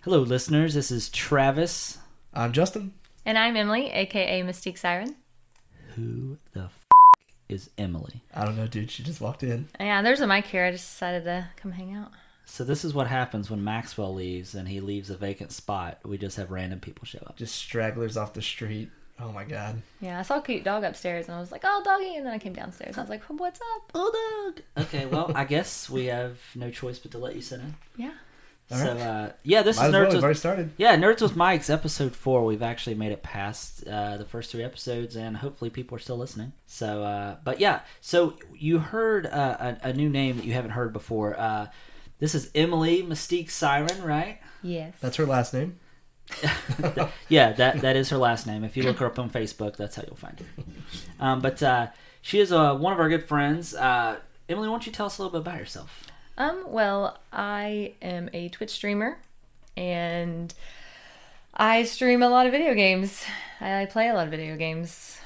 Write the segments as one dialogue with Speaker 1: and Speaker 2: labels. Speaker 1: Hello, listeners. This is Travis.
Speaker 2: I'm Um, Justin.
Speaker 3: And I'm Emily, aka Mystique Siren.
Speaker 1: Who the f- is Emily?
Speaker 2: I don't know, dude. She just walked in.
Speaker 3: Yeah, there's a mic here. I just decided to come hang out.
Speaker 1: So this is what happens when Maxwell leaves and he leaves a vacant spot. We just have random people show up.
Speaker 2: Just stragglers off the street. Oh my god.
Speaker 3: Yeah, I saw a cute dog upstairs and I was like, oh, doggy. And then I came downstairs and I was like, what's up?
Speaker 1: Bulldog. Okay, well, I guess we have no choice but to let you sit in.
Speaker 3: Yeah.
Speaker 2: All
Speaker 1: so,
Speaker 2: right.
Speaker 1: uh, yeah, this is
Speaker 2: Might
Speaker 1: Nerds
Speaker 2: as well. We've
Speaker 1: with-
Speaker 2: already started.
Speaker 1: Yeah, Nerds with Mike's episode four. We've actually made it past uh, the first three episodes, and hopefully, people are still listening. So, uh, but yeah, so you heard uh, a, a new name that you haven't heard before. Uh, this is Emily Mystique Siren, right?
Speaker 3: Yes.
Speaker 2: That's her last name.
Speaker 1: yeah, that that is her last name. If you look her up on Facebook, that's how you'll find her. Um, but uh, she is uh, one of our good friends. Uh, Emily, why don't you tell us a little bit about yourself?
Speaker 3: Um, well, I am a Twitch streamer and I stream a lot of video games. I play a lot of video games.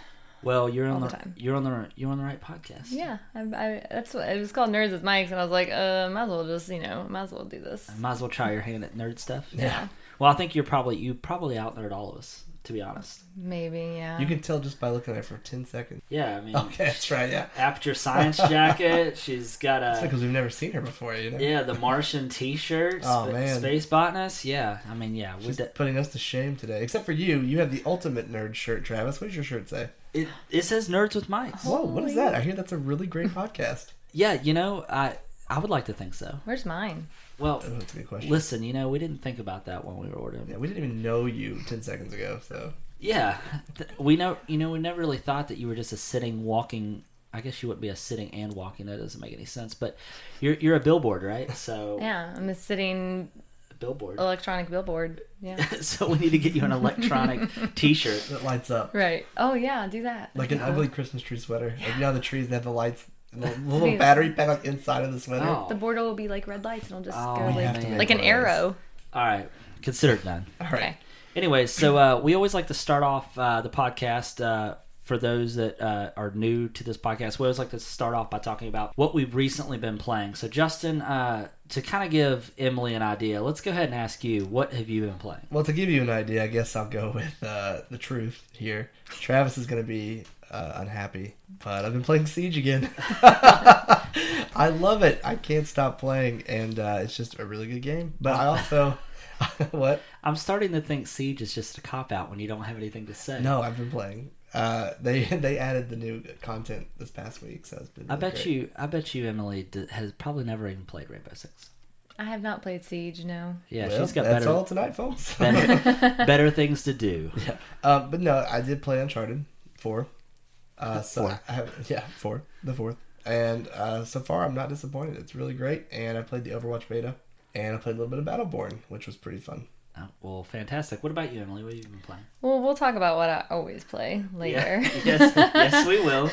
Speaker 1: Well, you're on
Speaker 3: All
Speaker 1: the,
Speaker 3: the time.
Speaker 1: you're on the you're on the right podcast.
Speaker 3: Yeah, I, I, that's what it was called Nerds with Mics, and I was like, uh, might as well just, you know, might as well do
Speaker 2: Um,
Speaker 3: this.
Speaker 1: Might as well try your hand at nerd stuff.
Speaker 2: Yeah.
Speaker 1: Well, I think you're probably you probably out nerd all of us, to be honest.
Speaker 3: Maybe, yeah.
Speaker 2: You can tell just by looking at her for ten seconds.
Speaker 1: Yeah, I mean,
Speaker 2: Okay, that's right. Yeah.
Speaker 1: aperture science jacket. She's got
Speaker 2: It's
Speaker 1: a
Speaker 2: because we've never seen her before, you know.
Speaker 1: Uh, yeah, the Martian T-shirt.
Speaker 2: Oh, man.
Speaker 1: space botanist. Yeah, I mean, yeah, we
Speaker 2: She's
Speaker 1: d-
Speaker 2: putting us to shame today. Except for you. You have the ultimate nerd shirt, Travis. What does your shirt say?
Speaker 1: it, it says nerds with mics.
Speaker 2: Whoa, what is that? I hear that's a really great podcast.
Speaker 1: Yeah, you know, I I would like to think so.
Speaker 3: Where's mine?
Speaker 1: Well,
Speaker 2: Oh, that's a good question.
Speaker 1: listen, you know, we didn't think about that when we were ordering.
Speaker 2: Yeah, we didn't even know you ten seconds ago, so
Speaker 1: Yeah, th- we know. You know, we never really thought that you were just a sitting, walking. I guess you wouldn't be a sitting and walking. That doesn't make any sense. But you're you're a billboard, right? So
Speaker 3: Yeah, I'm a sitting
Speaker 1: billboard.
Speaker 3: electronic billboard. Yeah.
Speaker 1: so we need to get you an electronic T-shirt.
Speaker 2: that lights up.
Speaker 3: right. Oh yeah, do that.
Speaker 2: Like an ugly Christmas tree sweater. Like you know how the trees they have the lights and the
Speaker 3: Yeah.
Speaker 2: little battery pack like, inside of the sweater.
Speaker 1: Oh.
Speaker 3: The border will be like red lights, and it'll just
Speaker 1: Oh,
Speaker 3: go
Speaker 1: we
Speaker 3: like
Speaker 1: have to make
Speaker 3: like an
Speaker 2: one of those.
Speaker 3: arrow.
Speaker 1: All right, consider it done.
Speaker 2: All right.
Speaker 3: Okay.
Speaker 1: Anyways, so uh, we always like to start off uh, the podcast. Uh, for those that uh, are new to this podcast, we always like to start off by talking about what we've recently been playing. So, Justin, uh, to kind of give Emily an idea, let's go ahead and ask you, what have you been playing?
Speaker 2: Well, to give you an idea, I guess I'll go with uh, the truth here. Travis is going to be uh, unhappy, but I've been playing Siege again. I love it. I can't stop playing, and uh, it's just a really good game. But I also, what?
Speaker 1: I'm starting to think Siege is just a cop out when you don't have anything to say.
Speaker 2: No, I've been playing. Uh, they they added the new content this past week, so it's been.
Speaker 1: I
Speaker 2: really
Speaker 1: bet
Speaker 2: great.
Speaker 1: you, I bet you, Emily d- has probably never even played Rainbow Six.
Speaker 3: I have not played Siege. No.
Speaker 1: Yeah,
Speaker 2: Well,
Speaker 1: she's got
Speaker 2: that's
Speaker 1: better,
Speaker 2: all tonight, folks.
Speaker 1: better, better things to do.
Speaker 2: Um, but no, I did play Uncharted four. Uh, so
Speaker 1: Four.
Speaker 2: I have, yeah, four, the fourth, and uh, so far I'm not disappointed. It's really great, and I played the Overwatch beta, and I played a little bit of Battleborn, which was pretty fun.
Speaker 1: Oh, well, fantastic. What about you, Emily? What have you been playing?
Speaker 3: Well, we'll talk about what I always play later.
Speaker 1: Yeah. yes, yes, we will.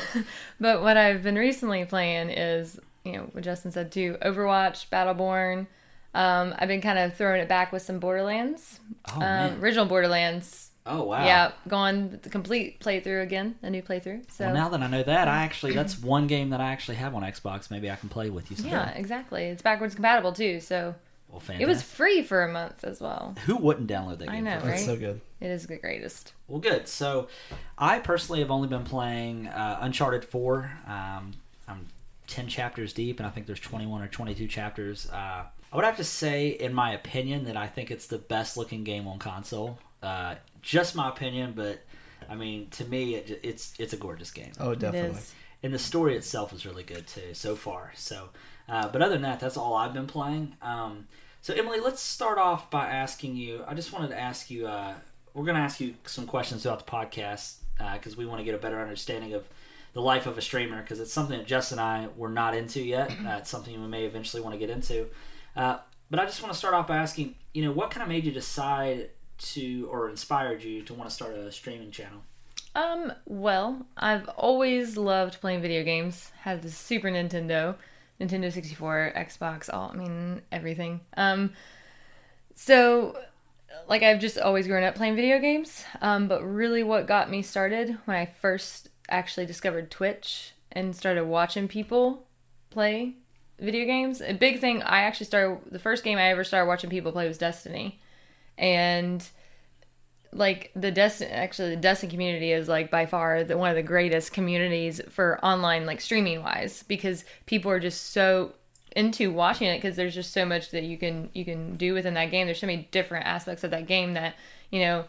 Speaker 3: but what I've been recently playing is, you know, what Justin said too: Overwatch, Battleborn. Um, I've been kind of throwing it back with some Borderlands,
Speaker 1: Oh
Speaker 3: um,
Speaker 1: man.
Speaker 3: original Borderlands.
Speaker 1: Oh wow.
Speaker 3: Yeah, gone with the complete playthrough again, a new playthrough. So
Speaker 1: Well, now that I know that, I actually that's one game that I actually have on Xbox. Maybe I can play with you. Sometime.
Speaker 3: yeah, exactly. It's backwards compatible too, so
Speaker 1: Well,
Speaker 3: it was
Speaker 1: fantastic.
Speaker 3: free for a month as well.
Speaker 1: Who wouldn't download that game?
Speaker 3: I
Speaker 1: for
Speaker 3: know,
Speaker 1: free?
Speaker 2: That's
Speaker 3: Right.
Speaker 2: so good.
Speaker 3: It is the greatest.
Speaker 1: Well, good. So, I personally have only been playing uh, Uncharted Four. Um, I'm ten chapters deep, and I think there's 21 or 22 chapters. Uh, I would have to say, in my opinion, that I think it's the best looking game on console. Uh, just my opinion, but I mean, to me, it, ju- it's it's a gorgeous game,
Speaker 2: Oh, definitely.
Speaker 3: It is.
Speaker 1: and the story itself is really good too so far. So, uh, but other than that, that's all I've been playing. Um, so, Emily, let's start off by asking you. I just wanted to ask you. Uh, we're going to ask you some questions throughout the podcast because we want to get a better understanding of the life of a streamer because it's something that Jess and I were not into yet. Uh, it's something we may eventually want to get into. Uh, but I just want to start off by asking, you know, what kind of made you decide to or inspired you to want to start a streaming channel?
Speaker 3: Um, well, I've always loved playing video games. Had the Super Nintendo, Nintendo 64, Xbox, all I mean everything. Um so like I've just always grown up playing video games. Um but really what got me started when I first actually discovered Twitch and started watching people play video games. A big thing I actually started the first game I ever started watching people play was Destiny. and like the Destin, actually the Destin community is like by far the one of the greatest communities for online like streaming wise because people are just so into watching it because there's just so much that you can you can do within that game. There's so many different aspects of that game that you know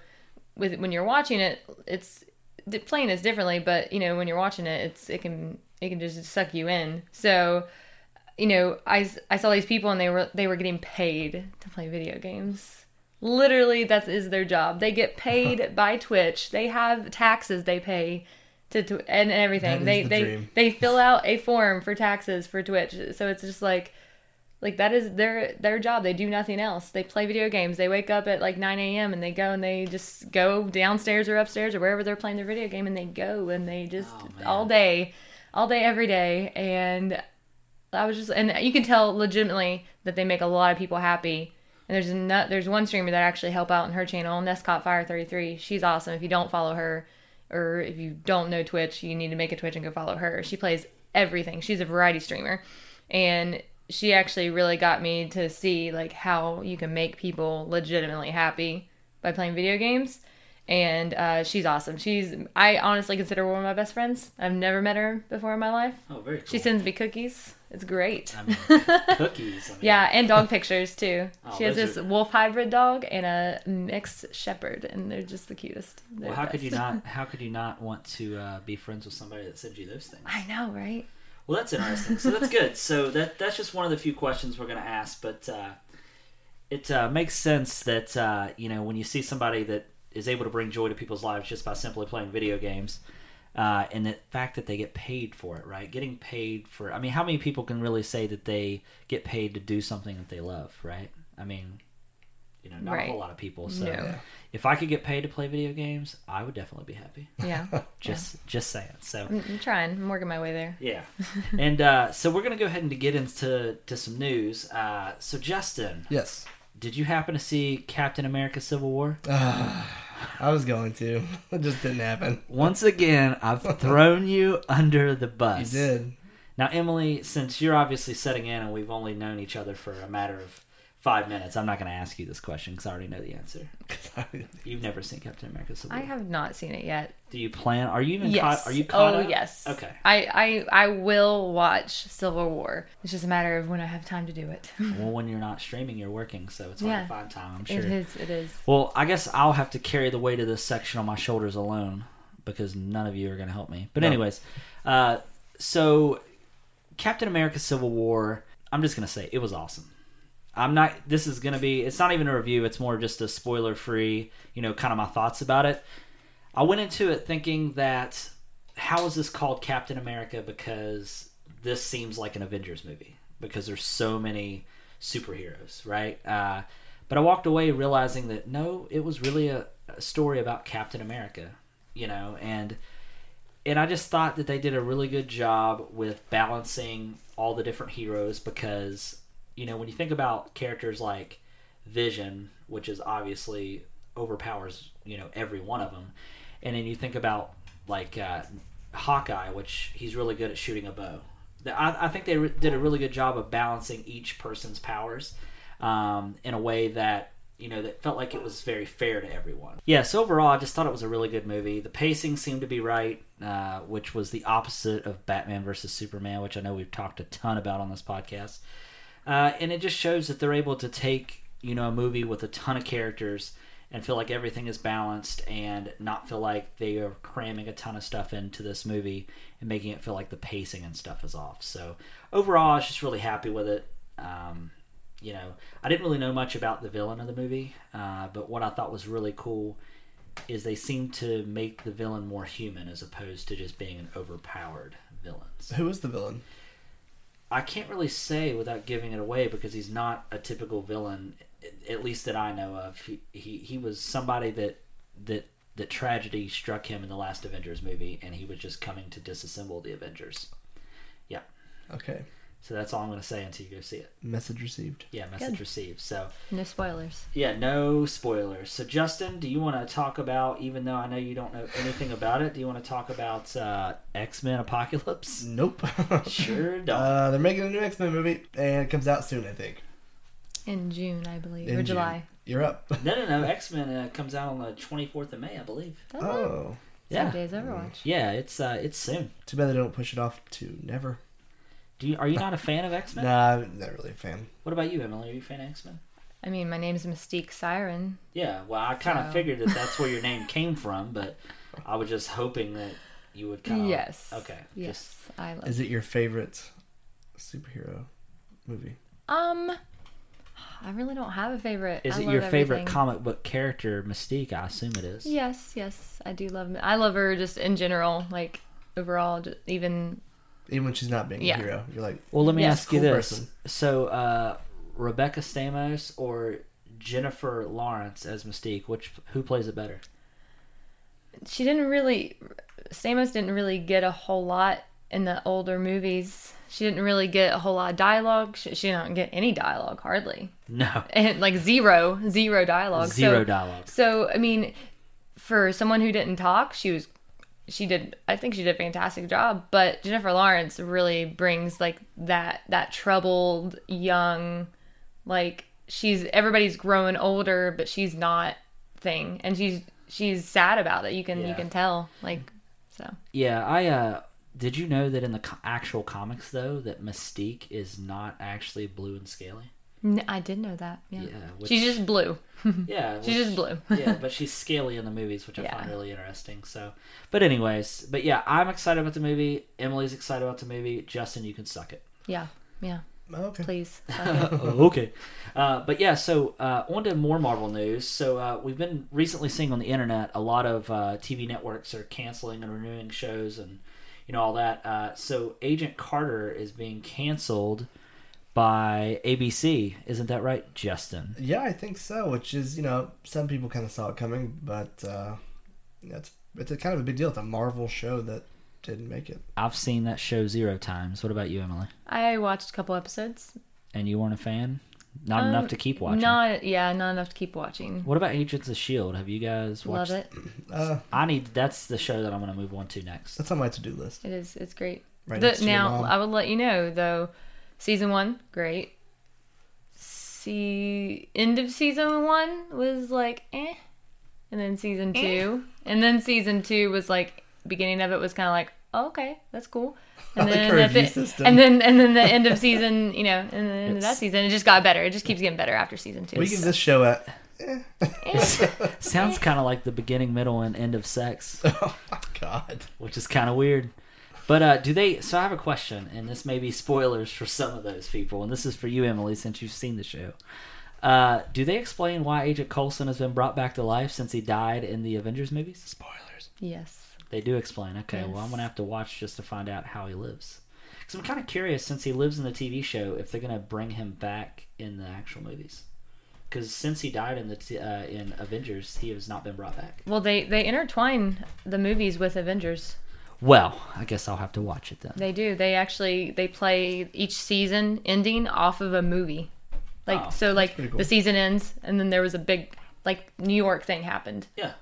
Speaker 3: with when you're watching it, it's the playing is differently, but you know when you're watching it, it's it can it can just suck you in. So you know I s- I saw these people and they were they were getting paid to play video games. Literally, that is their job. They get paid by Twitch. They have taxes they pay to, to and
Speaker 2: That
Speaker 3: everything.
Speaker 2: is
Speaker 3: they
Speaker 2: the
Speaker 3: they
Speaker 2: dream.
Speaker 3: they fill out a form for taxes for Twitch. So it's just like like that is their their job. They do nothing else. They play video games. They wake up at like 9 a.m. and they go and they just go downstairs or upstairs or wherever they're playing their video game and they go and they just
Speaker 1: Oh, man.
Speaker 3: all day, all day every day. And I was just and you can tell legitimately that they make a lot of people happy. And there's no, there's one streamer that I actually help out in her channel, Nescott Fire 33. She's awesome. If you don't follow her or if you don't know Twitch, you need to make a Twitch and go follow her. She plays everything. She's a variety streamer. And she actually really got me to see like how you can make people legitimately happy by playing video games. And uh, she's awesome. She's I honestly consider her one of my best friends. I've never met her before in my life.
Speaker 1: Oh, very cool.
Speaker 3: She sends me cookies. It's great.
Speaker 1: I mean, cookies. I mean,
Speaker 3: Yeah, and dog pictures too.
Speaker 1: Oh,
Speaker 3: she has
Speaker 1: those
Speaker 3: this wolf hybrid dog and a mixed shepherd, and they're just the cutest. They're
Speaker 1: Well, how could
Speaker 3: best.
Speaker 1: you not? How could you not want to uh, be friends with somebody that sends you those things?
Speaker 3: I know, right?
Speaker 1: Well, that's interesting. So that's good. So that that's just one of the few questions we're going to ask, but uh, it uh, makes sense that uh, you know when you see somebody that is able to bring joy to people's lives just by simply playing video games, uh, and the fact that they get paid for it, right? Getting paid for. I mean, how many people can really say that they get paid to do something that they love, right? I mean, you know, not a
Speaker 3: Right.
Speaker 1: whole lot of people. So
Speaker 3: No.
Speaker 2: Yeah.
Speaker 1: if I could get paid to play video games, I would definitely be happy.
Speaker 3: Yeah, Mm.
Speaker 1: Just just saying. So.
Speaker 3: I'm, I'm trying. I'm working my way there.
Speaker 1: Yeah. and uh, so we're going to go ahead and get into to some news. Uh, so, Justin,
Speaker 2: Yes.
Speaker 1: did you happen to see Captain America Civil War?
Speaker 2: Uh, I was going to. It just didn't happen.
Speaker 1: Once again, I've thrown you under the
Speaker 2: You
Speaker 1: bus.
Speaker 2: did.
Speaker 1: Now, Emily, since you're obviously setting in and we've only known each other for a matter of five minutes, I'm not going to ask you this question because I already know the answer. You've never seen Captain America Civil
Speaker 3: I
Speaker 1: War.
Speaker 3: have not seen it yet.
Speaker 1: Do you plan? Are you even
Speaker 3: Yes.
Speaker 1: caught? Are you caught
Speaker 3: oh
Speaker 1: up?
Speaker 3: yes.
Speaker 1: Okay.
Speaker 3: I, I I will watch Civil War. It's just a matter of when I have time to do it.
Speaker 1: Well, when you're not streaming, you're working, so it's hard
Speaker 3: Yeah.
Speaker 1: to find time. I'm sure.
Speaker 3: It is. It is.
Speaker 1: Well, I guess I'll have to carry the weight of this section on my shoulders alone because none of you are going to help me. But, anyways, uh, so Captain America Civil War, I'm just going to say it was awesome. I'm not, this is going to be, it's not even a review, it's more just a spoiler free, you know, kind of my thoughts about it. I went into it thinking that how is this called Captain America because this seems like an Avengers movie because there's so many superheroes, right? Uh, but I walked away realizing that no, it was really a, a story about Captain America, you know, and and I just thought that they did a really good job with balancing all the different heroes because you know when you think about characters like Vision, which is obviously overpowers you know every one of them, and then you think about like uh, Hawkeye, which he's really good at shooting a bow. The- I, I think they re- did a really good job of balancing each person's powers um, in a way that you know that felt like it was very fair to everyone. Yeah, so overall, I just thought it was a really good movie. The pacing seemed to be right, uh, which was the opposite of Batman versus Superman, which I know we've talked a ton about on this podcast. Uh, and it just shows that they're able to take you know a movie with a ton of characters and feel like everything is balanced and not feel like they are cramming a ton of stuff into this movie and making it feel like the pacing and stuff is off. So overall, I was just really happy with it. Um, you know, I didn't really know much about the villain of the movie, uh, but what I thought was really cool is they seemed to make the villain more human as opposed to just being an overpowered villain. So
Speaker 2: Who was the villain?
Speaker 1: I can't really say without giving it away because he's not a typical villain, a- at least that I know of. He he, he was somebody that that that tragedy struck him in the last Avengers movie, and he was just coming to disassemble the Avengers.
Speaker 2: Okay.
Speaker 1: So that's all I'm going to say until you go see it.
Speaker 2: Message received.
Speaker 1: Yeah, message
Speaker 3: Good.
Speaker 1: received. So
Speaker 3: No spoilers.
Speaker 1: yeah, no spoilers. So Justin, do you want to talk about? Even though I know you don't know anything about it, do you want to talk about uh, X Men Apocalypse?
Speaker 2: Nope.
Speaker 1: Sure, don't.
Speaker 2: uh, they're making a new X Men movie, and it comes out soon, I think.
Speaker 3: In June, I believe,
Speaker 2: In
Speaker 3: or
Speaker 2: June.
Speaker 3: July.
Speaker 2: You're up.
Speaker 1: No, no, no. X Men uh, comes out on the 24th of May, I believe.
Speaker 2: Oh,
Speaker 1: Yeah,
Speaker 3: Days Overwatch.
Speaker 1: yeah. It's uh, it's soon.
Speaker 2: too bad they don't push it off to never.
Speaker 1: Do you, are you not a fan of X Men?
Speaker 2: Nah, I'm not really a fan.
Speaker 1: What about you, Emily? Are you a fan of X Men?
Speaker 3: I mean, my name's Mystique Siren.
Speaker 1: Yeah. Well, I kind of
Speaker 3: So-
Speaker 1: figured that that's where your name came from, but I was just hoping that you would kind of.
Speaker 3: Yes.
Speaker 1: Okay. Just,
Speaker 3: Yes, I love.
Speaker 2: Is it your favorite superhero movie?
Speaker 3: um, I really don't have a favorite.
Speaker 1: is
Speaker 3: I
Speaker 1: it
Speaker 3: love
Speaker 1: your favorite
Speaker 3: everything.
Speaker 1: comic book character, Mystique? I assume it is.
Speaker 3: Yes, yes, I do love. I love her just in general, like overall, ju- even
Speaker 2: Even when she's not being
Speaker 3: Yeah.
Speaker 2: a hero, you're like,
Speaker 1: Well, let me
Speaker 3: Yes.
Speaker 1: ask you
Speaker 2: Cool
Speaker 1: this:
Speaker 2: person.
Speaker 1: so, uh, Rebecca Stamos or Jennifer Lawrence as Mystique, which who plays it better?
Speaker 3: she didn't really. Stamos didn't really get a whole lot in the older movies. She didn't really get a whole lot of dialogue. She, she didn't get any dialogue hardly,
Speaker 1: No,
Speaker 3: and like zero, zero dialogue.
Speaker 1: zero
Speaker 3: so,
Speaker 1: dialogue.
Speaker 3: So I mean, for someone who didn't talk, she was she did I think she did a fantastic job, but Jennifer Lawrence really brings like that that troubled young like she's everybody's growing older, but she's not thing and she's she's sad about it. You can
Speaker 1: Yeah.
Speaker 3: you can tell like so
Speaker 1: Yeah, I uh did you know that in the co- actual comics though that Mystique is not actually blue and scaly?
Speaker 3: N- I did know that. Yeah.
Speaker 1: Yeah, which-
Speaker 3: she's just blue.
Speaker 1: Yeah,
Speaker 3: She's
Speaker 1: which-
Speaker 3: just blue.
Speaker 1: yeah, but she's scaly in the movies, which I
Speaker 3: Yeah.
Speaker 1: find really interesting. So, but anyways, but yeah, I'm excited about the movie. Emily's excited about the movie. Justin, you can suck it.
Speaker 3: yeah. Yeah.
Speaker 2: oh, okay.
Speaker 3: Please.
Speaker 1: okay. Uh, but yeah, so uh, on to more Marvel news. So uh, we've been recently seeing on the internet a lot of uh, TV networks are canceling and renewing shows and you know all that. Uh, so Agent Carter is being canceled by ABC. Isn't that right, Justin?
Speaker 2: Yeah, I think so. Which is, you know, some people kind of saw it coming, but uh, that's it's a kind of a big deal. It's a Marvel show that didn't make it.
Speaker 1: I've seen that show zero times. What about you, Emily?
Speaker 3: I watched a couple episodes.
Speaker 1: And you weren't a fan? Not
Speaker 3: Um,
Speaker 1: enough to keep watching.
Speaker 3: Not yeah, not enough to keep watching.
Speaker 1: What about Agents of Shield? E Have you guys watched?
Speaker 3: Love it.
Speaker 2: Uh,
Speaker 1: I need. That's the show that I'm going to move on to next.
Speaker 2: that's on my to do list.
Speaker 3: It is. It's great.
Speaker 2: Right
Speaker 3: The-
Speaker 2: next to your
Speaker 3: now uh,
Speaker 2: mom.
Speaker 3: I would let you know though, season one great. See, end of season one was like eh, and then season two, and then season two was like beginning of it was kind of like oh, okay, that's cool.
Speaker 2: I
Speaker 3: And
Speaker 2: like
Speaker 3: then,
Speaker 2: her
Speaker 3: at the-
Speaker 2: review system.
Speaker 3: and then and then the end of season, you know, and then the end of that
Speaker 1: It's-
Speaker 3: season, it just got better. It just keeps getting better after season two.
Speaker 2: We give this show a. eh.
Speaker 3: Eh.
Speaker 1: Sounds kind of like the beginning, middle, and end of sex.
Speaker 2: oh my god.
Speaker 1: which is kind of weird. But uh, do they? So I have a question, and this may be spoilers for some of those people, and this is for you, Emily, since you've seen the show. Uh, do they explain why Agent Coulson has been brought back to life since he died in the Avengers movies?
Speaker 2: Spoilers.
Speaker 3: yes,
Speaker 1: They do explain. Okay, well, I'm
Speaker 3: Yes.
Speaker 1: gonna have to watch just to find out how he lives. Because I'm kind of curious, since he lives in the TV show, if they're gonna bring him back in the actual movies. Because since he died in the t- uh, in Avengers, he has not been brought back.
Speaker 3: well they they intertwine the movies with Avengers.
Speaker 1: Well, I guess I'll have to watch it then.
Speaker 3: They do. They actually they play each season ending off of a movie. Like
Speaker 1: Oh,
Speaker 3: so like
Speaker 2: pretty cool.
Speaker 3: the season ends and then there was a big like New York thing happened.
Speaker 1: Yeah.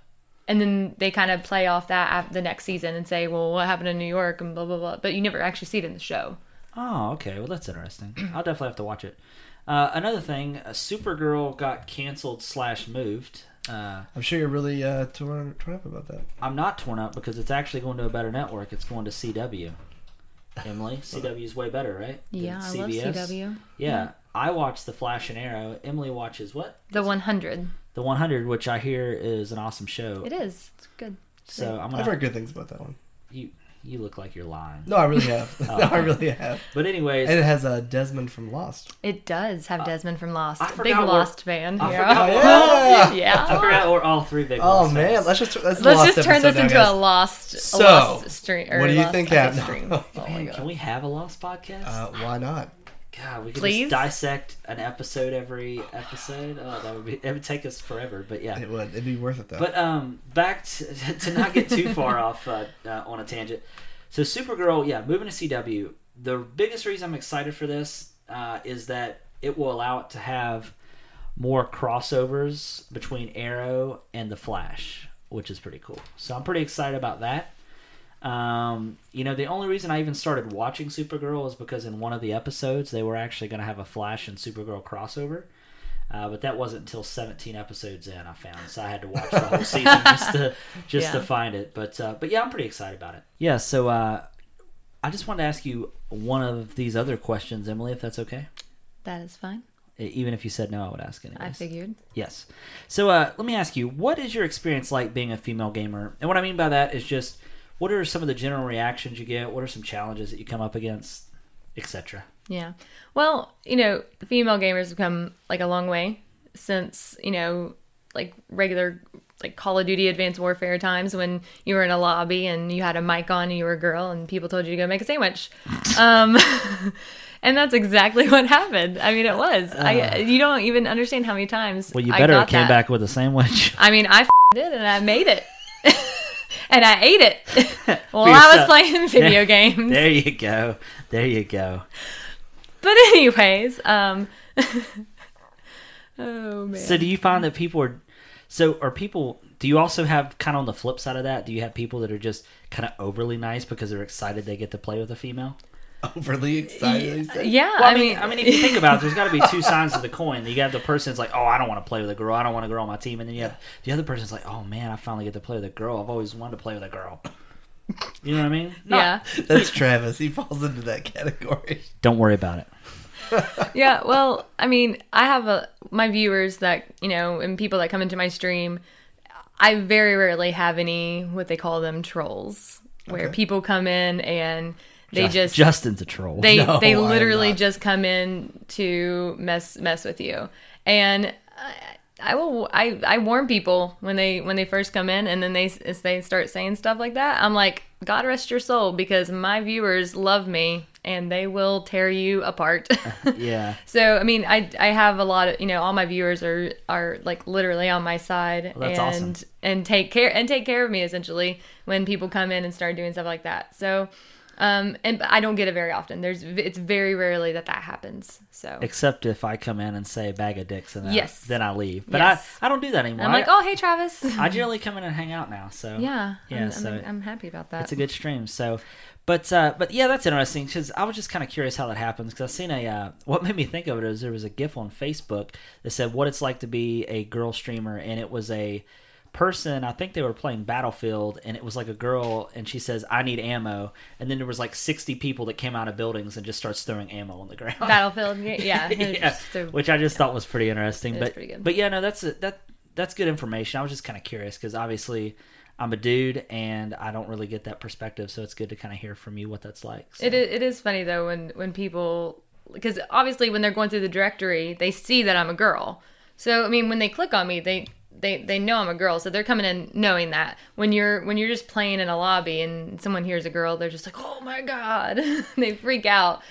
Speaker 3: And then they kind of play off that af- the next season and say, "Well, what happened in New York?" and blah blah blah. But you never actually see it in the show.
Speaker 1: Oh, okay. Well, that's interesting. I'll definitely have to watch it. Uh, another thing, uh, Supergirl got canceled slash moved. Uh,
Speaker 2: I'm sure you're really uh, torn, torn up about that.
Speaker 1: I'm not torn up because it's actually going to a better network. It's going to CW. Emily, CW is way better, right? than
Speaker 3: Yeah, I love
Speaker 1: CBS?
Speaker 3: CW.
Speaker 1: Yeah, I watch The Flash and Arrow. Emily watches what?
Speaker 3: The 100.
Speaker 1: The 100, which I hear is an awesome show.
Speaker 3: It is. It's good.
Speaker 1: so I'm gonna.
Speaker 2: I've heard good things about that one.
Speaker 1: You you look like you're lying.
Speaker 2: No, I really have.
Speaker 3: Oh,
Speaker 2: no, I really have.
Speaker 1: But anyways,
Speaker 2: And it has uh, Desmond from Lost.
Speaker 3: It does have Desmond from Lost.
Speaker 1: I
Speaker 3: Big
Speaker 1: forgot what-
Speaker 3: Lost fan.
Speaker 1: I
Speaker 3: Yeah.
Speaker 1: forgot-
Speaker 2: yeah.
Speaker 1: I
Speaker 3: yeah.
Speaker 1: forgot we're all three big.
Speaker 2: Oh
Speaker 1: Lost
Speaker 2: man,
Speaker 1: fans.
Speaker 2: let's just let's,
Speaker 3: Let's just turn this into a
Speaker 2: a.
Speaker 3: Lost
Speaker 2: So,
Speaker 3: a Lost stream or
Speaker 2: what do you
Speaker 3: Lost-
Speaker 2: think
Speaker 3: I said
Speaker 2: happened?
Speaker 3: stream. Oh my
Speaker 1: Man,
Speaker 3: god.
Speaker 1: Can we have a Lost podcast?
Speaker 2: Uh, why not?
Speaker 1: God, we could
Speaker 3: Please?
Speaker 1: just dissect an episode every episode. Oh, that would be it would take us forever, but yeah.
Speaker 2: It would. It'd be worth it though.
Speaker 1: But um, back to, to not get too far off uh, uh, on a tangent. So Supergirl, yeah, moving to CW. The biggest reason I'm excited for this uh, is that it will allow it to have more crossovers between Arrow and the Flash, which is pretty cool. So I'm pretty excited about that. Um, you know, the only reason I even started watching Supergirl is because in one of the episodes they were actually going to have a Flash and Supergirl crossover. Uh, but that wasn't until 17 episodes in I found, so I had to watch the whole season just to just to
Speaker 3: Yeah.
Speaker 1: find it. But uh, but yeah, I'm pretty excited about it. Yeah. So uh, I just wanted to ask you one of these other questions, Emily, if that's okay.
Speaker 3: That is fine.
Speaker 1: E- Even if you said no, I would ask anyways.
Speaker 3: I figured.
Speaker 1: Yes. So uh, let me ask you, what is your experience like being a female gamer? And what I mean by that is just what are some of the general reactions you get? What are some challenges that you come up against, etc.
Speaker 3: Yeah. Well, you know, female gamers have come like a long way since, you know, like regular like Call of Duty Advanced Warfare times when you were in a lobby and you had a mic on and you were a girl and people told you to go make a sandwich. um and that's exactly what happened. I mean, it was. I you don't even understand how many
Speaker 1: Ah.
Speaker 3: times
Speaker 1: Well, you
Speaker 3: I
Speaker 1: better
Speaker 3: got
Speaker 1: came
Speaker 3: that.
Speaker 1: back with a sandwich.
Speaker 3: I mean, I f- did and I made it. and I ate it while
Speaker 1: For
Speaker 3: I was
Speaker 1: yourself.
Speaker 3: playing video
Speaker 1: There-
Speaker 3: games.
Speaker 1: There you go. There you go.
Speaker 3: But anyways, um Oh man.
Speaker 1: So do you find that people are so are people do you also have kind of on the flip side of that, do you have people that are just kind of overly nice because they're excited they get to play with a female?
Speaker 2: Overly excited. he said.
Speaker 3: yeah,
Speaker 1: Well,
Speaker 3: I mean,
Speaker 1: I mean, if you think about it, there's got to be two sides of the coin. You have the person that's like, "Oh, I don't want to play with a girl. I don't want a girl on my team," and then you have the other person's like, "Oh man, I finally get to play with a girl. I've always wanted to play with a girl." You know what I mean? No.
Speaker 3: yeah.
Speaker 2: That's Travis. He falls into that category.
Speaker 1: Don't worry about it.
Speaker 3: Yeah, well, I mean, I have a my viewers that, you know, and people that come into my stream, I very rarely have any what they call them trolls where
Speaker 2: Okay.
Speaker 3: people come in and they
Speaker 1: Just-
Speaker 3: just
Speaker 1: Justin's a troll.
Speaker 3: they
Speaker 2: No, I
Speaker 3: they
Speaker 2: am
Speaker 3: literally
Speaker 2: not.
Speaker 3: just come in to mess mess with you and I, I will I, I warn people when they when they first come in and then they as they start saying stuff like that I'm like God rest your soul because my viewers love me and they will tear you apart
Speaker 1: yeah.
Speaker 3: so I mean I I have a lot of you know all my viewers are are like literally on my side
Speaker 1: Well, Oh, that's
Speaker 3: and and take care and take care of me essentially when people come in and start doing stuff like that so um and I don't get it very often there's it's very rarely that that happens so
Speaker 1: Except if I come in and say bag of dicks and I,
Speaker 3: Yes.
Speaker 1: then I leave. But
Speaker 3: Yes.
Speaker 1: I, I don't do that anymore.
Speaker 3: I'm like
Speaker 1: I,
Speaker 3: oh hey Travis
Speaker 1: I generally come in and hang out now. So
Speaker 3: yeah
Speaker 1: Yeah,
Speaker 3: I'm, I'm-
Speaker 1: so-
Speaker 3: I'm, happy about that
Speaker 1: it's a good stream. So, but uh, but yeah, that's interesting because I was just kind of curious how that happens because I seen a uh, what made me think of it is there was a GIF on Facebook that said what it's like to be a girl streamer and it was a person I think they were playing Battlefield and it was like a girl and she says I need ammo and then there was like sixty people that came out of buildings and just starts throwing ammo on the ground.
Speaker 3: battlefield yeah, yeah,
Speaker 1: yeah,
Speaker 3: just a-
Speaker 1: which I just thought was pretty interesting.
Speaker 3: It was
Speaker 1: but
Speaker 3: pretty good.
Speaker 1: but yeah, no, that's a, that that's good information. I was just kind of curious because obviously I'm a dude and I don't really get that perspective, so it's good to kind of hear from you what that's like. So.
Speaker 3: It is, it is funny though when when people because obviously when they're going through the directory they see that I'm a girl. So I mean when they click on me they they they know I'm a girl so they're coming in knowing that. When you're when you're just playing in a lobby and someone hears a girl they're just like oh my god they freak out.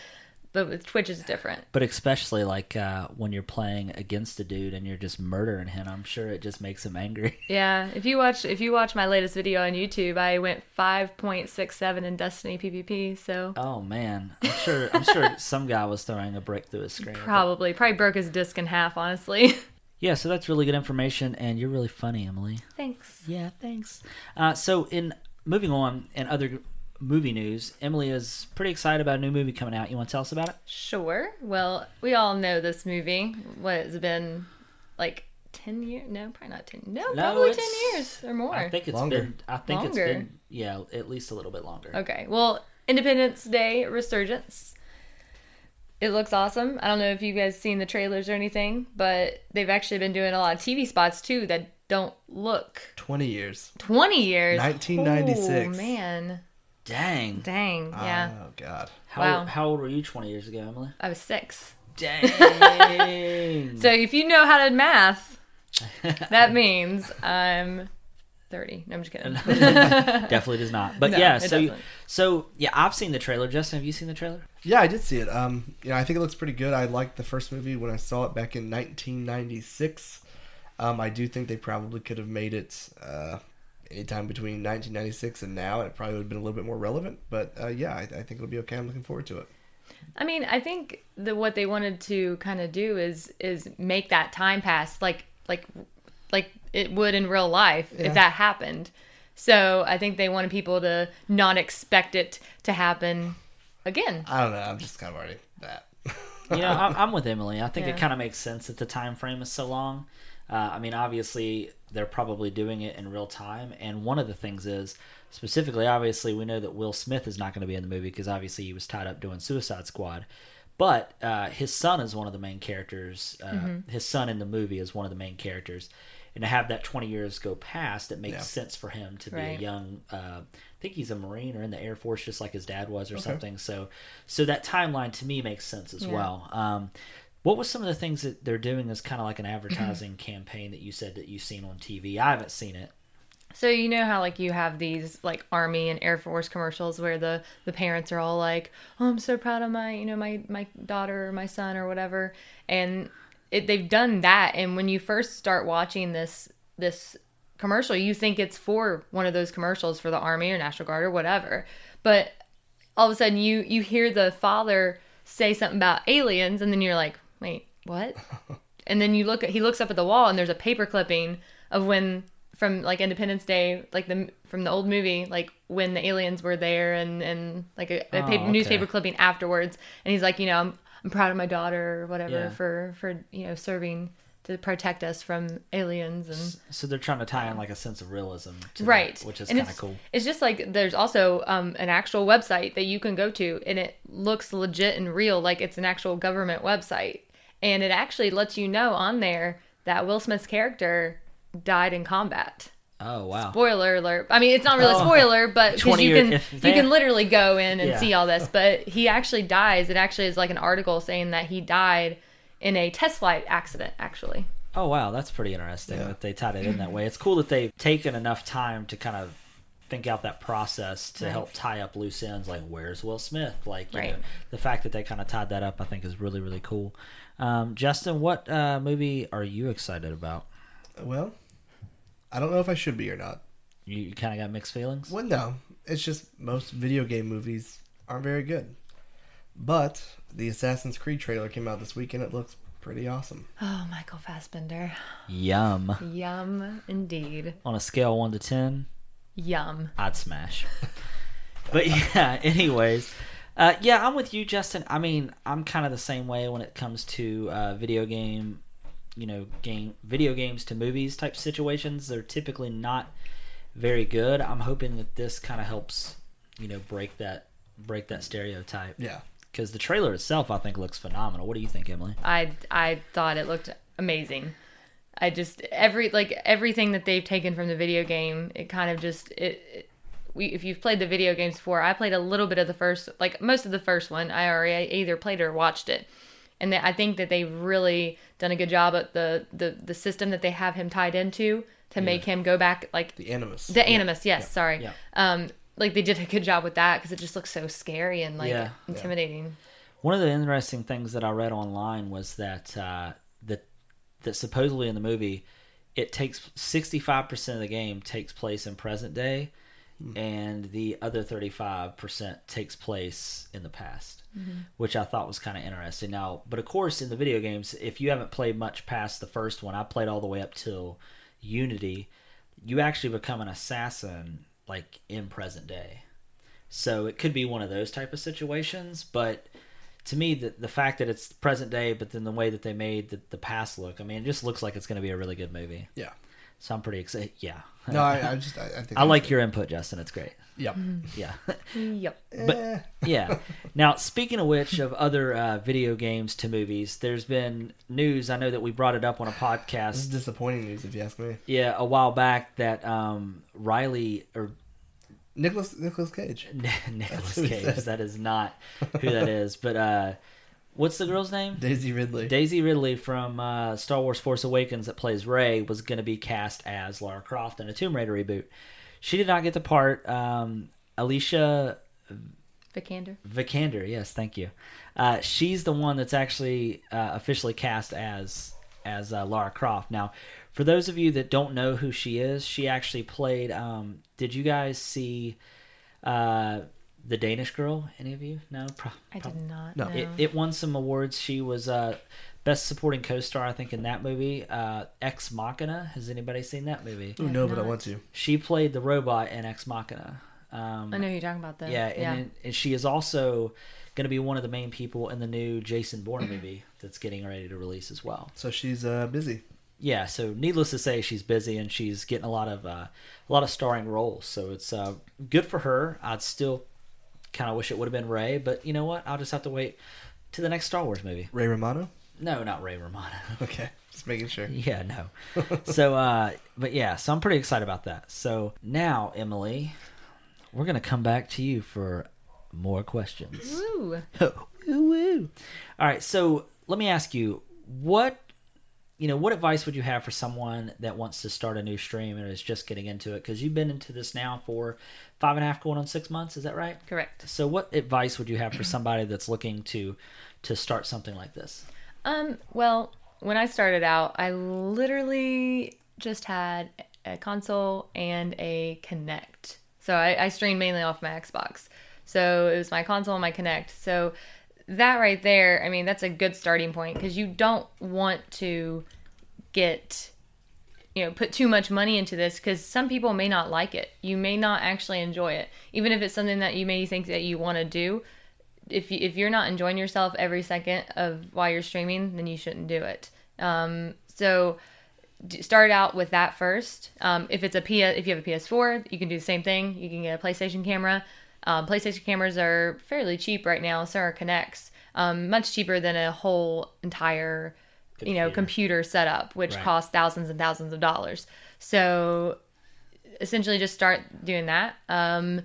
Speaker 3: But with Twitch it's different.
Speaker 1: But especially like uh, when you're playing against a dude and you're just murdering him, I'm sure it just makes him angry.
Speaker 3: Yeah, if you watch if you watch my latest video on YouTube I went 5.67 in Destiny PvP so
Speaker 1: oh man, I'm sure I'm sure some guy was throwing a brick through his screen.
Speaker 3: probably probably broke his disc in half honestly.
Speaker 1: Yeah, so that's really good information, and you're really funny, Emily.
Speaker 3: Thanks.
Speaker 1: Yeah, thanks. Uh, so, in moving on and other movie news, Emily is pretty excited about a new movie coming out. You want to tell us about it?
Speaker 3: Sure. Well, we all know this movie. What it's been like ten years? No, probably not ten. No,
Speaker 1: No,
Speaker 3: Oh, probably ten
Speaker 1: it's-
Speaker 3: years or more.
Speaker 1: I think it's
Speaker 2: Longer.
Speaker 1: been. I think
Speaker 3: Longer.
Speaker 1: it's been. Yeah, at least a little bit longer.
Speaker 3: Okay. Well, Independence Day Resurgence. It looks awesome. I don't know if you guys seen the trailers or anything, but they've actually been doing a lot of TV spots too that don't look
Speaker 2: Twenty years.
Speaker 3: twenty years.
Speaker 2: 1996.
Speaker 3: Oh, man,
Speaker 1: Dang.
Speaker 3: dang. Yeah,
Speaker 2: Oh God.
Speaker 1: How,
Speaker 3: Wow.
Speaker 1: how old were you 20 years ago, Emily?
Speaker 3: I was six.
Speaker 1: Dang.
Speaker 3: So if you know how to math, that means I'm 30. No, I'm just kidding.
Speaker 1: Definitely does not. But
Speaker 3: No,
Speaker 1: yeah,
Speaker 3: it
Speaker 1: so you,
Speaker 3: doesn't.
Speaker 1: so yeah, I've seen the trailer. Justin, have you seen the trailer?
Speaker 2: Yeah, I did see it. Um, you know, I think it looks pretty good. I liked the first movie when I saw it back in 1996. Um, I do think they probably could have made it uh, anytime between 1996 and now, and it probably would have been a little bit more relevant. But uh, yeah, I, I think it'll be okay. I'm looking forward to it.
Speaker 3: I mean, I think that what they wanted to kind of do is is make that time pass like like like it would in real life
Speaker 2: Yeah.
Speaker 3: if that happened. So I think they wanted people to not expect it to happen again.
Speaker 2: I don't know. I'm just kind of already that.
Speaker 1: you know, I'm, I'm with Emily. I think
Speaker 3: Yeah.
Speaker 1: it kind of makes sense that the time frame is so long. Uh, I mean, obviously, they're probably doing it in real time. And one of the things is, specifically, obviously, we know that Will Smith is not going to be in the movie because obviously he was tied up doing Suicide Squad. But uh, his son is one of the main characters. Uh,
Speaker 3: Mm-hmm.
Speaker 1: His son in the movie is one of the main characters. And to have that 20 years go past, it makes
Speaker 2: Yeah.
Speaker 1: sense for him to be a
Speaker 3: Right.
Speaker 1: young. Uh, I think he's a Marine or in the Air Force, just like his dad was, or something. So, so that timeline to me makes sense as
Speaker 3: Yeah.
Speaker 1: well. Um, what was some of the things that they're doing as kind of like an advertising
Speaker 3: Mm-hmm.
Speaker 1: campaign that you said that you've seen on TV? I haven't seen it.
Speaker 3: So you know how like you have these like army and air force commercials where the the parents are all like, "Oh, I'm so proud of my, you know, my my daughter or my son or whatever." And it, they've done that and when you first start watching this this commercial, you think it's for one of those commercials for the army or national guard or whatever. But all of a sudden you you hear the father say something about aliens and then you're like, "Wait, what?" and then you look at he looks up at the wall and there's a paper clipping of when from like independence day like the from the old movie like when the aliens were there and and like a, a
Speaker 1: Oh,
Speaker 3: paper,
Speaker 1: okay.
Speaker 3: newspaper clipping afterwards and he's like you know i'm, I'm proud of my daughter or whatever
Speaker 1: Yeah.
Speaker 3: for for you know serving to protect us from aliens and
Speaker 1: So they're trying to tie in like a sense of realism, to that,
Speaker 3: right
Speaker 1: which is
Speaker 3: And
Speaker 1: kind of
Speaker 3: it's-
Speaker 1: cool.
Speaker 3: it's just like there's also um, an actual website that you can go to and it looks legit and real like it's an actual government website and it actually lets you know on there that will smith's character died in combat
Speaker 1: Oh wow!
Speaker 3: spoiler alert i mean it's not really a
Speaker 1: Oh.
Speaker 3: spoiler but 'cause
Speaker 1: 20
Speaker 3: you
Speaker 1: year-
Speaker 3: can
Speaker 1: if
Speaker 3: you
Speaker 1: that-
Speaker 3: can literally go in and
Speaker 1: Yeah.
Speaker 3: see all this but he actually dies it actually is like an article saying that he died in a test flight accident actually
Speaker 1: Oh wow, that's pretty interesting that they tied it in that way. It's cool that they've taken enough time to kind of think out that process to
Speaker 3: Right.
Speaker 1: help tie up loose ends like where's Will Smith? Like you
Speaker 3: Right.
Speaker 1: know, the fact that they kind of tied that up I think is really really cool. Um, Justin, what uh, movie are you excited about?
Speaker 2: Well, I don't know if I should be or not.
Speaker 1: You, you kind of got mixed feelings.
Speaker 2: Well, no. It's just most video game movies aren't very good. But the Assassin's Creed trailer came out this weekend. It looks pretty awesome.
Speaker 3: oh michael fassbender
Speaker 1: Yum.
Speaker 3: yum indeed
Speaker 1: On a scale of one to ten,
Speaker 3: yum
Speaker 1: I'd smash. but yeah, anyways. Uh, yeah, I'm with you, Justin. I mean, I'm kind of the same way when it comes to uh, video game, you know, game video games to movies type situations. They're typically not very good. I'm hoping that this kind of helps, you know, break that break that stereotype.
Speaker 2: Yeah.
Speaker 1: Because the trailer itself, I think, looks phenomenal. What do you think, Emily?
Speaker 3: I I thought it looked amazing. I just every like everything that they've taken from the video game, it kind of just it. it we, if you've played the video games before, I played a little bit of the first, like most of the first one. I already either played or watched it, and they, I think that they've really done a good job at the the the system that they have him tied into to make him go back like
Speaker 2: The Animus.
Speaker 3: the animus, yes, sorry.
Speaker 1: Yeah.
Speaker 3: Um, like they did a good job with that because it just looks so scary and like
Speaker 1: Yeah.
Speaker 3: intimidating.
Speaker 1: One of the interesting things that I read online was that uh, that that supposedly in the movie, it takes sixty five percent of the game takes place in present day, and the other thirty five percent takes place in the past, which I thought was kind of interesting. Now, but of course, in the video games, if you haven't played much past the first one, I played all the way up till Unity. You actually become an assassin like in present day. So it could be one of those type of situations, but to me, the, the fact that it's present day, but then the way that they made the, the past look, I mean, it just looks like it's going to be a really good movie.
Speaker 2: Yeah.
Speaker 1: So I'm pretty excited. Yeah.
Speaker 2: No, I, I just I, I think
Speaker 1: I like your input, Justin. It's great.
Speaker 2: Yeah.
Speaker 1: Yeah.
Speaker 3: Yep.
Speaker 1: But-
Speaker 2: Eh,
Speaker 1: yeah. Now, speaking of which, of other uh, video games to movies, there's been news. I know that we brought it up on a
Speaker 2: this is
Speaker 1: podcast.
Speaker 2: disappointing news if you ask me.
Speaker 1: Yeah, a while back that um, Riley or
Speaker 2: Nicholas Nicholas Cage.
Speaker 1: Nicholas
Speaker 2: who he
Speaker 1: Cage.
Speaker 2: said.
Speaker 1: That is not who that is. But uh, what's the girl's name?
Speaker 2: Daisy Ridley.
Speaker 1: Daisy Ridley from uh, Star Wars Force Awakens that plays Rey was going to be cast as Lara Croft in a Tomb Raider reboot. She did not get the part. Um, Alicia
Speaker 3: Vikander.
Speaker 1: Vikander, yes, thank you. Uh, she's the one that's actually uh, officially cast as as uh, Lara Croft. Now, for those of you that don't know who she is, she actually played. Um, did you guys see uh, the Danish Girl? Any of you? No, Pro-
Speaker 3: I
Speaker 1: prob-
Speaker 3: did not.
Speaker 2: No.
Speaker 3: know.
Speaker 1: it, it won some awards. She was uh, best supporting co-star, I think, in that movie. Uh, Ex Machina. Has anybody seen that movie?
Speaker 2: Ooh, no, but I want to.
Speaker 1: She played the robot in Ex Machina. Um,
Speaker 3: I know who you're talking about though.
Speaker 1: yeah, and, then- and she is also going to be one of the main people in the new Jason Bourne movie that's getting ready to release as well.
Speaker 2: So she's uh, busy.
Speaker 1: Yeah, so needless to say, she's busy and she's getting a lot of uh, a lot of starring roles. So it's uh, good for her. I'd still kind of wish it would have been Ray, but you know what? I'll just have to wait to the next Star Wars movie.
Speaker 2: Ray Romano.
Speaker 1: No, not Ray Romano.
Speaker 2: Okay, just making sure.
Speaker 1: Yeah, no. so, uh, but yeah, so I'm pretty excited about that. So now, Emily, we're gonna come back to you for more questions.
Speaker 3: Woo.
Speaker 1: Woo, woo. All right, so let me ask you what you know what advice would you have for someone that wants to start a new stream and is just getting into it because you've been into this now for five and a half going on six months is that right
Speaker 3: Correct.
Speaker 1: so what advice would you have for somebody that's looking to to start something like this
Speaker 3: Um, well, when I started out, I literally just had a console and a Kinect. So I, I streamed mainly off my Xbox. So it was my console and my Kinect. So that right there, I mean, that's a good starting point because you don't want to get you know put too much money into this because some people may not like it you may not actually enjoy it even if it's something that you may think that you want to do if you, if you're not enjoying yourself every second of while you're streaming, then you shouldn't do it. Um, so d- start out with that first. Um, if it's a P, if you have a PS4, you can do the same thing. You can get a PlayStation camera. Um, PlayStation cameras are fairly cheap right now. So are Kinects, um, much cheaper than a whole entire you know computer setup, which
Speaker 1: Right.
Speaker 3: costs thousands and thousands of dollars. So essentially, just start doing that. Um,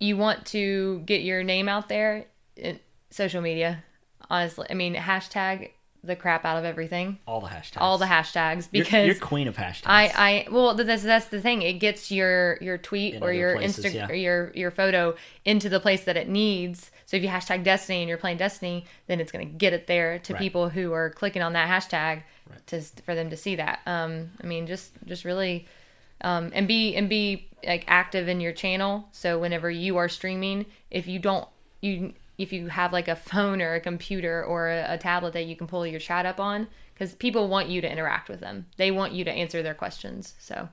Speaker 3: you want to get your name out there in social media honestly i mean hashtag the crap out of everything
Speaker 1: all the hashtags
Speaker 3: all the hashtags
Speaker 1: You're-
Speaker 3: because
Speaker 1: you're, queen of hashtags
Speaker 3: I, I well th- that's that's the thing it gets your your tweet
Speaker 1: In
Speaker 3: or
Speaker 1: other
Speaker 3: your
Speaker 1: places,
Speaker 3: Insta
Speaker 1: yeah.
Speaker 3: or your your photo into the place that it needs so if you hashtag destiny and you're playing destiny then it's going to get it there to
Speaker 1: Right.
Speaker 3: people who are clicking on that hashtag to s for them to see that um i mean just just really um and be and be like active in your channel so whenever you are streaming if you don't you if you have like a phone or a computer or a, a tablet that you can pull your chat up on because people want you to interact with them they want you to answer their questions so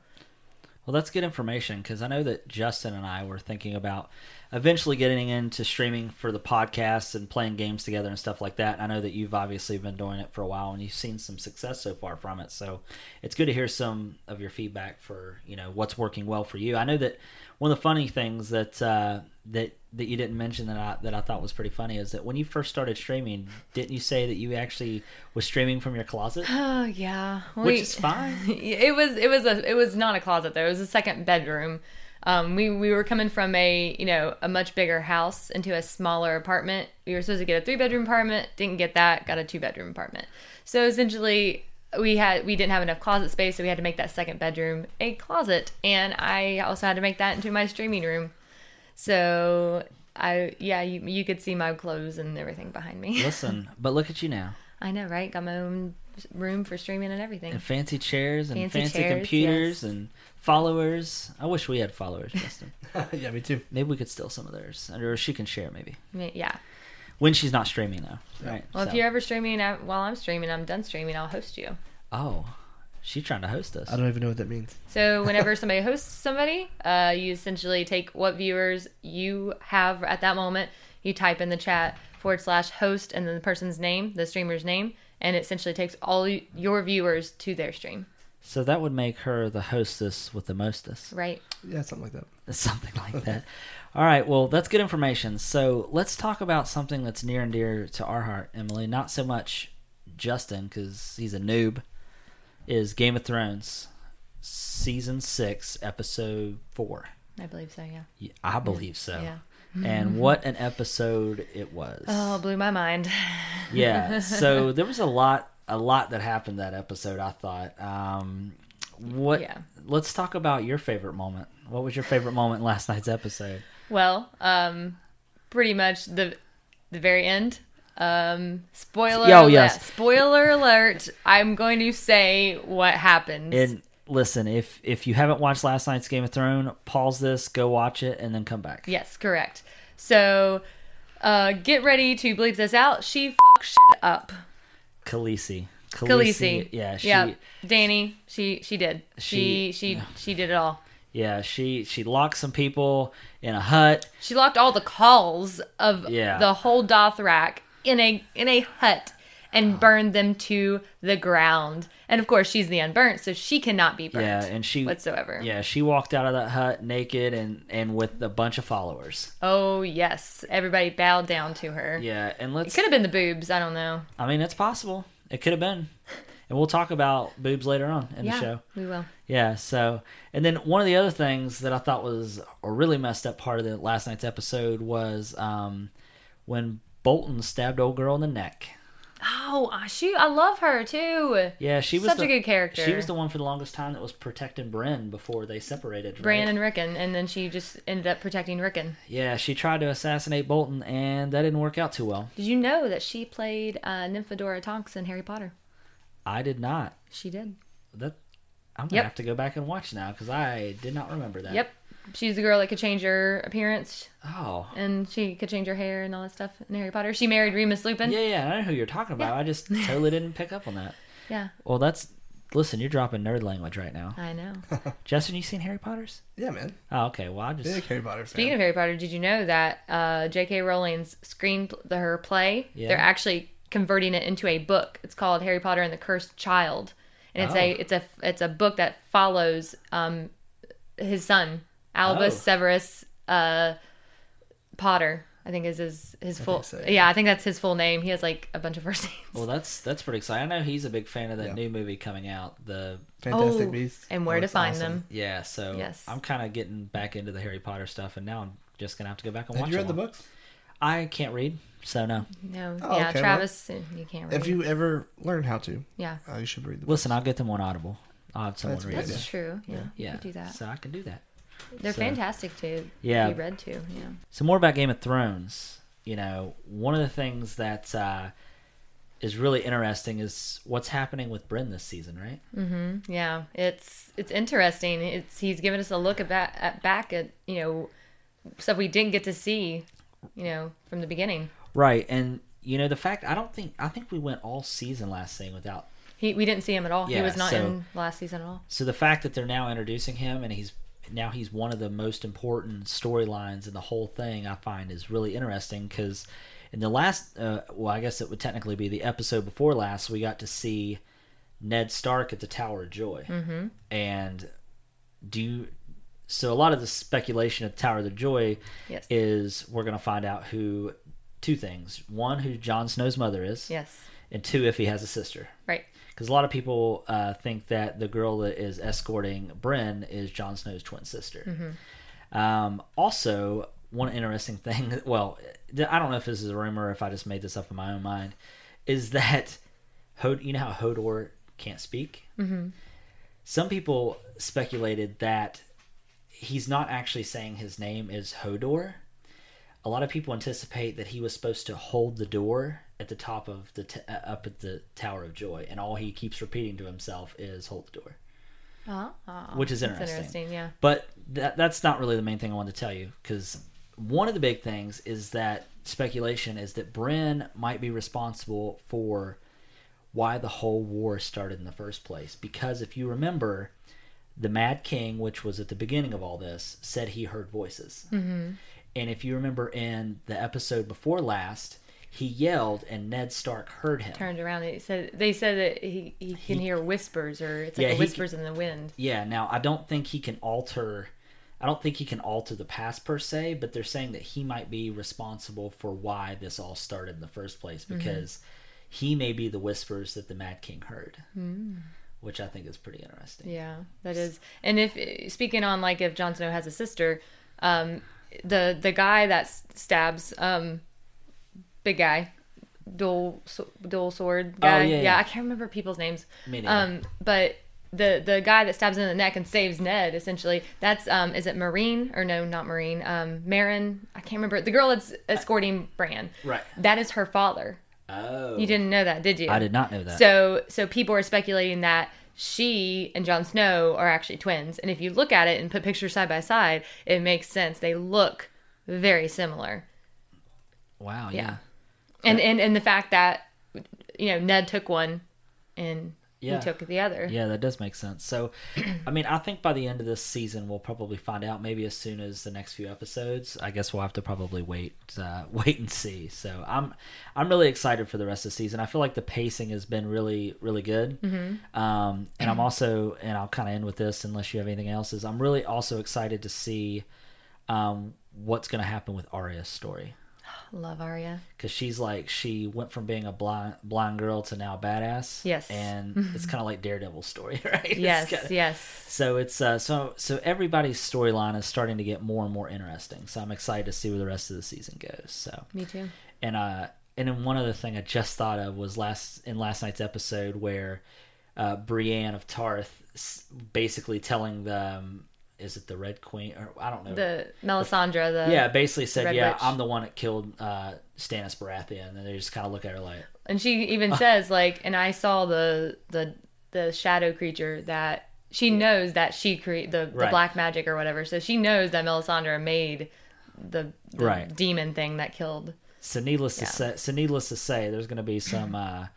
Speaker 1: Well, that's good information because I know that Justin and I were thinking about eventually getting into streaming for the podcast and playing games together and stuff like that. I know that you've obviously been doing it for a while and you've seen some success so far from it. So it's good to hear some of your feedback for you know what's working well for you. I know that one of the funny things that uh, that that you didn't mention that I that I thought was pretty funny is that when you first started streaming, didn't you say that you actually was streaming from your closet,
Speaker 3: oh yeah
Speaker 1: which is fine.
Speaker 3: it was it was a it was not a closet though. It was a second bedroom. Um, we we were coming from a you know a much bigger house into a smaller apartment. We were supposed to get a three bedroom apartment, didn't get that. Got a two bedroom apartment. So essentially, we had we didn't have enough closet space, so we had to make that second bedroom a closet, and I also had to make that into my streaming room. So I yeah, you you could see my clothes and everything behind me.
Speaker 1: Listen, but look at you now.
Speaker 3: I know, right? Got my own room for streaming and everything.
Speaker 1: and fancy chairs and
Speaker 3: Fancy
Speaker 1: fancy,
Speaker 3: chairs,
Speaker 1: computers
Speaker 3: yes.
Speaker 1: and followers. I wish we had followers, Justin.
Speaker 2: yeah, me too.
Speaker 1: maybe we could steal some of theirs, or she can share maybe
Speaker 3: I mean, yeah.
Speaker 1: when she's not streaming though. Right.
Speaker 3: Well, if
Speaker 1: so-
Speaker 3: you're ever streaming I, while I'm streaming, I'm done streaming, I'll host you.
Speaker 1: oh, she's trying to host us.
Speaker 2: I don't even know what that means.
Speaker 3: So whenever somebody hosts somebody, uh, you essentially take what viewers you have at that moment. You type in the chat forward slash host and then the person's name, the streamer's name, and it essentially takes all y- your viewers to their stream.
Speaker 1: So that would make her the hostess with the mostest,
Speaker 3: Right?
Speaker 2: Yeah, something like that.
Speaker 1: something like that. All right. Well, that's good information. So let's talk about something that's near and dear to our heart, Emily. Not so much Justin because he's a noob. Is Game of Thrones season six episode four?
Speaker 3: I believe so. Yeah.
Speaker 1: Yeah, I believe so.
Speaker 3: Yeah.
Speaker 1: And what an episode it was.
Speaker 3: Oh, blew my mind.
Speaker 1: Yeah. So there was a lot a lot that happened that episode, I thought. Um what
Speaker 3: Yeah.
Speaker 1: let's talk about your favorite moment. What was your favorite moment in last night's episode?
Speaker 3: Well, um, pretty much the the very end. Um, spoiler.
Speaker 1: Oh,
Speaker 3: alert,
Speaker 1: yes.
Speaker 3: Spoiler alert. I'm going to say what happens.
Speaker 1: And listen, if if you haven't watched last night's Game of Thrones, pause this, go watch it, and then come back.
Speaker 3: Yes, correct. So, uh, get ready to bleep this out. She fucked shit up.
Speaker 1: Khaleesi. Khaleesi.
Speaker 3: Khaleesi.
Speaker 1: Yeah, she
Speaker 3: yeah. Danny. She she did. She
Speaker 1: She-
Speaker 3: she she did it all.
Speaker 1: Yeah, she she locked some people in a hut.
Speaker 3: She locked all the calls of
Speaker 1: Yeah.
Speaker 3: the whole Dothrak in a in a hut and burned them to the ground. And of course, she's the unburnt, so she cannot be burnt
Speaker 1: Yeah, and she
Speaker 3: whatsoever.
Speaker 1: yeah she walked out of that hut naked and and with a bunch of followers.
Speaker 3: Oh yes, everybody bowed down to her.
Speaker 1: Yeah, and
Speaker 3: It
Speaker 1: let's.
Speaker 3: could have been the boobs. I don't know.
Speaker 1: I mean, it's possible. It could have been. And we'll talk about boobs later on in
Speaker 3: yeah,
Speaker 1: the show.
Speaker 3: we will.
Speaker 1: Yeah, so and then one of the other things that I thought was a really messed up part of the last night's episode was um, when Bolton stabbed old girl in the neck.
Speaker 3: Oh, ah, she. I love her too.
Speaker 1: Yeah, she was
Speaker 3: Such
Speaker 1: the,
Speaker 3: a good character.
Speaker 1: She was the one for the longest time that was protecting Bryn before they separated. Right?
Speaker 3: Bran and Rickon, and then she just ended up protecting Rickon.
Speaker 1: yeah, she tried to assassinate Bolton, and that didn't work out too well.
Speaker 3: Did you know that she played uh, Nymphadora Tonks in Harry Potter?
Speaker 1: I did not.
Speaker 3: She did.
Speaker 1: That I'm gonna
Speaker 3: Yep.
Speaker 1: have to go back and watch now because I did not remember that.
Speaker 3: Yep. She's the girl that could change her appearance
Speaker 1: Oh.
Speaker 3: and she could change her hair and all that stuff in Harry Potter. She married Remus Lupin.
Speaker 1: Yeah, yeah, I know who you're talking about. I just totally didn't pick up on that.
Speaker 3: Yeah,
Speaker 1: Well, that's listen. You're dropping nerd language right now.
Speaker 3: I know.
Speaker 1: Justin, you seen Harry Potter's?
Speaker 2: Yeah, man.
Speaker 1: Oh, okay. Well, I just
Speaker 2: Big Harry Potter fan.
Speaker 3: Speaking of Harry Potter, did you know that uh, J.K. Rowling's screen, the, her play,
Speaker 1: Yeah.
Speaker 3: they're actually converting it into a book. It's called Harry Potter and the Cursed Child, and it's a
Speaker 1: Oh.
Speaker 3: it's a it's a book that follows um, his son Albus
Speaker 1: Oh.
Speaker 3: Severus uh, Potter. I think is his his full
Speaker 2: so,
Speaker 3: yeah. I think that's his full name. He has like a bunch of first names.
Speaker 1: well, that's that's pretty exciting. I know he's a big fan of that
Speaker 2: Yeah.
Speaker 1: new movie coming out. The
Speaker 2: Fantastic
Speaker 3: Oh,
Speaker 2: Beasts.
Speaker 3: and where
Speaker 2: That
Speaker 3: to
Speaker 2: looks
Speaker 3: find
Speaker 2: awesome.
Speaker 3: them?
Speaker 1: yeah. So
Speaker 3: Yes.
Speaker 1: I'm kind of getting back into the Harry Potter stuff, and now I'm just gonna have to go back and
Speaker 2: Have
Speaker 1: watch.
Speaker 2: you
Speaker 1: it
Speaker 2: read the
Speaker 1: all.
Speaker 2: books?
Speaker 1: I can't read, so no.
Speaker 3: No,
Speaker 2: Oh,
Speaker 3: yeah,
Speaker 2: okay, well,
Speaker 3: Travis, you can't read.
Speaker 2: If you ever learn how to,
Speaker 3: yeah,
Speaker 2: uh, you should read the book.
Speaker 1: Listen, I'll get them on Audible. I'll have someone
Speaker 2: That's
Speaker 1: read
Speaker 2: good.
Speaker 3: that's
Speaker 1: it.
Speaker 3: true. Yeah, you
Speaker 1: Yeah.
Speaker 3: could do that.
Speaker 1: So I can do that.
Speaker 3: They're
Speaker 1: so-
Speaker 3: fantastic too.
Speaker 1: Yeah.
Speaker 3: to be read to. Yeah.
Speaker 1: So more about Game of Thrones. You know, one of the things that uh, is really interesting is what's happening with Bryn this season, right?
Speaker 3: Yeah, it's it's interesting. It's he's given us a look at, ba- at back at you know stuff we didn't get to see, you know, from the beginning.
Speaker 1: Right, and you know the fact I don't think I think we went all season last thing without.
Speaker 3: He we didn't see him at all.
Speaker 1: Yeah,
Speaker 3: he was not
Speaker 1: so-
Speaker 3: in last season at all.
Speaker 1: So the fact that they're now introducing him and he's now he's one of the most important storylines in the whole thing I find is really interesting because in the last uh, well I guess it would technically be the episode before last we got to see Ned Stark at the Tower of Joy mm-hmm. and do you, so a lot of the speculation at Tower of the Joy
Speaker 3: Yes.
Speaker 1: is we're gonna find out who two things one who Jon Snow's mother is
Speaker 3: Yes,
Speaker 1: and two if he has a sister
Speaker 3: right.
Speaker 1: because a lot of people uh, think that the girl that is escorting Bryn is Jon Snow's twin sister. Um, also, one interesting thing, well, th- I don't know if this is a rumor or if I just made this up in my own mind, is that Hod- you know how Hodor can't speak? Mm-hmm. Some people speculated that he's not actually saying his name is Hodor. A lot of people anticipate that he was supposed to hold the door at the top of the t- uh, up at the Tower of Joy, and all he keeps repeating to himself is "hold the door,"
Speaker 3: uh
Speaker 1: which is
Speaker 3: That's
Speaker 1: interesting.
Speaker 3: interesting. Yeah.
Speaker 1: But that, that's not really the main thing I wanted to tell you because one of the big things is that speculation is that Bryn might be responsible for why the whole war started in the first place. Because if you remember, the Mad King, which was at the beginning of all this, said he heard voices. And if you remember in the episode before last, he yelled and Ned Stark heard him.
Speaker 3: Turned around. They said they said that he, he can hear whispers or it's like
Speaker 1: Yeah,
Speaker 3: a
Speaker 1: he
Speaker 3: whispers in the wind.
Speaker 1: Yeah, now I don't think he can alter I don't think he can alter the past per se, but they're saying that he might be responsible for why this all started in the first place
Speaker 3: Mm-hmm.
Speaker 1: because he may be the whispers that the Mad King heard. Which I think is pretty interesting.
Speaker 3: Mm. Yeah, that is. And if speaking on like if Jon Snow has a sister, um, the the guy that s- stabs um, big guy, dual so- dual sword guy.
Speaker 1: Oh, yeah,
Speaker 3: yeah,
Speaker 1: yeah.
Speaker 3: I can't remember people's names.
Speaker 1: Me neither.
Speaker 3: Um, but the the guy that stabs him in the neck and saves Ned essentially. That's um, is it Marine or no, not Marine. Um, Marin. I can't remember the girl that's escorting Bran.
Speaker 1: Right.
Speaker 3: That is her father.
Speaker 1: Oh.
Speaker 3: You didn't know that, did you?
Speaker 1: I did not know that.
Speaker 3: So so people are speculating that she and Jon Snow are actually twins. And if you look at it and put pictures side by side, it makes sense. They look very similar.
Speaker 1: wow, yeah.
Speaker 3: Yeah. And and and the fact that you know Ned took one and
Speaker 1: Yeah.
Speaker 3: you took the other.
Speaker 1: Yeah, that does make sense. So, I mean, I think by the end of this season, we'll probably find out. Maybe as soon as the next few episodes. I guess we'll have to probably wait, uh, wait and see. So, I'm, I'm really excited for the rest of the season. I feel like the pacing has been really, really good. Um, and I'm also, and I'll kind of end with this, unless you have anything else. Is I'm really also excited to see, um, what's going to happen with Arya's story
Speaker 3: Love Arya.
Speaker 1: because she's like she went from being a blind blind girl to now badass.
Speaker 3: Yes.
Speaker 1: and it's kind of like Daredevil's story, right? It's
Speaker 3: Yes,
Speaker 1: kinda-
Speaker 3: yes.
Speaker 1: So it's uh, so so everybody's storyline is starting to get more and more interesting. So I'm excited to see where the rest of the season goes. So
Speaker 3: Me too.
Speaker 1: and uh and then one other thing I just thought of was last in last night's episode where uh, Brienne of Tarth s- basically telling them is it the Red Queen or I don't know
Speaker 3: The Melisandre, the
Speaker 1: yeah, basically said,
Speaker 3: Uh, Red
Speaker 1: yeah,
Speaker 3: Witch.
Speaker 1: I'm the one that killed uh, Stannis Baratheon, and then they just kind of look at her like,
Speaker 3: and she even
Speaker 2: Ah.
Speaker 3: says like, and I saw the the the shadow creature that she knows that she create the, the
Speaker 1: Right.
Speaker 3: black magic or whatever. So she knows that Melisandre made the, the
Speaker 1: Right.
Speaker 3: demon thing that killed.
Speaker 1: so needless to
Speaker 3: Yeah.
Speaker 1: say, so needless to say, there's going to be some uh,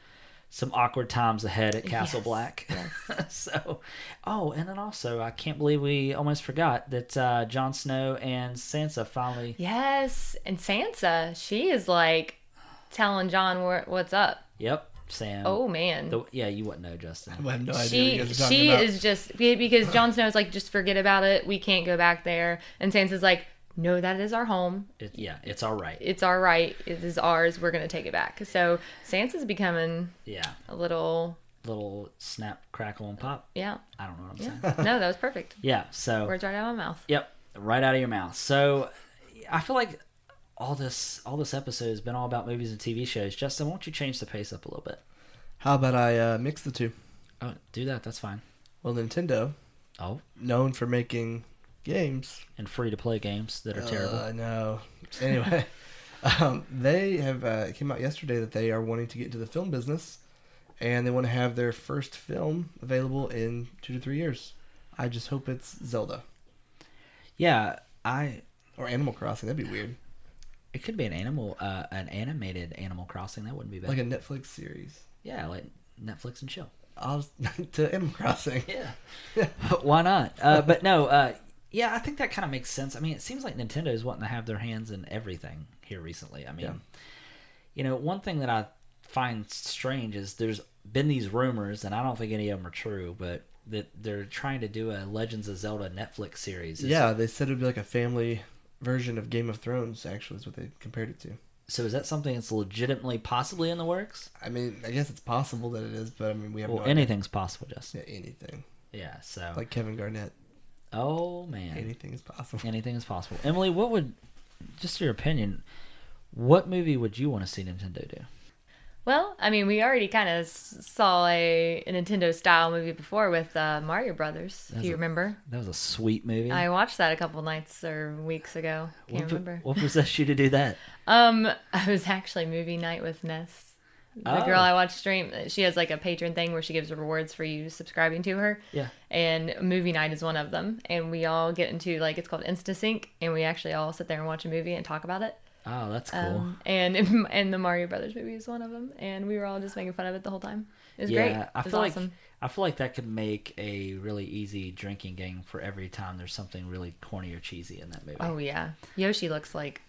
Speaker 1: some awkward times ahead at Castle
Speaker 3: Yes,
Speaker 1: Black. so, oh, and then also, I can't believe we almost forgot that uh, Jon Snow and Sansa finally.
Speaker 3: Yes, and Sansa, she is like telling John where, what's up.
Speaker 1: Yep, Sam.
Speaker 3: Oh man,
Speaker 1: The- yeah, you wouldn't know, Justin.
Speaker 2: I have no idea what you
Speaker 3: she
Speaker 2: guys are talking
Speaker 3: she
Speaker 2: about.
Speaker 3: is just be- because Jon Snow's like just forget about it. We can't go back there, and Sansa's like, no, that is our home.
Speaker 1: It, yeah, it's all right.
Speaker 3: It's our right. It is ours. We're gonna take it back. So Sansa's becoming
Speaker 1: Yeah,
Speaker 3: a little
Speaker 1: little snap, crackle, and pop.
Speaker 3: yeah.
Speaker 1: I don't know what I'm
Speaker 3: Yeah.
Speaker 1: saying.
Speaker 3: no, that was perfect.
Speaker 1: Yeah, so
Speaker 3: Words right out of my mouth.
Speaker 1: Yep, right out of your mouth. So I feel like all this all this episode has been all about movies and TV shows. Justin, won't you change the pace up a little bit?
Speaker 2: How about I uh, mix the two?
Speaker 1: Oh, do that. That's fine.
Speaker 2: Well, Nintendo,
Speaker 1: Oh,
Speaker 2: known for making games,
Speaker 1: and free to play games that are
Speaker 2: Uh,
Speaker 1: terrible.
Speaker 2: I know. Anyway, um, they have uh, it came out yesterday that they are wanting to get into the film business, and they want to have their first film available in two to three years. I just hope it's Zelda
Speaker 1: Yeah, I.
Speaker 2: or Animal Crossing. That'd be weird,
Speaker 1: It could be an animal, uh, an animated Animal Crossing. That wouldn't be bad.
Speaker 2: like a Netflix series.
Speaker 1: yeah, like Netflix and chill.
Speaker 2: I'll to Animal Crossing.
Speaker 1: Yeah. Why not? Uh, but no, uh, yeah, I think that kind of makes sense. I mean, it seems like Nintendo is wanting to have their hands in everything here recently. I mean,
Speaker 2: Yeah.
Speaker 1: you know, one thing that I find strange is there's been these rumors, and I don't think any of them are true, but that they're trying to do a Legends of Zelda Netflix series. Is-
Speaker 2: Yeah, they said it'd be like a family version of Game of Thrones. Actually, is what they compared it to.
Speaker 1: So is that something that's legitimately possibly in the works?
Speaker 2: I mean, I guess it's possible that it is, but I mean, we have
Speaker 1: Well,
Speaker 2: no
Speaker 1: anything's possible,
Speaker 2: idea
Speaker 1: Justin.
Speaker 2: anything.
Speaker 1: Yeah. So,
Speaker 2: Like Kevin Garnett,
Speaker 1: oh man,
Speaker 2: anything is possible.
Speaker 1: anything is possible. Emily, what would just your opinion? What movie would you want to see Nintendo do?
Speaker 3: Well, I mean, we already kind of saw a, a Nintendo style movie before with uh, Mario Brothers. If
Speaker 1: That's
Speaker 3: you
Speaker 1: a-
Speaker 3: remember,
Speaker 1: That was a sweet movie.
Speaker 3: I watched that a couple nights or weeks ago. Can't
Speaker 1: what, po-
Speaker 3: remember.
Speaker 1: what possessed you to do that?
Speaker 3: Um, I was actually movie night with Ness, the
Speaker 1: Oh.
Speaker 3: girl I watch stream. She has like a patron thing where she gives rewards for you subscribing to her.
Speaker 1: Yeah.
Speaker 3: And movie night is one of them, and we all get into like it's called InstaSync, and we actually all sit there and watch a movie and talk about it.
Speaker 1: Oh, that's cool.
Speaker 3: Um, and and the Mario Brothers movie is one of them, and we were all just making fun of it the whole time. It was
Speaker 1: yeah,
Speaker 3: great. It
Speaker 1: I
Speaker 3: was
Speaker 1: feel like
Speaker 3: awesome.
Speaker 1: I feel like that could make a really easy drinking game for every time there's something really corny or cheesy in that movie.
Speaker 3: Oh yeah, Yoshi looks like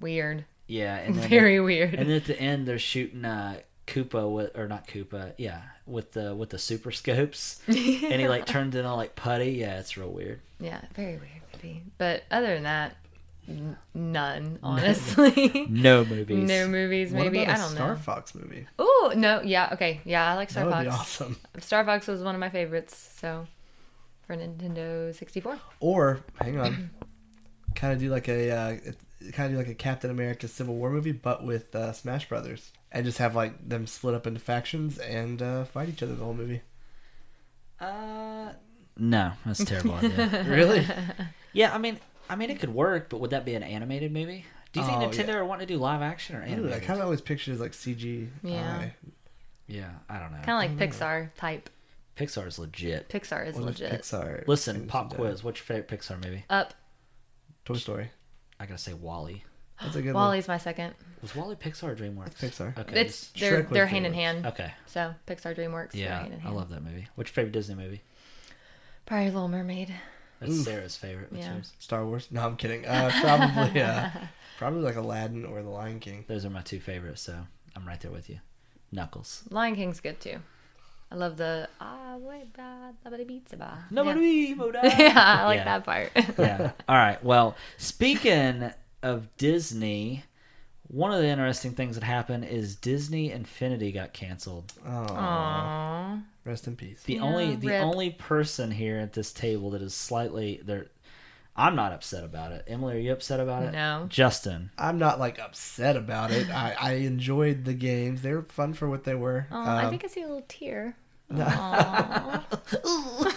Speaker 3: weird,
Speaker 1: Yeah, and then
Speaker 3: very weird.
Speaker 1: and then at the end they're shooting uh Koopa with or not Koopa, yeah, with the with the super scopes. And he like turns into like putty. Yeah, it's real weird.
Speaker 3: yeah, very weird movie. But other than that, n- none honestly.
Speaker 1: No movies.
Speaker 3: no movies,
Speaker 2: What
Speaker 3: maybe
Speaker 2: about
Speaker 3: I
Speaker 2: a
Speaker 3: don't
Speaker 2: Star
Speaker 3: know.
Speaker 2: Fox movie.
Speaker 3: Oh no, yeah, okay, yeah, I like Star
Speaker 2: that would
Speaker 3: Fox.
Speaker 2: be awesome.
Speaker 3: Star Fox was one of my favorites. So for Nintendo 64,
Speaker 2: Or hang on, kind of do like a uh, kind of do like a Captain America Civil War movie, but with uh, Smash Brothers, and just have like them split up into factions and uh, fight each other the whole movie.
Speaker 1: Uh, no, that's a terrible idea.
Speaker 2: Really?
Speaker 1: Yeah, I mean, I mean, it could work, but would that be an animated movie? Do you think
Speaker 2: Oh,
Speaker 1: Nintendo
Speaker 2: yeah.
Speaker 1: are wanting to do live action or
Speaker 2: Ooh, I
Speaker 1: animated?
Speaker 2: kind of always pictured it as like CG.
Speaker 3: Yeah.
Speaker 1: yeah, I don't know.
Speaker 3: kind of like Pixar type.
Speaker 1: Pixar is legit.
Speaker 3: Pixar is
Speaker 2: What if
Speaker 3: legit.
Speaker 2: Pixar.
Speaker 1: Listen,
Speaker 2: and
Speaker 1: pop
Speaker 2: Nintendo?
Speaker 1: quiz. What's your favorite Pixar movie?
Speaker 3: Up
Speaker 2: Toy Story.
Speaker 1: I gotta say Wally.
Speaker 2: That's a good one.
Speaker 3: Wally's my second.
Speaker 1: Was Wally Pixar or DreamWorks?
Speaker 2: That's Pixar.
Speaker 1: Okay.
Speaker 3: It's they're
Speaker 2: Shrek was
Speaker 3: they're hand in
Speaker 2: DreamWorks.
Speaker 3: hand.
Speaker 1: okay.
Speaker 3: So Pixar DreamWorks.
Speaker 1: Uh,
Speaker 3: they're
Speaker 1: Yeah,
Speaker 3: hand in
Speaker 1: I
Speaker 3: hand.
Speaker 1: love that movie. What's your favorite Disney movie?
Speaker 3: Probably Little Mermaid.
Speaker 1: That's
Speaker 2: Oof.
Speaker 1: Sarah's favorite. What's
Speaker 3: Yeah.
Speaker 1: yours?
Speaker 2: Star Wars. No, I'm kidding. Uh, probably, uh, probably like Aladdin or The Lion King.
Speaker 1: Those are my two favorites, so I'm right there with you. Knuckles.
Speaker 3: Lion King's good too. I love the ah wait ba da ba da beats a ba. Yeah.
Speaker 1: Nobody will die.
Speaker 3: yeah, I like
Speaker 1: Yeah.
Speaker 3: that part.
Speaker 1: yeah. All right. Well, speaking of Disney, one of the interesting things that happened is Disney Infinity got canceled.
Speaker 2: Oh,
Speaker 3: Aww.
Speaker 2: rest in peace.
Speaker 1: The
Speaker 3: Yeah,
Speaker 1: only the
Speaker 3: rip.
Speaker 1: only person here at this table that is slightly there. I'm not upset about it. Emily, are you upset about it?
Speaker 3: No.
Speaker 1: Justin.
Speaker 2: I'm not like upset about it. I, I enjoyed the games. They were fun for what they were.
Speaker 3: Oh, I
Speaker 2: Um,
Speaker 3: think I see a little tear. Aw.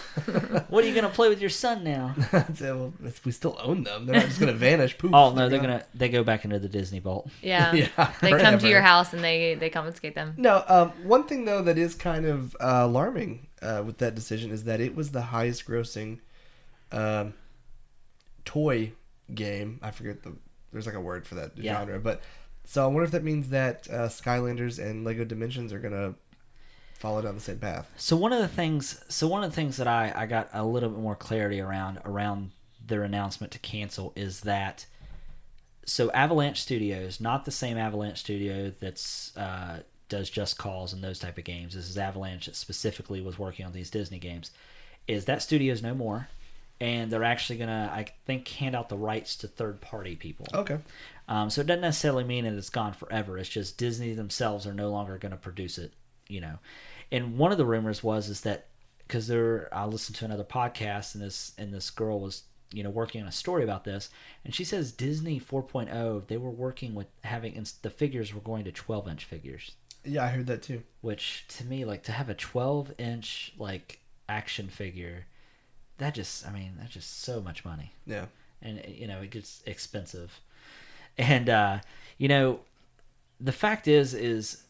Speaker 1: What are you gonna play with your son now?
Speaker 2: so, well, it's- we still own them. They're not just gonna vanish. Poof.
Speaker 1: Oh no, they're
Speaker 2: gone.
Speaker 1: gonna they go back into the Disney vault.
Speaker 3: yeah.
Speaker 2: Yeah,
Speaker 3: They come
Speaker 2: forever.
Speaker 3: to your house and they they confiscate them.
Speaker 2: No, um, one thing though that is kind of uh, alarming uh, with that decision is that it was the highest grossing um, toy game. I forget the there's like a word for that
Speaker 1: Yeah.
Speaker 2: genre, but so I wonder if that means that uh, Skylanders and Lego Dimensions are gonna follow down the same path.
Speaker 1: So one of the things, so one of the things that I, I got a little bit more clarity around around their announcement to cancel is that so Avalanche Studios, not the same Avalanche Studio that's uh, does Just Cause and those type of games. This is Avalanche that specifically was working on these Disney games. Is that studio's no more, and they're actually gonna I think hand out the rights to third party people.
Speaker 2: Okay,
Speaker 1: Um, so it doesn't necessarily mean that it's gone forever. It's just Disney themselves are no longer going to produce it, you know. And one of the rumors was is that because there, I listened to another podcast and this and this girl was you know working on a story about this, and she says Disney 4.0 they were working with having and the figures were going to 12 inch figures,
Speaker 2: yeah, I heard that too.
Speaker 1: which to me like to have a 12 inch like action figure, that just I mean that's just so much money
Speaker 2: Yeah,
Speaker 1: and you know it gets expensive and uh you know the fact is is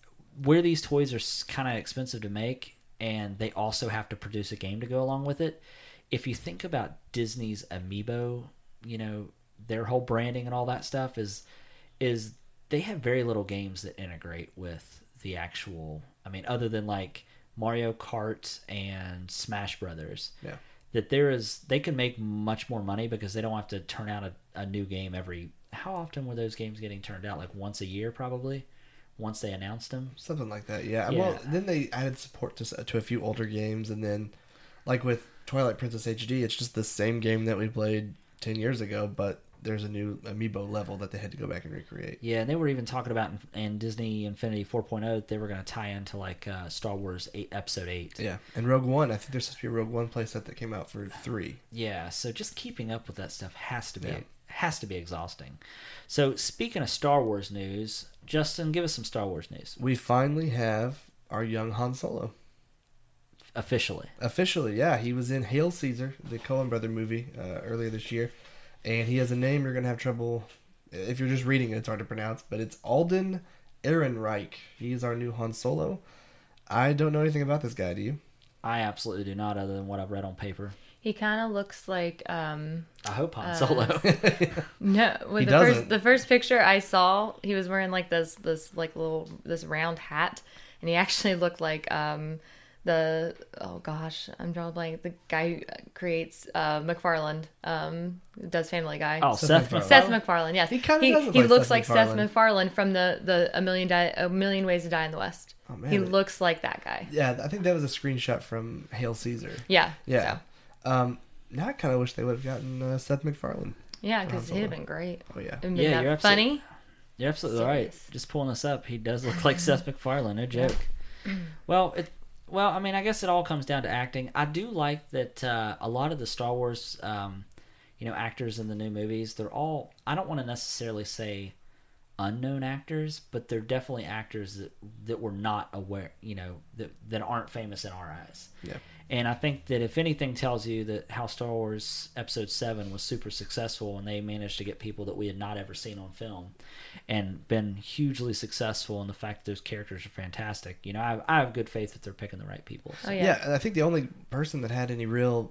Speaker 1: where these toys are kind of expensive to make and they also have to produce a game to go along with it if you think about disney's amiibo you know their whole branding and all that stuff is is they have very little games that integrate with the actual i mean other than like mario kart and smash brothers
Speaker 2: Yeah.
Speaker 1: that there is they can make much more money because they don't have to turn out a, a new game every how often were those games getting turned out like once a year probably once they announced them
Speaker 2: something like that. Yeah. Well,
Speaker 1: Yeah.
Speaker 2: then they added support to s- to a few older games, and then like with Twilight Princess HD, it's just the same game that we played ten years ago, but there's a new amiibo level that they had to go back and recreate.
Speaker 1: yeah they were even talking about in, in disney infinity 4.0 that they were going to tie into like uh, star wars 8 episode 8
Speaker 2: Yeah, and Rogue One. I think there's supposed to be a Rogue One playset that came out for three.
Speaker 1: Yeah, so just keeping up with that stuff has to be
Speaker 2: Yeah.
Speaker 1: has to be exhausting. So speaking of Star Wars news, Justin, give us some Star Wars news
Speaker 2: We finally have our young Han Solo
Speaker 1: officially.
Speaker 2: officially. Yeah, he was in Hail Caesar, the Coen Brother movie, uh, earlier this year, and he has a name you're gonna have trouble if you're just reading it. It's hard to pronounce, but it's Alden Ehrenreich. He is our new Han Solo. I don't know anything about this guy. Do you?
Speaker 1: I absolutely do not, other than what I've read on paper.
Speaker 3: He kind of looks like um
Speaker 1: I hope Han Solo.
Speaker 3: no with
Speaker 2: He
Speaker 3: the
Speaker 2: doesn't.
Speaker 3: first the first picture I saw he was wearing like this this like little this round hat and he actually looked like um the oh gosh I'm drawing a blank the guy who creates uh McFarland um does Family Guy
Speaker 1: Oh, Seth
Speaker 2: Seth McFarlane.
Speaker 1: McFarlane.
Speaker 3: Seth MacFarlane, yes.
Speaker 2: He kinda
Speaker 3: he,
Speaker 2: does look
Speaker 3: he
Speaker 2: like
Speaker 3: looks
Speaker 2: Seth
Speaker 3: like Seth
Speaker 2: MacFarlane.
Speaker 3: McFarlane from the, the A Million Di- A Million Ways to Die in the West.
Speaker 2: Oh, man.
Speaker 3: he looks like that guy.
Speaker 2: Yeah, I think that was a screenshot from Hail Caesar.
Speaker 3: Yeah.
Speaker 2: Yeah.
Speaker 3: So,
Speaker 2: Um, now I kind of wish they would have gotten uh, Seth MacFarlane.
Speaker 3: yeah, because
Speaker 2: Han
Speaker 3: he'd have
Speaker 2: Solo.
Speaker 3: been great.
Speaker 2: Oh yeah.
Speaker 3: And
Speaker 1: Yeah,
Speaker 3: yeah,
Speaker 1: you're
Speaker 3: you're
Speaker 1: absolute-
Speaker 3: funny.
Speaker 1: You're absolutely right.
Speaker 3: Serious.
Speaker 1: Just pulling this up, he does look like Seth MacFarlane. No joke. Well, it. Well, I mean, I guess it all comes down to acting. I do like that uh, a lot of the Star Wars, um, you know, actors in the new movies. They're all. I don't want to necessarily say unknown actors, but they're definitely actors that that were not aware. You know, that that aren't famous in our eyes.
Speaker 2: Yeah.
Speaker 1: And I think that if anything tells you that how Star Wars Episode 7 was super successful and they managed to get people that we had not ever seen on film and been hugely successful, and the fact that those characters are fantastic, you know, I have, I have good faith that they're picking the right people.
Speaker 3: Oh
Speaker 1: So-
Speaker 2: yeah.
Speaker 3: yeah.
Speaker 2: and I think the only person that had any real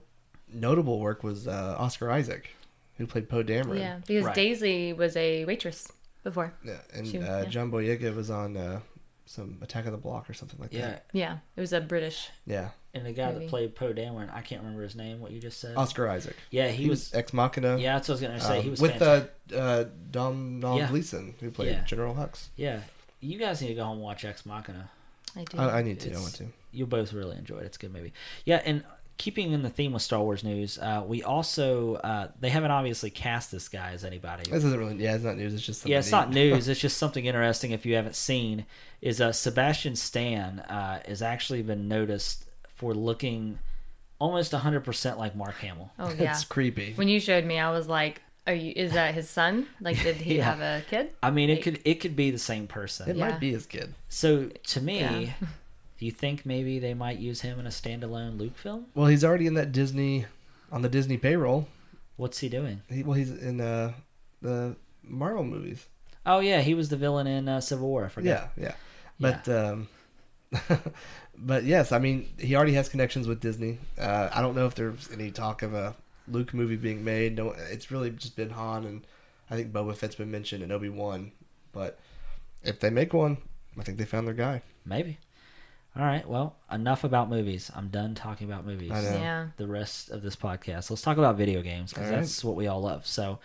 Speaker 2: notable work was uh, Oscar Isaac, who played Poe
Speaker 3: Yeah.
Speaker 2: Dameron.
Speaker 3: because
Speaker 1: Right.
Speaker 3: Daisy was a waitress. before.
Speaker 2: Yeah, and
Speaker 3: She-
Speaker 2: uh,
Speaker 3: yeah.
Speaker 2: John Boyega was on uh, some Attack of the Block or something like
Speaker 1: Yeah,
Speaker 2: that.
Speaker 3: Yeah, it was a British.
Speaker 2: Yeah,
Speaker 1: and the guy
Speaker 3: Maybe.
Speaker 1: that played Poe Dameron, I can't remember his name. What you just said?
Speaker 2: Oscar Isaac.
Speaker 1: yeah, he, was.
Speaker 2: Ex Machina.
Speaker 1: Yeah, that's what I was gonna say.
Speaker 2: um,
Speaker 1: he was
Speaker 2: with
Speaker 1: fantastic.
Speaker 2: uh, uh, Dom Dom
Speaker 1: Yeah.
Speaker 2: Gleason, who played
Speaker 1: Yeah.
Speaker 2: General Hux.
Speaker 1: Yeah, you guys need to go home and watch Ex Machina.
Speaker 3: I do.
Speaker 2: I, I need to. I
Speaker 1: It's-
Speaker 2: want to.
Speaker 1: You'll both really enjoy it. It's a good movie. Yeah, and keeping in the theme with Star Wars news, uh, we also uh, they haven't obviously cast this guy as anybody.
Speaker 2: This isn't really. Yeah, it's not news. It's just. Something
Speaker 1: yeah, it's
Speaker 2: neat.
Speaker 1: not news. It's just something interesting. If you haven't seen, is uh, Sebastian Stan uh, has actually been noticed for looking almost 100 percent like Mark Hamill.
Speaker 3: oh yeah.
Speaker 2: It's creepy.
Speaker 3: When you showed me, I was like, "Are you? Is that his son? Like, did he
Speaker 1: Yeah.
Speaker 3: have a kid?"
Speaker 1: I mean, it
Speaker 3: Like-
Speaker 1: could it could be the same person.
Speaker 2: It
Speaker 3: Yeah.
Speaker 2: might be his kid.
Speaker 1: So to me,
Speaker 3: Yeah.
Speaker 1: do you think maybe they might use him in a standalone Luke film?
Speaker 2: Well, he's already in that Disney, on the Disney payroll.
Speaker 1: What's he doing?
Speaker 2: He, well, he's in uh, the Marvel movies.
Speaker 1: Oh yeah, he was the villain in uh, Civil War. I forgot.
Speaker 2: Yeah, yeah. But um but yes, I mean, he already has connections with Disney. Uh I don't know if there's any talk of a Luke movie being made. No, it's really just been Han and I think Boba Fett's been mentioned and Obi-Wan, but if they make one, I think they found their guy.
Speaker 1: Maybe. All right. Well, enough about movies. I'm done talking about movies.
Speaker 2: I know. Yeah.
Speaker 3: Yeah.
Speaker 1: The rest of this podcast. Let's talk about video games because
Speaker 2: All right.
Speaker 1: that's what we all love. So,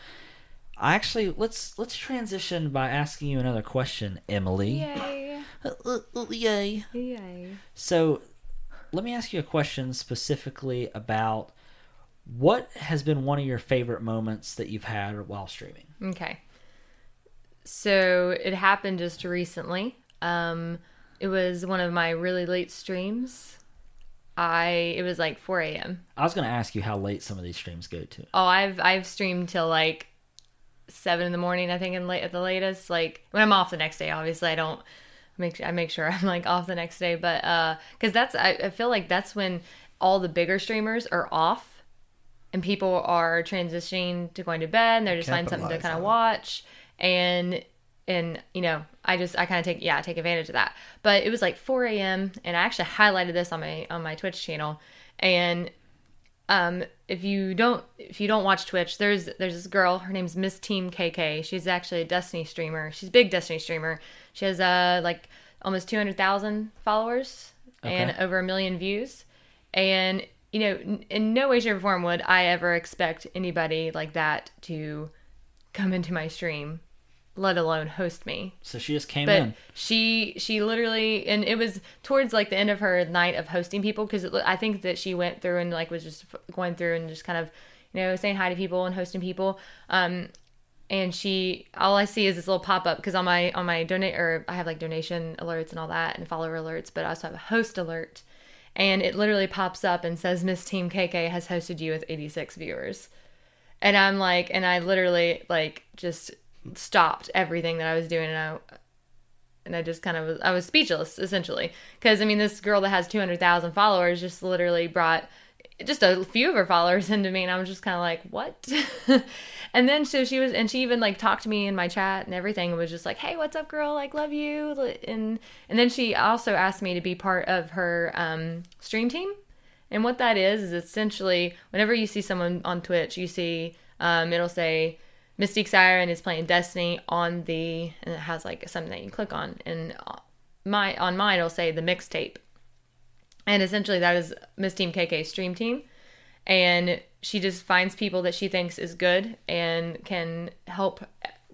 Speaker 1: I actually let's let's transition by asking you another question, Emily.
Speaker 3: Yay!
Speaker 1: Uh, uh, uh, yay.
Speaker 3: Yay!
Speaker 1: So, let me ask you a question specifically about what has been one of your favorite moments that you've had while streaming.
Speaker 3: Okay. So it happened just recently. Um, it was one of my really late streams. I it was like 4 a.m.
Speaker 1: I was going to ask you how late some of these streams go to.
Speaker 3: Oh, I've I've streamed till like seven in the morning. I think in late at the latest. Like when I'm off the next day, obviously I don't make I make sure I'm like off the next day. But because that's I, I feel like that's when all the bigger streamers are off, and people are transitioning to going to bed, and they're just finding something to
Speaker 2: Capitalize
Speaker 3: kind
Speaker 2: on
Speaker 3: of
Speaker 2: it.
Speaker 3: watch and and you know i just i kind of take yeah I take advantage of that but it was like 4 a.m and i actually highlighted this on my on my twitch channel and um, if you don't if you don't watch Twitch, there's there's this girl. Her name's Miss Team KK. She's actually a Destiny streamer. She's a big Destiny streamer. She has uh like almost two hundred thousand followers and
Speaker 1: Okay.
Speaker 3: over a million views. And you know, n- in no way, shape, or form would I ever expect anybody like that to come into my stream, let alone host me
Speaker 1: So she just came
Speaker 3: but
Speaker 1: in.
Speaker 3: she she literally and it was towards like the end of her night of hosting people because i think that she went through and like was just f- going through and just kind of you know saying hi to people and hosting people um and she all i see is this little pop-up because on my on my donate or i have like donation alerts and all that and follower alerts but i also have a host alert and it literally pops up and says miss team kk has hosted you with 86 viewers and i'm like and i literally like just stopped everything that i was doing and i and I just kind of was, I was speechless essentially because I mean this girl that has 200,000 followers just literally brought just a few of her followers into me and I was just kind of like what and then so she was and she even like talked to me in my chat and everything and was just like hey what's up girl like love you and and then she also asked me to be part of her um stream team and what that is is essentially whenever you see someone on Twitch, you see um, it'll say Mystique Siren is playing Destiny on the and it has like something that you click on and uh, my on mine it'll say the mixtape. And essentially that is Miss Team KK's stream team and she just finds people that she thinks is good and can help